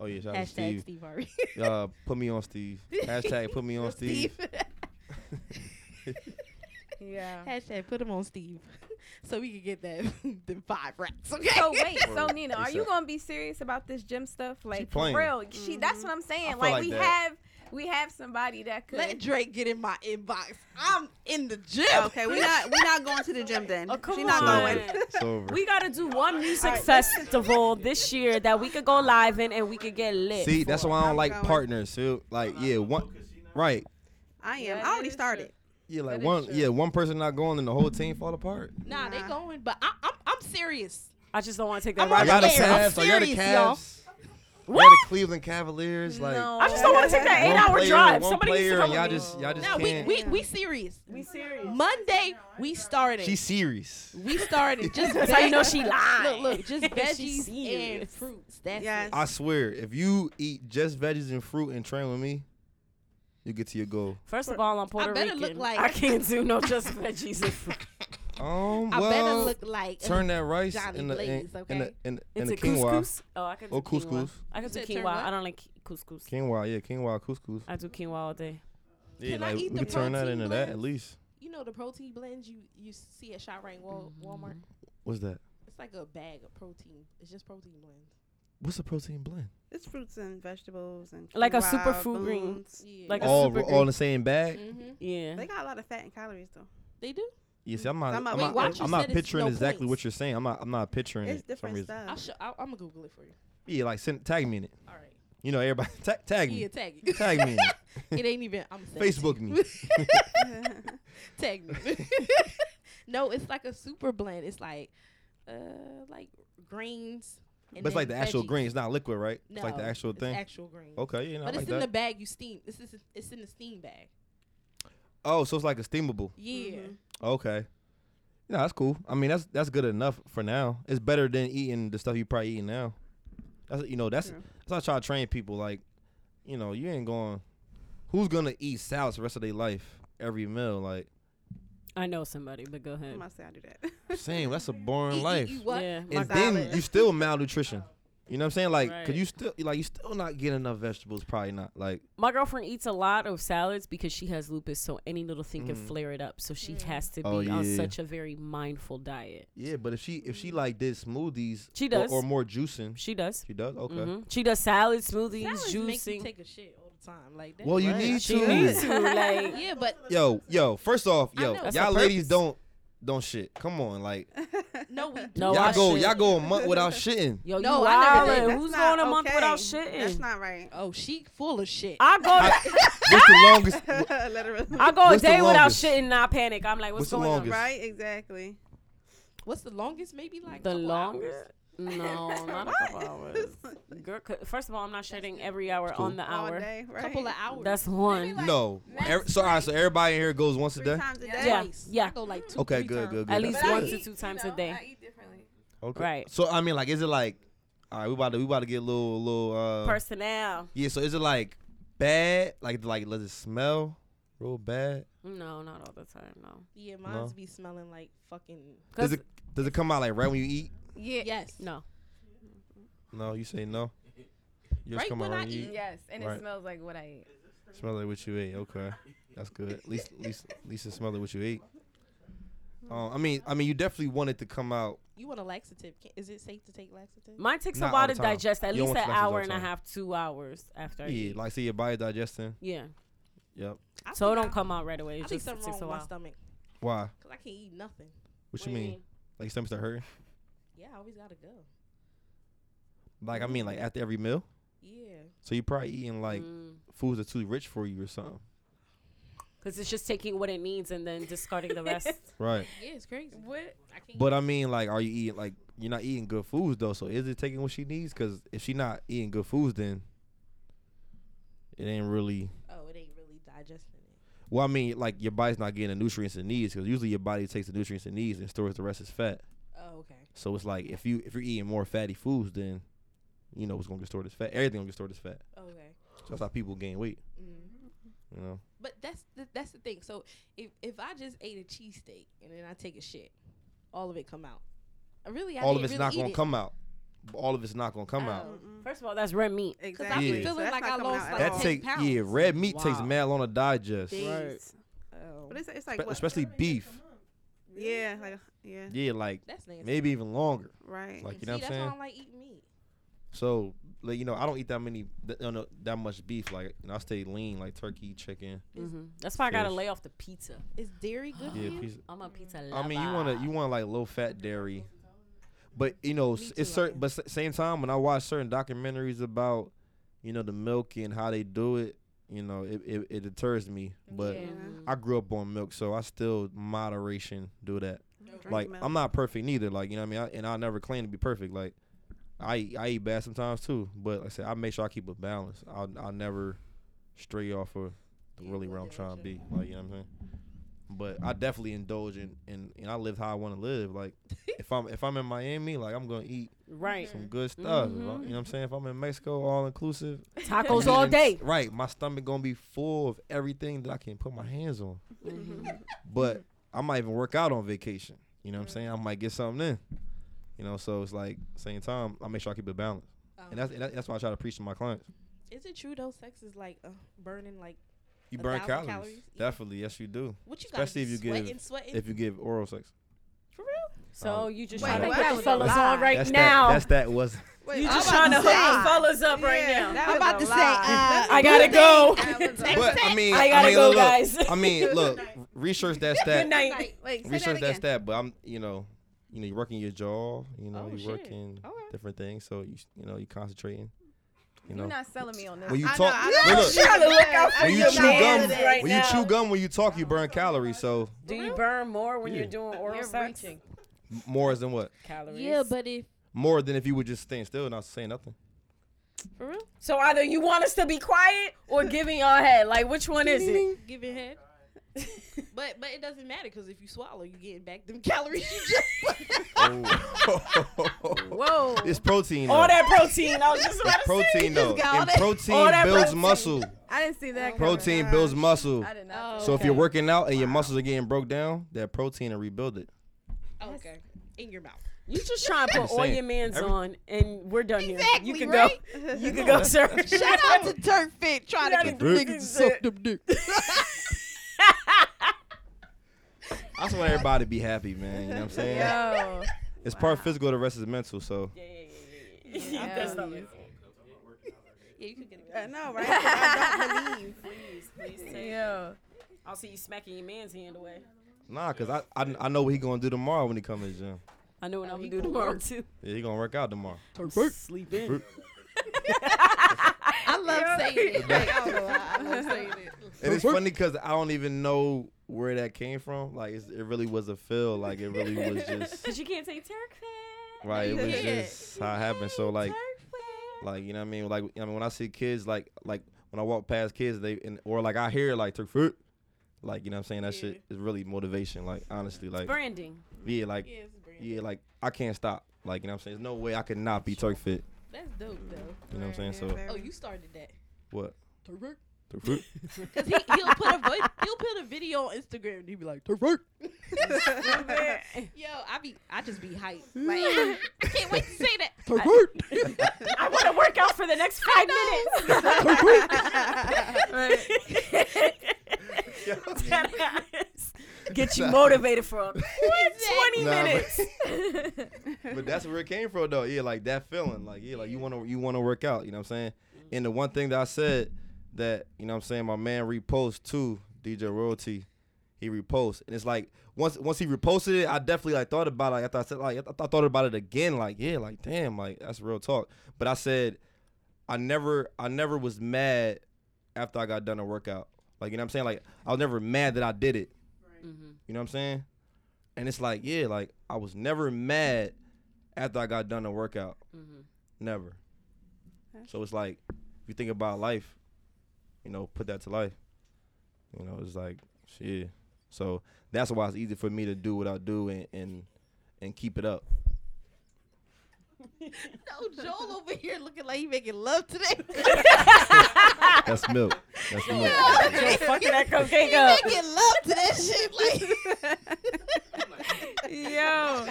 Speaker 5: Oh yeah, shout out to
Speaker 4: Hashtag Steve,
Speaker 5: Steve.
Speaker 4: Harvey.
Speaker 5: Uh, put me on Steve. Hashtag put me on
Speaker 4: *laughs*
Speaker 5: Steve.
Speaker 2: Yeah.
Speaker 4: Hashtag put him on Steve, *laughs* so we can get that *laughs* the five racks. Okay.
Speaker 2: So Oh, wait, so
Speaker 5: Word.
Speaker 2: Nina, are
Speaker 5: It's
Speaker 2: you
Speaker 5: a-
Speaker 2: gonna be serious about this gym stuff? Like for
Speaker 5: playing.
Speaker 2: real? She.
Speaker 7: Mm-hmm.
Speaker 2: That's what I'm saying.
Speaker 5: feel
Speaker 2: Like,
Speaker 5: like
Speaker 2: we
Speaker 5: that.
Speaker 2: have, we have somebody that could.
Speaker 4: *laughs* Let Drake get in my inbox. I'm in the gym.
Speaker 6: okay, we not we not going to the gym then.
Speaker 7: Oh, come
Speaker 6: She not
Speaker 7: on.
Speaker 6: going.
Speaker 5: It's over.
Speaker 6: *laughs*
Speaker 7: We gotta do one music festival this year that we could go live in and we could get lit.
Speaker 5: See, that's why I
Speaker 6: I'm
Speaker 5: don't like
Speaker 6: going. Uh,
Speaker 5: partners. Feel like yeah, one, right?
Speaker 6: I am.
Speaker 2: Yeah,
Speaker 6: I already
Speaker 2: that is
Speaker 6: started.
Speaker 5: Yeah,
Speaker 2: That
Speaker 5: like
Speaker 2: is
Speaker 5: one,
Speaker 2: true.
Speaker 5: yeah, one person not going, and the whole team fall apart.
Speaker 4: *laughs* Nah, they
Speaker 6: Nah.
Speaker 4: going, but I, I'm I'm serious.
Speaker 7: I just don't want to take
Speaker 4: I'm
Speaker 7: that
Speaker 4: on
Speaker 5: I
Speaker 7: ride.
Speaker 4: the
Speaker 5: got
Speaker 7: back.
Speaker 5: the
Speaker 4: Cavs.
Speaker 5: Cavs. I
Speaker 4: I'm
Speaker 5: got the
Speaker 4: serious, y'all.
Speaker 5: Cavs. What? the Cleveland Cavaliers. Like
Speaker 2: no.
Speaker 7: I just don't want to take that
Speaker 5: one
Speaker 7: eight-hour
Speaker 5: player,
Speaker 7: drive.
Speaker 5: one
Speaker 7: Somebody needs to
Speaker 5: player,
Speaker 7: come
Speaker 5: and y'all
Speaker 7: with me.
Speaker 5: just, y'all just
Speaker 4: No, we,
Speaker 5: can't.
Speaker 4: we we serious.
Speaker 2: We serious.
Speaker 4: Monday we started.
Speaker 5: She's serious.
Speaker 4: we started just
Speaker 7: That's how you know she
Speaker 4: veg- Look,
Speaker 7: lied.
Speaker 4: look, just
Speaker 7: She
Speaker 4: veggies and
Speaker 7: serious.
Speaker 4: fruits. That's
Speaker 6: Yes.
Speaker 4: it.
Speaker 5: I swear, if you eat just veggies and fruit and train with me, you get to your goal.
Speaker 7: First of all, I'm Puerto
Speaker 4: better
Speaker 7: Rican.
Speaker 4: look like-
Speaker 7: I can't do no just veggies
Speaker 5: *laughs*
Speaker 7: and fruit.
Speaker 5: Um,
Speaker 4: I
Speaker 5: well,
Speaker 4: better look like uh,
Speaker 5: turn that rice
Speaker 4: Johnny
Speaker 5: in the in,
Speaker 4: Blaze,
Speaker 5: in the
Speaker 4: okay?
Speaker 5: in, in
Speaker 7: Into
Speaker 5: the quinoa.
Speaker 7: couscous. Oh, I can do
Speaker 5: Or
Speaker 7: quinoa.
Speaker 5: couscous.
Speaker 7: I can do
Speaker 4: said turn
Speaker 7: quinoa.
Speaker 4: what?
Speaker 7: I don't like couscous.
Speaker 5: Quinoa, yeah, quinoa couscous.
Speaker 7: I do quinoa all day.
Speaker 5: Yeah,
Speaker 4: Can I
Speaker 5: like
Speaker 4: eat
Speaker 5: we
Speaker 4: the
Speaker 5: could turn that
Speaker 4: protein
Speaker 5: into that
Speaker 4: blend?
Speaker 5: at least.
Speaker 4: You know the protein blends you you see at ShopRite Wal- Walmart.
Speaker 5: What's that?
Speaker 4: It's like a bag of protein. It's just protein blends.
Speaker 5: What's a protein blend?
Speaker 6: It's fruits and vegetables and
Speaker 7: Like a
Speaker 6: quinoa,
Speaker 7: superfood green.
Speaker 6: beans.
Speaker 4: Yeah.
Speaker 7: Like a
Speaker 5: all
Speaker 7: super
Speaker 5: all in the same bag.
Speaker 4: mm-hmm.
Speaker 7: Yeah.
Speaker 6: They got a lot of fat and calories though.
Speaker 4: They do.
Speaker 2: Uh-huh.
Speaker 5: You see, I'm not. I'm
Speaker 6: Some of
Speaker 5: not,
Speaker 6: it-
Speaker 5: I'm
Speaker 6: Wait, why
Speaker 5: not,
Speaker 6: you
Speaker 4: said it's
Speaker 5: picturing
Speaker 4: no
Speaker 5: exactly
Speaker 4: points?
Speaker 5: what you're saying. I'm not. I'm not picturing
Speaker 6: It's
Speaker 5: it. for some
Speaker 6: different
Speaker 5: reason.
Speaker 4: I'll
Speaker 6: stuff.
Speaker 4: show. I, I'm gonna Google it for you.
Speaker 5: Yeah, like send, tag me in it.
Speaker 4: All right.
Speaker 5: You know, everybody *laughs* tag, tag
Speaker 4: Yeah,
Speaker 5: me.
Speaker 4: tag it.
Speaker 5: Tag me. in it.
Speaker 4: *laughs* it ain't even. I'm saying it.
Speaker 5: Facebook me. *laughs*
Speaker 4: Tag me. *laughs* no, it's like a super blend. It's like, uh, like greens. and
Speaker 5: But it's like the
Speaker 4: then
Speaker 5: actual
Speaker 4: veggies.
Speaker 5: green. It's not liquid, right? it's like the
Speaker 4: No,
Speaker 5: actual
Speaker 4: it's
Speaker 5: thing.
Speaker 4: Actual green.
Speaker 5: okay, yeah, no, I
Speaker 4: but
Speaker 5: like
Speaker 4: it's in the
Speaker 5: that.
Speaker 4: bag you steam. This is it's in the steam bag.
Speaker 5: oh, so it's like a steamable.
Speaker 7: Mm-hmm.
Speaker 4: Yeah.
Speaker 5: Okay. No, that's cool. I mean, that's that's good enough for now. It's better than eating the stuff you probably eating now. That's you know that's
Speaker 6: True.
Speaker 5: that's how I try to train people. Like, you know, you ain't going. Who's gonna eat salads the rest of their life every meal? Like,
Speaker 7: I know somebody, but go ahead.
Speaker 6: I'm not saying I do that.
Speaker 5: same. That's a
Speaker 4: Eat-
Speaker 5: boring
Speaker 4: eat-
Speaker 5: life.
Speaker 4: eat what?
Speaker 7: Yeah.
Speaker 5: and
Speaker 6: my
Speaker 5: then
Speaker 6: salad.
Speaker 5: you still malnutrition. You know what I'm saying? Like, cause
Speaker 7: Right.
Speaker 5: you still like you still not getting enough vegetables. Probably not. Like,
Speaker 7: My girlfriend eats a lot of salads because she has lupus, so any little thing can
Speaker 5: Mhm.
Speaker 7: flare it up. So she has to be
Speaker 5: Oh,
Speaker 7: on
Speaker 5: yeah.
Speaker 7: such a very mindful diet.
Speaker 5: yeah, but if she if she like did smoothies,
Speaker 7: She
Speaker 5: or-
Speaker 7: does.
Speaker 5: or, more juicing.
Speaker 7: She does.
Speaker 5: She does. Okay.
Speaker 7: Mhm. She does salads, smoothies,
Speaker 4: Salads make you
Speaker 7: juicing.
Speaker 4: take a shit all the time. Like that.
Speaker 5: Well, you
Speaker 4: Right.
Speaker 5: need
Speaker 7: she
Speaker 5: to.
Speaker 7: needs to like
Speaker 4: Yeah, but
Speaker 5: Yo, yo. First off,
Speaker 4: I
Speaker 5: yo,
Speaker 4: know.
Speaker 7: That's
Speaker 5: y'all
Speaker 7: the
Speaker 5: ladies
Speaker 7: purpose. don't-
Speaker 5: don't don't shit. Come on, like *laughs*
Speaker 4: no, we
Speaker 5: *laughs* y'all
Speaker 7: No, I
Speaker 5: go
Speaker 7: shouldn't.
Speaker 5: y'all go a month without shitting.
Speaker 7: Yo,
Speaker 4: No,
Speaker 7: you
Speaker 4: I never did.
Speaker 7: wildin'.
Speaker 6: That's
Speaker 7: Who's
Speaker 6: not
Speaker 7: going a month
Speaker 6: okay.
Speaker 7: without
Speaker 6: That's
Speaker 7: shitting?
Speaker 6: not right.
Speaker 4: Oh, she full of shit.
Speaker 7: I go,
Speaker 5: What's the longest? wh-
Speaker 6: Literally.
Speaker 7: I go a
Speaker 5: What's the
Speaker 7: day without
Speaker 5: longest?
Speaker 7: shitting, and I panic. I'm like, what's,
Speaker 5: What's the
Speaker 7: going
Speaker 5: longest?
Speaker 6: *laughs* Right, exactly.
Speaker 4: What's the longest? Maybe like
Speaker 7: on? The
Speaker 4: couple
Speaker 7: longest?
Speaker 4: hours?
Speaker 7: No, not a couple hours. Girl, 'cause- first of all, I'm not shitting every hour
Speaker 5: cool.
Speaker 7: on the
Speaker 6: All
Speaker 7: hour.
Speaker 6: day, right?
Speaker 4: Couple of hours.
Speaker 7: That's one.
Speaker 5: no. Every, so all right, so everybody in here goes once a
Speaker 6: three
Speaker 5: day.
Speaker 6: times a day.
Speaker 7: Yeah,
Speaker 4: Twice.
Speaker 7: yeah.
Speaker 4: I go like two.
Speaker 5: Okay,
Speaker 4: three
Speaker 5: good,
Speaker 4: times.
Speaker 5: good, good.
Speaker 7: At
Speaker 5: That's
Speaker 7: least
Speaker 5: good.
Speaker 7: once to two times a day.
Speaker 2: I eat differently.
Speaker 5: Okay.
Speaker 7: Right.
Speaker 5: So I mean, like, is it like? All right, we about to we about to get a little little. Uh,
Speaker 7: Personnel.
Speaker 5: yeah. So is it like bad? Like like does it smell real bad?
Speaker 7: No, not all the time. No.
Speaker 4: Yeah, mine's be smelling like fucking.
Speaker 5: Does
Speaker 7: 'Cause-
Speaker 5: it does it come out like right when you eat?
Speaker 2: Yeah.
Speaker 4: Yes.
Speaker 7: No.
Speaker 5: No, you say no. You
Speaker 4: Right when I
Speaker 5: when you
Speaker 4: eat.
Speaker 2: Yes, and
Speaker 5: Right.
Speaker 2: it smells like what I eat.
Speaker 5: Smell like what you ate. Okay, that's good. *laughs* At least, at least, at least it smell like what you ate. Uh, I mean, I mean, you definitely want it to come out.
Speaker 4: You want a laxative? Can- Is it safe to take laxative?
Speaker 7: Mine takes
Speaker 5: Not
Speaker 7: a
Speaker 5: all
Speaker 7: while
Speaker 5: the
Speaker 7: to
Speaker 5: time.
Speaker 7: digest. At
Speaker 5: You don't
Speaker 7: least
Speaker 5: want
Speaker 7: an
Speaker 5: flashes all
Speaker 7: hour
Speaker 5: the
Speaker 7: and a
Speaker 5: time.
Speaker 7: half, two hours after. I
Speaker 5: Yeah,
Speaker 7: eat.
Speaker 5: like see your body digesting.
Speaker 7: yeah.
Speaker 5: Yep.
Speaker 4: I
Speaker 7: So it
Speaker 4: think
Speaker 7: don't
Speaker 4: I-
Speaker 7: come out right away.
Speaker 4: I
Speaker 7: It
Speaker 4: think
Speaker 7: just
Speaker 4: something
Speaker 7: takes
Speaker 4: wrong
Speaker 7: a
Speaker 4: with my
Speaker 7: while.
Speaker 4: stomach
Speaker 5: Why?
Speaker 4: because I can't eat nothing.
Speaker 5: What, you mean? Like your stomach start hurting?
Speaker 4: Yeah, I always gotta go.
Speaker 5: Like I mean, like after every meal.
Speaker 4: Yeah.
Speaker 5: So you probably eating like
Speaker 7: Mm.
Speaker 5: foods that's too rich for you or something.
Speaker 7: because it's just taking what it needs and then discarding the rest.
Speaker 5: Right.
Speaker 4: Yeah, it's crazy.
Speaker 2: What?
Speaker 5: But I mean, like, are you eating like you're not eating good foods though? So is it taking what she needs? Because if she not eating good foods, then it ain't really.
Speaker 4: Oh, it ain't really digesting it.
Speaker 5: Well, I mean, like your body's not getting the nutrients it needs because usually your body takes the nutrients it needs and stores the rest as fat.
Speaker 4: Oh, okay.
Speaker 5: So it's like if you if you're eating more fatty foods, then you know it's gonna get stored as fat. Everything gonna get stored as fat.
Speaker 4: Okay.
Speaker 5: So that's how people gain weight.
Speaker 4: Mm.
Speaker 5: You know.
Speaker 4: But that's the, that's the thing. So if if I just ate a cheesesteak and then I take a shit, all of it come out. Uh, Really, I
Speaker 5: all of
Speaker 4: didn't
Speaker 5: it's
Speaker 4: really
Speaker 5: not
Speaker 4: eat
Speaker 5: gonna
Speaker 4: it. Oh.
Speaker 5: come out. All of it's not gonna come out.
Speaker 7: *laughs* First of all, that's red meat.
Speaker 4: Cause
Speaker 6: Exactly.
Speaker 4: I
Speaker 5: Yeah.
Speaker 4: was feeling
Speaker 6: So
Speaker 4: like
Speaker 6: that's
Speaker 4: I
Speaker 6: not coming
Speaker 4: lost
Speaker 6: out
Speaker 4: like
Speaker 6: at
Speaker 5: That
Speaker 6: all.
Speaker 4: 10
Speaker 5: take
Speaker 4: pounds.
Speaker 5: yeah, red meat takes
Speaker 3: Wow.
Speaker 5: mad long to digest,
Speaker 6: Days.
Speaker 1: Right.
Speaker 4: Oh,
Speaker 6: But it's, it's like
Speaker 5: Spe-
Speaker 6: what?
Speaker 5: especially beef.
Speaker 6: yeah, like yeah,
Speaker 5: Yeah, like
Speaker 4: that's nasty.
Speaker 5: maybe even longer.
Speaker 6: right.
Speaker 5: Like you
Speaker 4: See,
Speaker 5: know what I'm
Speaker 4: that's
Speaker 5: saying.
Speaker 4: why I don't like eating meat.
Speaker 5: So, like, you know, I don't eat that many, th- no, no, that much beef. Like, you know, I stay lean, like turkey, chicken.
Speaker 7: hmm That's why I gotta
Speaker 5: Fish.
Speaker 7: lay off the pizza.
Speaker 4: Is dairy good for
Speaker 5: Yeah,
Speaker 4: Oh, you?
Speaker 5: pizza.
Speaker 7: I'm a pizza.
Speaker 5: I mean, you wanna, you want like low fat dairy, but you know, s-
Speaker 4: Me
Speaker 5: it's
Speaker 4: too, I
Speaker 5: certain.
Speaker 4: am.
Speaker 5: But s- same time, when I watch certain documentaries about, you know, the milk and how they do it, you know, it it, it deters me.
Speaker 4: Mm-hmm.
Speaker 5: But
Speaker 6: Yeah.
Speaker 5: I grew up on milk, so I still moderation do that.
Speaker 6: Drink
Speaker 5: like
Speaker 6: milk.
Speaker 5: I'm not perfect neither. Like you know what I mean. I, and I never claim to be perfect. Like I eat- I eat bad sometimes too. But like I said I make sure I keep a balance. I I never stray off of the
Speaker 4: Yeah,
Speaker 5: really
Speaker 4: good
Speaker 5: where I'm trying to be.
Speaker 4: direction.
Speaker 5: Like you know what I'm saying. But I definitely indulge in and and I live how I want to live. Like if I'm if I'm in Miami, like I'm gonna eat
Speaker 7: right
Speaker 5: some good stuff. If I-
Speaker 7: Mhm.
Speaker 5: you know what I'm saying. If I'm in Mexico, all inclusive
Speaker 7: *laughs* tacos all day.
Speaker 5: Right, my stomach gonna be full of everything that I can put my hands on.
Speaker 7: Mm-hmm.
Speaker 5: But I might even work out on vacation. You know what I'm saying? I might get something in. You know, so it's like same time I make sure I keep it balanced,
Speaker 4: Um,
Speaker 6: Oh.
Speaker 5: and that's and that- that's why I try to preach to my clients.
Speaker 4: is it true though? Sex is like uh, burning like
Speaker 5: You
Speaker 4: A
Speaker 5: burn
Speaker 4: thousand
Speaker 5: calories.
Speaker 4: calories? Yeah.
Speaker 5: definitely. Yes, you do.
Speaker 4: what you
Speaker 5: Especially if
Speaker 4: got
Speaker 5: you give-
Speaker 4: sweating, sweating.
Speaker 5: If you give oral sex,
Speaker 4: for real?
Speaker 7: So
Speaker 5: Um,
Speaker 7: you just
Speaker 6: Wait,
Speaker 7: trying to
Speaker 6: what?
Speaker 7: get
Speaker 6: That's
Speaker 7: fellas
Speaker 6: a lie.
Speaker 7: on right
Speaker 5: that's
Speaker 7: now.
Speaker 5: that. That's that was.
Speaker 6: *laughs* Wait,
Speaker 7: you
Speaker 6: I'm
Speaker 7: just
Speaker 6: about
Speaker 7: trying
Speaker 6: to
Speaker 7: to hook
Speaker 6: say-
Speaker 7: the fellas up right
Speaker 6: Yeah,
Speaker 7: now.
Speaker 1: I'm
Speaker 6: that was
Speaker 1: about
Speaker 6: a
Speaker 1: to say,
Speaker 6: lie.
Speaker 1: uh,
Speaker 7: I gotta go.
Speaker 6: That was a
Speaker 5: But I mean,
Speaker 7: I gotta
Speaker 5: mean,
Speaker 7: go,
Speaker 5: look,
Speaker 7: guys.
Speaker 5: I
Speaker 7: *laughs*
Speaker 5: mean, look, research that stat.
Speaker 7: Good night.
Speaker 6: Wait, say that
Speaker 5: Research that
Speaker 6: again.
Speaker 5: stat. But I'm, you know, you know, you're working your jaw. You know,
Speaker 4: Oh,
Speaker 5: you're
Speaker 4: shit.
Speaker 5: working
Speaker 4: Okay.
Speaker 5: different things. So you, s- you know, you're concentrating. You
Speaker 2: You're
Speaker 5: know,
Speaker 2: not selling me on this.
Speaker 5: when you
Speaker 6: I
Speaker 5: talk,
Speaker 6: know, I know.
Speaker 5: Well, look,
Speaker 6: Shut
Speaker 7: Gotta look out for
Speaker 5: when you
Speaker 7: your
Speaker 5: chew
Speaker 7: man
Speaker 5: gum,
Speaker 7: right
Speaker 5: when
Speaker 7: now.
Speaker 5: you chew gum, when you talk, you burn calories. So
Speaker 7: Do you burn more when
Speaker 5: Yeah.
Speaker 7: you're doing oral
Speaker 2: You're
Speaker 7: sex?
Speaker 2: reaching.
Speaker 5: m- more than what?
Speaker 7: Calories.
Speaker 4: Yeah, but if
Speaker 5: More than if you would just stand still and not say
Speaker 7: *laughs*
Speaker 5: nothing.
Speaker 4: for real,
Speaker 7: so either you want us to be quiet or giving y'all head. Like which one is it?
Speaker 4: give it *laughs* head. but but it doesn't matter because if you swallow, you getting back them *laughs* calories you just.
Speaker 2: Whoa.
Speaker 5: *laughs* it's protein. Though.
Speaker 7: All that protein. I was just about
Speaker 5: it's
Speaker 7: to
Speaker 5: protein though.
Speaker 4: got all
Speaker 5: And
Speaker 4: that-
Speaker 5: protein
Speaker 7: all that
Speaker 5: builds
Speaker 7: protein.
Speaker 5: muscle.
Speaker 2: I didn't see that. coming.
Speaker 5: Protein builds muscle.
Speaker 2: I did not.
Speaker 4: *laughs* Oh.
Speaker 5: So if you're
Speaker 4: Okay.
Speaker 5: working out and your muscles are getting broke down, that protein will rebuild it.
Speaker 4: Oh, okay, in your mouth.
Speaker 7: You just trying to put all
Speaker 5: saying.
Speaker 7: your mans
Speaker 5: Every-
Speaker 7: on, and we're done here.
Speaker 1: Exactly,
Speaker 7: You can
Speaker 1: right?
Speaker 7: go. You can
Speaker 5: *laughs*
Speaker 7: go, sir.
Speaker 1: Shout out to Turk Fit trying to
Speaker 7: Gotta
Speaker 1: get the niggas
Speaker 7: do
Speaker 1: to
Speaker 7: that.
Speaker 1: suck them dick.
Speaker 5: I just want everybody to be happy, man. You know what I'm saying?
Speaker 2: Yo.
Speaker 5: It's part physical, the rest is mental. So
Speaker 2: Yeah.
Speaker 7: That's not it.
Speaker 4: Yeah, you could get it.
Speaker 6: I know, right? I don't believe.
Speaker 7: Please, *laughs* please take.
Speaker 2: Yo.
Speaker 7: I'll see you smacking your man's hand away.
Speaker 5: nah, cause I, I I know what he gonna do tomorrow when he comes to the gym.
Speaker 7: I know what I'm gonna do tomorrow too.
Speaker 5: Yeah, he gonna work out tomorrow.
Speaker 1: Turk Fit.
Speaker 7: Sleep in.
Speaker 4: I love saying it. Like, I don't know why I love saying it.
Speaker 5: And it's funny because I don't even know where that came from. Like it's, it really was a feel. Like it really
Speaker 4: *laughs*
Speaker 5: was just
Speaker 7: Cause you can't say Turkfest.
Speaker 5: right. It was
Speaker 4: Yeah.
Speaker 5: just how it happened. So like, like you know what I mean. Like I mean, when I see kids, like like when I walk past kids, they and, or like I hear like took fruit. Like you know what I'm saying. That shit is really motivation. Like honestly, like
Speaker 7: Branding.
Speaker 5: yeah, like
Speaker 4: Yeah, it's brand.
Speaker 5: yeah, like I can't stop. Like you know what I'm saying. There's no way I could not be Turk fit.
Speaker 4: That's dope though.
Speaker 5: You know what I'm saying. So
Speaker 4: Oh, you started that.
Speaker 5: what?
Speaker 1: Turk Fit.
Speaker 5: Took
Speaker 4: *laughs*
Speaker 5: fruit.
Speaker 4: Cause he he'll put a vo- he'll put a video on Instagram and he be like,
Speaker 1: Turk Fit.
Speaker 4: yo, I be I just be hyped. Like I *laughs* can't wait to say that.
Speaker 1: Turk Fit.
Speaker 5: *laughs*
Speaker 7: I want to work out for the *laughs* next five
Speaker 5: *laughs*
Speaker 4: *laughs*
Speaker 7: *laughs* minutes. Get you motivated *laughs* for twenty
Speaker 5: Nah, but-
Speaker 7: minutes.
Speaker 5: but that's where it came from though. Yeah, like that feeling. Like yeah, like you wanna you wanna work out, you know what I'm saying? And the one thing that I said that, you know what I'm saying, my man repost too, DJ Royalty. He reposts. And it's like once once he reposted it, I definitely like thought about it. Like, I thought I said like I, th- I thought about it again, like, yeah, like damn, like that's real talk. But I said I never I never was mad after I got done a workout. Like you know what I'm saying? Like I was never mad that I did it. You know what I'm saying? And it's like, yeah, like I was never mad after I got done a workout.
Speaker 7: Mm-hmm.
Speaker 5: Never. So it's like if you think about life, you know, put that to life. You know, it's like shit. So that's why it's easy for me to do what I do and and, and keep it up.
Speaker 4: No, Joel over here looking like he making love today.
Speaker 5: That's milk. That's milk.
Speaker 7: *laughs* Yo, *laughs* fucking that
Speaker 4: *laughs* he
Speaker 7: cocaine up.
Speaker 4: making love to that shit. Like,
Speaker 7: Yo,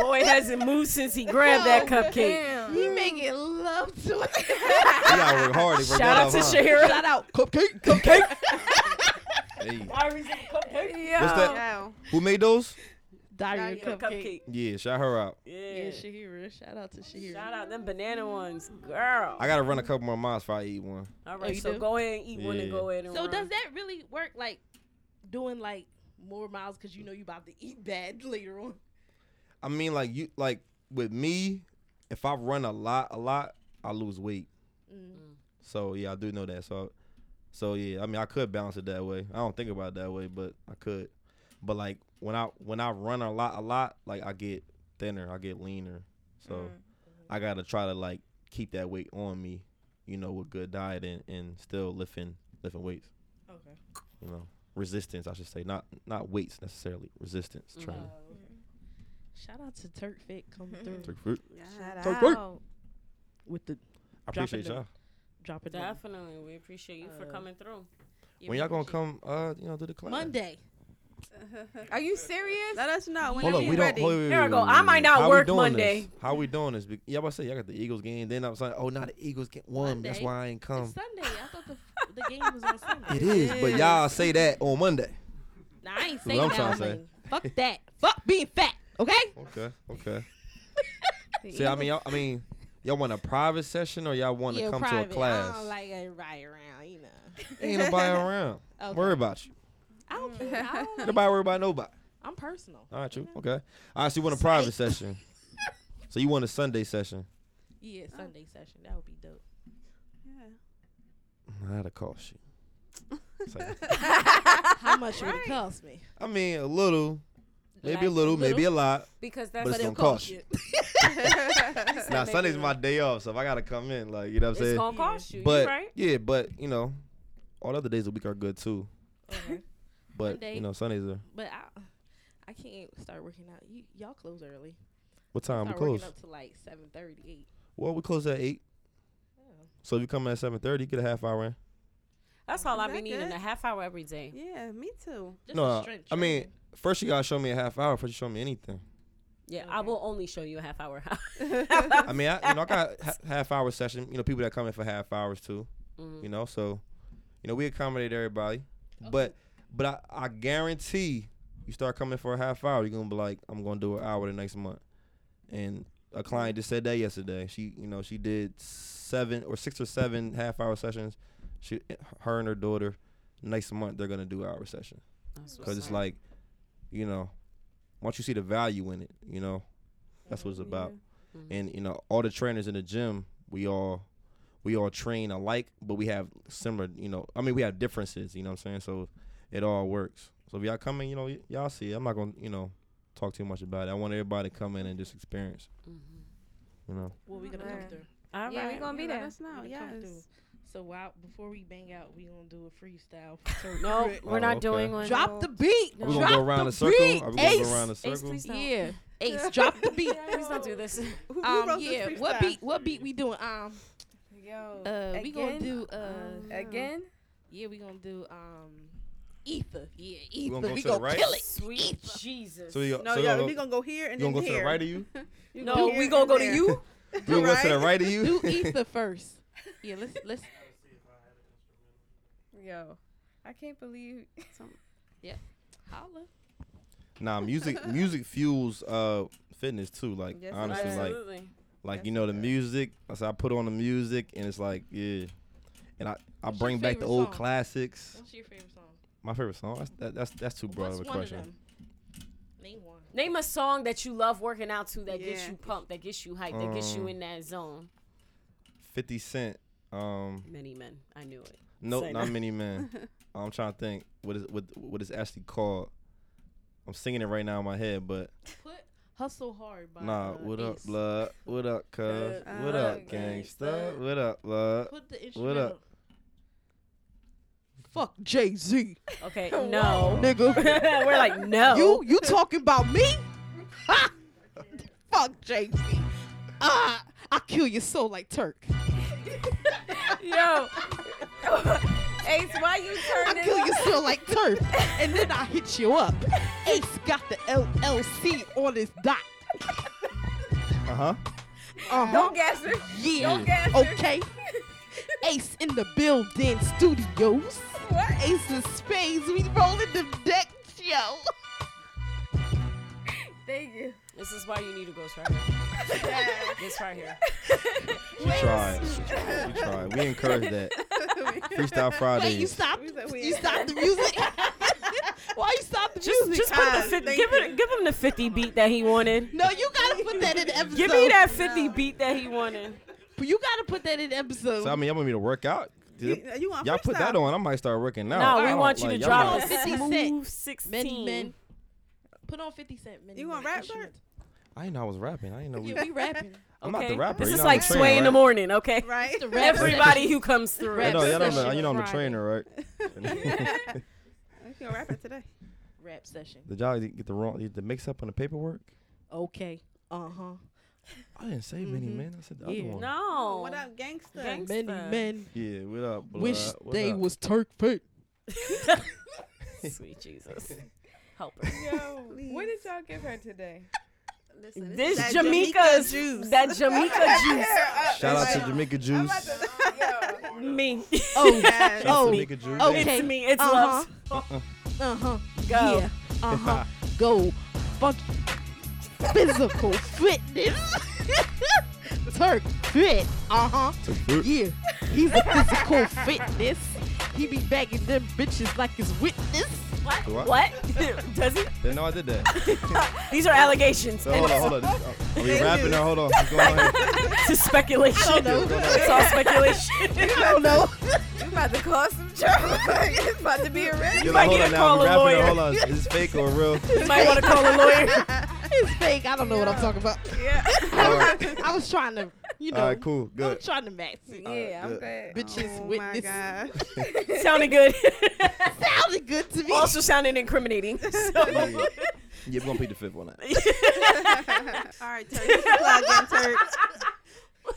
Speaker 7: boy hasn't moved since he grabbed that cupcake.
Speaker 4: he making love to it.
Speaker 5: You gotta work hard to work
Speaker 7: Shout
Speaker 5: that
Speaker 7: out
Speaker 5: up,
Speaker 7: to
Speaker 5: huh?
Speaker 7: Shahira.
Speaker 4: Shout out.
Speaker 5: Cupcake, cupcake. hey, what's that?
Speaker 6: Wow.
Speaker 5: Who made those?
Speaker 4: Diary
Speaker 6: Diary
Speaker 4: of Cupcake.
Speaker 7: Cupcake.
Speaker 5: Yeah, shout her out.
Speaker 4: Yeah,
Speaker 7: Yeah.
Speaker 4: Shahira. Shout out to Shahira.
Speaker 7: Shout out them banana ones, girl.
Speaker 5: I gotta run a couple more miles before I eat one.
Speaker 7: All
Speaker 4: Oh,
Speaker 7: right,
Speaker 4: you
Speaker 7: so
Speaker 4: do?
Speaker 7: go ahead and eat one and
Speaker 5: Yeah.
Speaker 7: go ahead and
Speaker 4: So
Speaker 7: run.
Speaker 4: does that really work? Like doing like more miles because you know you about to eat bad *laughs* later on.
Speaker 5: I mean, like you, like with me, if I run a lot, a lot, I lose weight. So yeah, I do know that. So, so yeah, I mean, I could balance it that way. I don't think about it that way, but I could. But like when I when I run a lot, a lot, like I get thinner, I get leaner. So I gotta try to like keep that weight on me, you know, with good diet and, and still lifting lifting weights.
Speaker 4: Okay.
Speaker 5: You know, resistance, I should say, not not weights necessarily, resistance training.
Speaker 4: Mm-hmm. Shout out to Turk Fit coming through
Speaker 5: Take fruit.
Speaker 6: Shout
Speaker 5: Take
Speaker 6: out.
Speaker 5: work.
Speaker 4: with the
Speaker 5: I appreciate
Speaker 4: Dropping
Speaker 5: y'all.
Speaker 4: dropping the
Speaker 7: Definitely, we appreciate you for
Speaker 4: Uh,
Speaker 7: coming through.
Speaker 5: When y'all gonna come? Uh, you know, do the class
Speaker 4: Monday.
Speaker 2: Are you serious?
Speaker 6: Let us know when
Speaker 5: Hold
Speaker 6: you
Speaker 5: up,
Speaker 6: be
Speaker 5: we don't.
Speaker 6: ready.
Speaker 5: Wait, wait,
Speaker 7: There
Speaker 5: wait,
Speaker 7: I go.
Speaker 5: wait, wait,
Speaker 7: I might
Speaker 5: wait.
Speaker 7: not
Speaker 5: How we
Speaker 7: work
Speaker 5: doing
Speaker 7: Monday.
Speaker 5: This? How we doing this? Be- Y'all about to say y'all got the Eagles game. Then I was like, oh, not the Eagles game. One. That's
Speaker 4: Monday.
Speaker 5: why I ain't
Speaker 4: It's
Speaker 5: come.
Speaker 4: Sunday. I thought the, f- the game was on Sunday.
Speaker 5: Um. It is, but y'all say that on Monday.
Speaker 4: Nah, I ain't
Speaker 5: what
Speaker 4: saying
Speaker 5: I'm
Speaker 4: that.
Speaker 5: trying
Speaker 4: I'm
Speaker 5: to say.
Speaker 4: saying, Fuck that. Fuck being fat. Okay.
Speaker 5: Okay.
Speaker 4: *laughs*
Speaker 5: Okay. See, I mean, y'all, I mean, y'all want a private session or y'all want to
Speaker 4: Yeah,
Speaker 5: come to
Speaker 4: private.
Speaker 5: a class?
Speaker 4: I don't like everybody around. You know.
Speaker 5: ain't nobody around.
Speaker 4: *laughs* Okay.
Speaker 5: Worry about you.
Speaker 4: I don't care. I
Speaker 5: *laughs*
Speaker 4: don't like,
Speaker 5: Nobody worry about nobody.
Speaker 4: I'm personal.
Speaker 5: All right, you okay? All right, so you want a private
Speaker 4: *laughs*
Speaker 5: session. So you want a Sunday session?
Speaker 4: Yeah, Sunday session. That would be dope.
Speaker 5: That'll cost you.
Speaker 4: *laughs*
Speaker 5: Say-
Speaker 4: How much would it cost me?
Speaker 5: I mean, a little, maybe
Speaker 4: Like,
Speaker 5: a little, maybe a lot.
Speaker 7: Because that's
Speaker 5: But it's
Speaker 7: it's
Speaker 5: gonna cost you. Now Sunday's my day off, so if I gotta come in, like you know what I'm saying.
Speaker 7: gonna cost you.
Speaker 5: but
Speaker 7: you right?
Speaker 5: yeah, but you know, all the other days of the week are good too. *laughs*
Speaker 4: Okay.
Speaker 5: But
Speaker 4: Monday.
Speaker 5: you know, Sundays are
Speaker 4: But I, I can't start working out. You, y'all close early.
Speaker 5: what time we
Speaker 4: start
Speaker 5: Um, close?
Speaker 4: working up to like seven thirty, eight.
Speaker 5: Well, we close at eight. So if you come in at seven thirty, get a half hour in.
Speaker 7: That's all
Speaker 6: Is
Speaker 7: I
Speaker 6: that
Speaker 7: be needing
Speaker 6: good?
Speaker 7: a half hour every day.
Speaker 6: Yeah, me too.
Speaker 4: Just
Speaker 5: No,
Speaker 4: for
Speaker 5: I-
Speaker 4: strength
Speaker 5: I mean,
Speaker 4: training.
Speaker 5: first you gotta show me a half hour before you show me anything.
Speaker 7: Yeah, I will only show you a half hour. *laughs*
Speaker 5: I mean, I, you know, I got ha- half hour session. You know, people that come in for half hours too.
Speaker 7: Mhm.
Speaker 5: You know, so you know we accommodate everybody, but but I, I guarantee you start coming for a half hour, you're gonna be like, I'm gonna do an hour the next month. And a client just said that yesterday. She, you know, she did seven or six or seven half hour sessions. She, her and her daughter, next month they're gonna do hour session
Speaker 7: That's what's
Speaker 5: because it's
Speaker 7: up.
Speaker 5: like, you know, once you see the value in it, you know, that's what it's
Speaker 7: Mm-hmm.
Speaker 5: about. And you know, all the trainers in the gym, we all we all train alike, but we have similar, you know, I mean, we have differences. You know what I'm saying? So it all works. So if y'all come in, you know, y- y'all see. It. I'm not gonna, you know, talk too much about it. I want everybody to come in and just experience.
Speaker 7: Mm-hmm.
Speaker 5: You know,
Speaker 4: Well, we gonna come through.
Speaker 7: all right.
Speaker 2: Yeah, we gonna be
Speaker 6: Yeah, Let
Speaker 2: there.
Speaker 6: us know.
Speaker 4: We gonna come
Speaker 6: Yes.
Speaker 4: through. So while before we bang out, we gonna do a freestyle. for Turk
Speaker 7: no,
Speaker 4: Fit.
Speaker 7: we're
Speaker 5: Oh,
Speaker 7: not
Speaker 5: okay.
Speaker 7: doing one.
Speaker 4: drop the beat.
Speaker 5: are we gonna
Speaker 4: drop
Speaker 5: go around
Speaker 4: the
Speaker 5: a circle?
Speaker 4: Beat.
Speaker 5: Are we gonna
Speaker 4: Ace.
Speaker 5: go around a
Speaker 7: Ace,
Speaker 5: circle?
Speaker 7: please don't.
Speaker 4: Yeah, Ace, drop the
Speaker 7: *laughs*
Speaker 4: beat.
Speaker 7: Please don't do this.
Speaker 6: Who, who
Speaker 4: Um,
Speaker 6: wrote this
Speaker 4: yeah, what
Speaker 6: freestyle?
Speaker 4: beat? What beat we doing? Um,
Speaker 2: Yo.
Speaker 4: uh, we gonna
Speaker 2: Again?
Speaker 4: do uh,
Speaker 7: Um,
Speaker 2: Again?
Speaker 4: yeah, we gonna do um, Ether. Yeah, Ether.
Speaker 5: gonna
Speaker 4: We
Speaker 5: go
Speaker 4: gonna,
Speaker 5: to the right?
Speaker 4: kill it.
Speaker 7: Sweet Jesus.
Speaker 5: So you,
Speaker 6: No,
Speaker 5: so you
Speaker 6: yeah,
Speaker 5: gonna,
Speaker 6: we gonna go here and
Speaker 5: you gonna
Speaker 6: then
Speaker 5: go to
Speaker 6: here.
Speaker 5: the right of
Speaker 6: *laughs*
Speaker 5: you?
Speaker 6: You
Speaker 7: No,
Speaker 6: here
Speaker 7: we gonna
Speaker 6: and
Speaker 7: go to
Speaker 6: there.
Speaker 7: you.
Speaker 5: You gonna go to the
Speaker 6: Right?
Speaker 5: right of
Speaker 6: *laughs*
Speaker 4: Do
Speaker 5: you?
Speaker 4: Ether first. Yeah, let's let's.
Speaker 2: Yo. I can't believe *laughs*
Speaker 4: Holla.
Speaker 5: nah, music music fuels uh fitness too. Like
Speaker 2: Yes, it
Speaker 5: honestly,
Speaker 2: does.
Speaker 5: like like you know the music. I said I put on the music and it's like yeah, and I I
Speaker 4: What's your
Speaker 5: bring back the
Speaker 4: favorite
Speaker 5: old
Speaker 4: song?
Speaker 5: classics.
Speaker 4: What's your favorite song?
Speaker 5: My favorite song. That's that, that's that's too broad
Speaker 4: What's
Speaker 5: of a
Speaker 4: one of
Speaker 5: question.
Speaker 4: them? Name one.
Speaker 7: Name a song that you love working out to that gets
Speaker 6: Yeah.
Speaker 7: you pumped, that gets you hyped, that gets you
Speaker 5: Um,
Speaker 7: in that zone.
Speaker 5: Fifty Cent. Um,
Speaker 7: Many men. I knew it.
Speaker 5: Nope,
Speaker 7: Say
Speaker 5: not
Speaker 7: that.
Speaker 5: many
Speaker 4: *laughs*
Speaker 5: men. I'm trying to think what is what what is actually called. I'm singing it right now in my head, but
Speaker 4: Put Hustle Hard by
Speaker 5: nah.
Speaker 4: uh,
Speaker 5: What up,
Speaker 4: Ace.
Speaker 5: blood? What up, cuz?
Speaker 4: Uh,
Speaker 5: what
Speaker 4: uh,
Speaker 5: up,
Speaker 4: gangsta.
Speaker 5: gangsta? What up, blood?
Speaker 4: Put the
Speaker 5: What
Speaker 4: instrumental.
Speaker 5: up?
Speaker 1: Fuck Jay Z,
Speaker 7: Okay, no.
Speaker 1: nigga.
Speaker 5: *laughs*
Speaker 7: *laughs* We're like, no.
Speaker 1: you you talking about
Speaker 8: *laughs*
Speaker 1: me? Ha! Fuck Jay Z. Ah, I kill your soul like Turk.
Speaker 2: Yo, Ace, why you
Speaker 1: I
Speaker 2: turning?
Speaker 1: kill your soul like Turk, and then I hit you
Speaker 4: *laughs*
Speaker 1: up. Ace got the LLC on his dot.
Speaker 5: Uh huh.
Speaker 1: Uh-huh.
Speaker 2: Don't guess it.
Speaker 1: Yeah.
Speaker 2: Don't guess her.
Speaker 1: okay. Ace in the building studios.
Speaker 2: What?
Speaker 1: Ace of spades. We rolling the deck, yo.
Speaker 2: Thank you.
Speaker 7: This is why you need a ghostwriter. this right here.
Speaker 5: She tried. She tried. She tried. We encourage that. Freestyle
Speaker 1: Wait, you
Speaker 5: Fridays.
Speaker 1: stopped.
Speaker 6: We said we-
Speaker 1: You stopped the
Speaker 4: *laughs*
Speaker 1: music. Why you stopped the
Speaker 7: Just,
Speaker 1: music?
Speaker 7: just put the
Speaker 6: Guys,
Speaker 7: 50,
Speaker 6: thank
Speaker 7: give,
Speaker 6: you.
Speaker 7: it, give him the 50 beat that
Speaker 4: *laughs*
Speaker 7: he wanted.
Speaker 1: no, you gotta put that in the episode.
Speaker 7: Give me that 50 beat that he wanted.
Speaker 1: You gotta put that in the episode.
Speaker 5: So I mean, y'all want me to work out?
Speaker 6: You, you want
Speaker 5: Y'all put that
Speaker 6: freestyle?
Speaker 5: on. I might start working out.
Speaker 7: No,
Speaker 5: I
Speaker 7: we
Speaker 5: don't-
Speaker 7: want you to
Speaker 5: like, y'all
Speaker 7: drop
Speaker 5: might-
Speaker 7: a
Speaker 4: 50
Speaker 1: Cent.
Speaker 7: smooth
Speaker 4: Many
Speaker 7: 16.
Speaker 4: men. Put on 50 Cent. Many
Speaker 6: You
Speaker 4: men
Speaker 6: want rap, Bert?
Speaker 4: instrumental.
Speaker 5: I didn't know I was rapping. I didn't know. We,
Speaker 4: Yeah, we rapping.
Speaker 5: I'm not the rapper.
Speaker 7: This
Speaker 5: you
Speaker 7: is
Speaker 5: know I'm
Speaker 7: like
Speaker 5: the trainer,
Speaker 7: Sway in the
Speaker 5: *laughs* right?
Speaker 7: morning, okay?
Speaker 6: Right.
Speaker 4: The rap
Speaker 7: Everybody
Speaker 4: session.
Speaker 7: who comes through.
Speaker 4: Rap
Speaker 5: You know, y'all don't know,
Speaker 4: session
Speaker 5: you know I'm the
Speaker 4: Friday.
Speaker 5: trainer, right? *laughs*
Speaker 6: You gonna rap it today.
Speaker 4: Rap session.
Speaker 5: Did y'all get the wrong the mix up on the paperwork?
Speaker 4: Okay. Uh huh.
Speaker 5: I didn't say many men. I said the
Speaker 4: Yeah.
Speaker 5: other one.
Speaker 7: No.
Speaker 6: What up, gangster?
Speaker 7: Gang-
Speaker 1: Many
Speaker 7: Gangsta.
Speaker 1: men
Speaker 5: Yeah, what up? Blood?
Speaker 1: wish
Speaker 5: What
Speaker 1: they
Speaker 5: up?
Speaker 1: was Turk fake.
Speaker 7: *laughs* Sweet Jesus. Help her.
Speaker 2: Yo,
Speaker 6: what
Speaker 2: did y'all give her today?
Speaker 6: Listen,
Speaker 7: This
Speaker 6: that
Speaker 7: Jamaica's
Speaker 6: juice.
Speaker 7: That Jamaica
Speaker 5: Shout out to Jamaica Juice.
Speaker 7: juice. me.
Speaker 1: Oh,
Speaker 6: Yes.
Speaker 5: Shout out to
Speaker 1: Oh,
Speaker 5: Jamaica Juice.
Speaker 1: okay.
Speaker 5: *laughs*
Speaker 7: It's me. It's
Speaker 1: Uh-huh.
Speaker 7: love.
Speaker 1: uh
Speaker 4: Uh-huh.
Speaker 1: huh.
Speaker 7: Go.
Speaker 1: Yeah. Uh huh. Go. Fuck. Physical
Speaker 4: *laughs*
Speaker 1: fitness. Turk fit. Uh huh.
Speaker 4: Uh-huh.
Speaker 5: Turk fit.
Speaker 1: Yeah. He's a physical fitness. He be bagging them bitches like his witness.
Speaker 7: What?
Speaker 5: Do I?
Speaker 7: What? *laughs* Does he?
Speaker 5: Didn't know I did that.
Speaker 7: These are allegations.
Speaker 5: So hold on, hold on. Are we rapping now? Hold on. What's going on here?
Speaker 7: *laughs* It's just speculation. It's all speculation.
Speaker 1: I don't know.
Speaker 2: You about to cause some trouble. it's about to be a wreck.
Speaker 5: You
Speaker 7: might
Speaker 5: hold
Speaker 7: get
Speaker 5: on
Speaker 7: to
Speaker 5: now.
Speaker 7: call
Speaker 5: We
Speaker 7: a
Speaker 5: rapping now.
Speaker 7: lawyer.
Speaker 5: Hold on. Is this fake or
Speaker 7: *laughs*
Speaker 5: real?
Speaker 7: You might want to call a lawyer.
Speaker 1: it's fake. I don't know what I'm talking about.
Speaker 2: Yeah.
Speaker 5: All right.
Speaker 1: I was trying to, you know.
Speaker 5: All right, cool.
Speaker 1: I'm
Speaker 5: Good.
Speaker 1: trying to max it.
Speaker 2: Yeah, I'm
Speaker 5: good.
Speaker 2: glad.
Speaker 1: Bitches
Speaker 6: Oh my
Speaker 1: witness.
Speaker 6: god.
Speaker 7: Sounded good. *laughs*
Speaker 1: Sounded good to me.
Speaker 7: also
Speaker 4: *laughs*
Speaker 7: sounded incriminating.
Speaker 5: Yeah,
Speaker 7: *laughs* So.
Speaker 5: yeah. Yeah, we're going to beat the fifth one out.
Speaker 6: All right, Turk. You should plug in, Turk.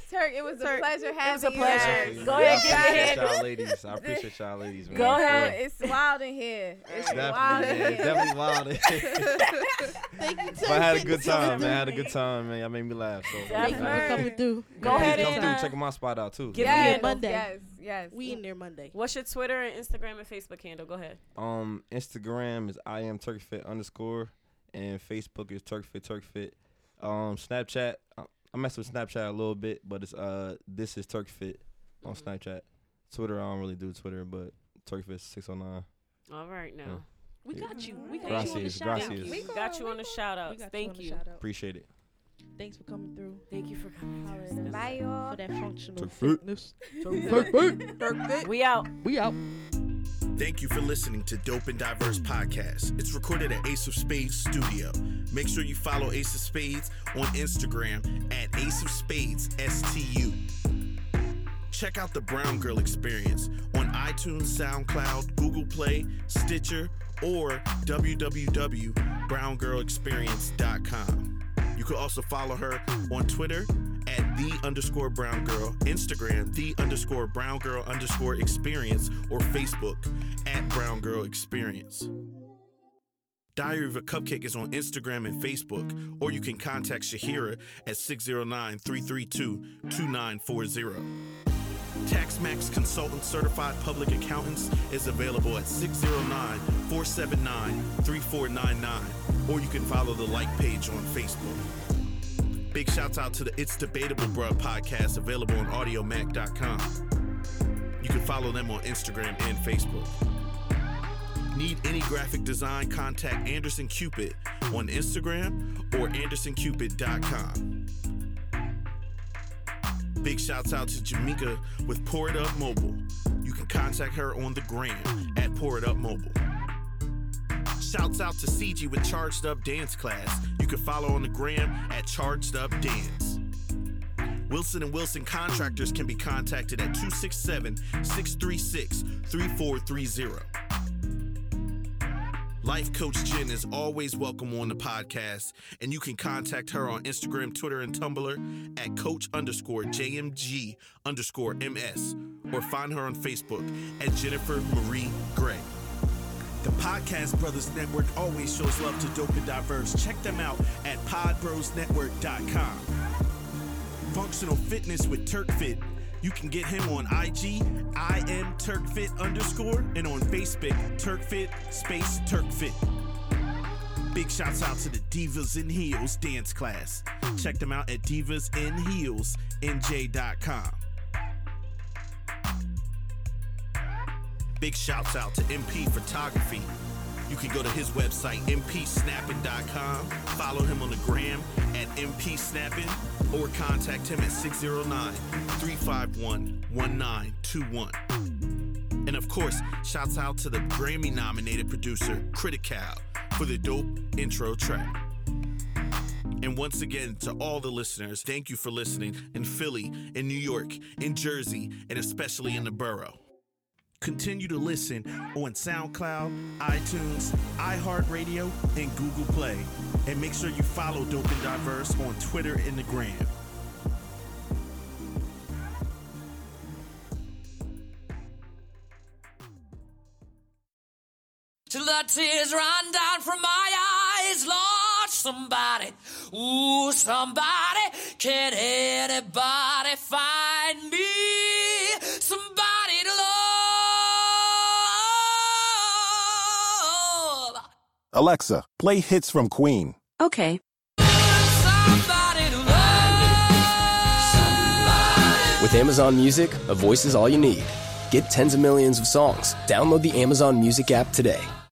Speaker 2: Turk, it was a
Speaker 6: Turk,
Speaker 2: pleasure having
Speaker 7: was a
Speaker 2: you.
Speaker 7: pleasure.
Speaker 2: Yes.
Speaker 7: Go ahead, give
Speaker 2: me a hand.
Speaker 5: y'all ladies. I appreciate y'all ladies, man.
Speaker 7: Go
Speaker 5: For
Speaker 7: ahead.
Speaker 5: real.
Speaker 2: It's wild in here. It's wild
Speaker 5: Definitely,
Speaker 2: in
Speaker 5: yeah,
Speaker 2: here.
Speaker 5: it's definitely wild.
Speaker 7: *laughs*
Speaker 5: *laughs*
Speaker 1: Thank you, Turk.
Speaker 5: but I had a
Speaker 1: Fit.
Speaker 5: good time, man. I had a good time, man. Y'all made me laugh. So
Speaker 7: Definitely.
Speaker 5: man,
Speaker 1: Come and do.
Speaker 7: Go
Speaker 5: please
Speaker 7: ahead
Speaker 5: come
Speaker 7: and
Speaker 5: through.
Speaker 7: uh,
Speaker 5: Check my spot out too.
Speaker 7: give
Speaker 2: yes,
Speaker 7: me
Speaker 4: Yeah, Monday.
Speaker 2: Yes, yes.
Speaker 4: We in there Monday.
Speaker 7: What's your Twitter and Instagram and Facebook handle? Go ahead.
Speaker 5: Um, Instagram is I am TurkFit underscore, and Facebook is TurkFit TurkFit. Um, Snapchat, I, I mess with Snapchat a little bit, but it's uh this is TurkFit on Snapchat. Twitter, I don't really do Twitter, but TurkFit six oh nine.
Speaker 7: All right now.
Speaker 5: Yeah.
Speaker 4: We
Speaker 5: Yeah.
Speaker 4: got you. We got you on the
Speaker 5: Gracias,
Speaker 4: shout out.
Speaker 5: gracias.
Speaker 7: We got you on the shout
Speaker 4: We
Speaker 7: outs.
Speaker 4: got
Speaker 7: Thank
Speaker 4: you.
Speaker 7: you.
Speaker 4: on the shout out.
Speaker 5: Appreciate it.
Speaker 4: Thanks for coming through.
Speaker 7: Thank you for coming.
Speaker 4: Holler
Speaker 7: through.
Speaker 4: at us
Speaker 2: Bye, y'all.
Speaker 4: for that functional
Speaker 5: Turk fit.
Speaker 2: *laughs*
Speaker 4: fitness.
Speaker 1: Turk fit.
Speaker 7: We out.
Speaker 1: We out.
Speaker 9: Thank you for listening to Dope and Diverse Podcast. It's recorded at Ace of Spades Studio. Make sure you follow Ace of Spades on Instagram at Ace of Spades STU. Check out the Brown Girl Experience on iTunes, SoundCloud, Google Play, Stitcher, or www.browngirlexperience.com. You can also follow her on Twitter at the underscore brown girl, Instagram, the underscore brown girl underscore experience, or Facebook at brown girl experience. Diary of a Cupcake is on Instagram and Facebook, or you can contact Shahira at 609 332 2940. TaxMax Consultant Certified Public Accountants is available at 609 479 3499, or you can follow the like page on Facebook. Big shouts out to the It's Debatable Bruh podcast available on audiomac.com. You can follow them on Instagram and Facebook. Need any graphic design? Contact Anderson Cupid on Instagram or AndersonCupid.com. Big shouts out to Jamaica with Pour It Up Mobile. You can and contact her on the gram at Pour It Up Mobile. Shouts out to CG with Charged Up Dance Class. You can follow on the gram at Charged Up Dance. Wilson and Wilson contractors can be contacted at 267 636 3430. Life Coach Jen is always welcome on the podcast, and you can contact her on Instagram, Twitter, and Tumblr at coach underscore JMG underscore MS, or find her on Facebook at Jennifer Marie Gray. The Podcast Brothers Network always shows love to dope and diverse. Check them out at podbrosnetwork.com. Functional Fitness with TurkFit. You can get him on IG, I am TurkFit underscore, and on Facebook, TurkFit space TurkFit. Big shouts out to the Divas in Heels dance class. Check them out at divasinheelsnj.com. Big shouts out to MP Photography. You can go to his website, mpsnappin.com, follow him on the gram at mpsnappin, or contact him at 609 351 1921. And of course, shouts out to the Grammy nominated producer, Critical, for the dope intro track. And once again, to all the listeners, thank you for listening in Philly, in New York, in Jersey, and especially in the borough. Continue to listen on SoundCloud, iTunes, iHeartRadio, and Google Play. And make sure you follow Dope and Diverse on Twitter and the gram.
Speaker 10: Till the tears run down from my eyes, Lord, somebody, ooh, somebody, can anybody find me? Somebody to love,
Speaker 11: Alexa, play hits from Queen.
Speaker 12: Okay.
Speaker 10: somebody to
Speaker 13: With Amazon Music, a voice is all you need. Get tens of millions of songs. Download the Amazon Music app today.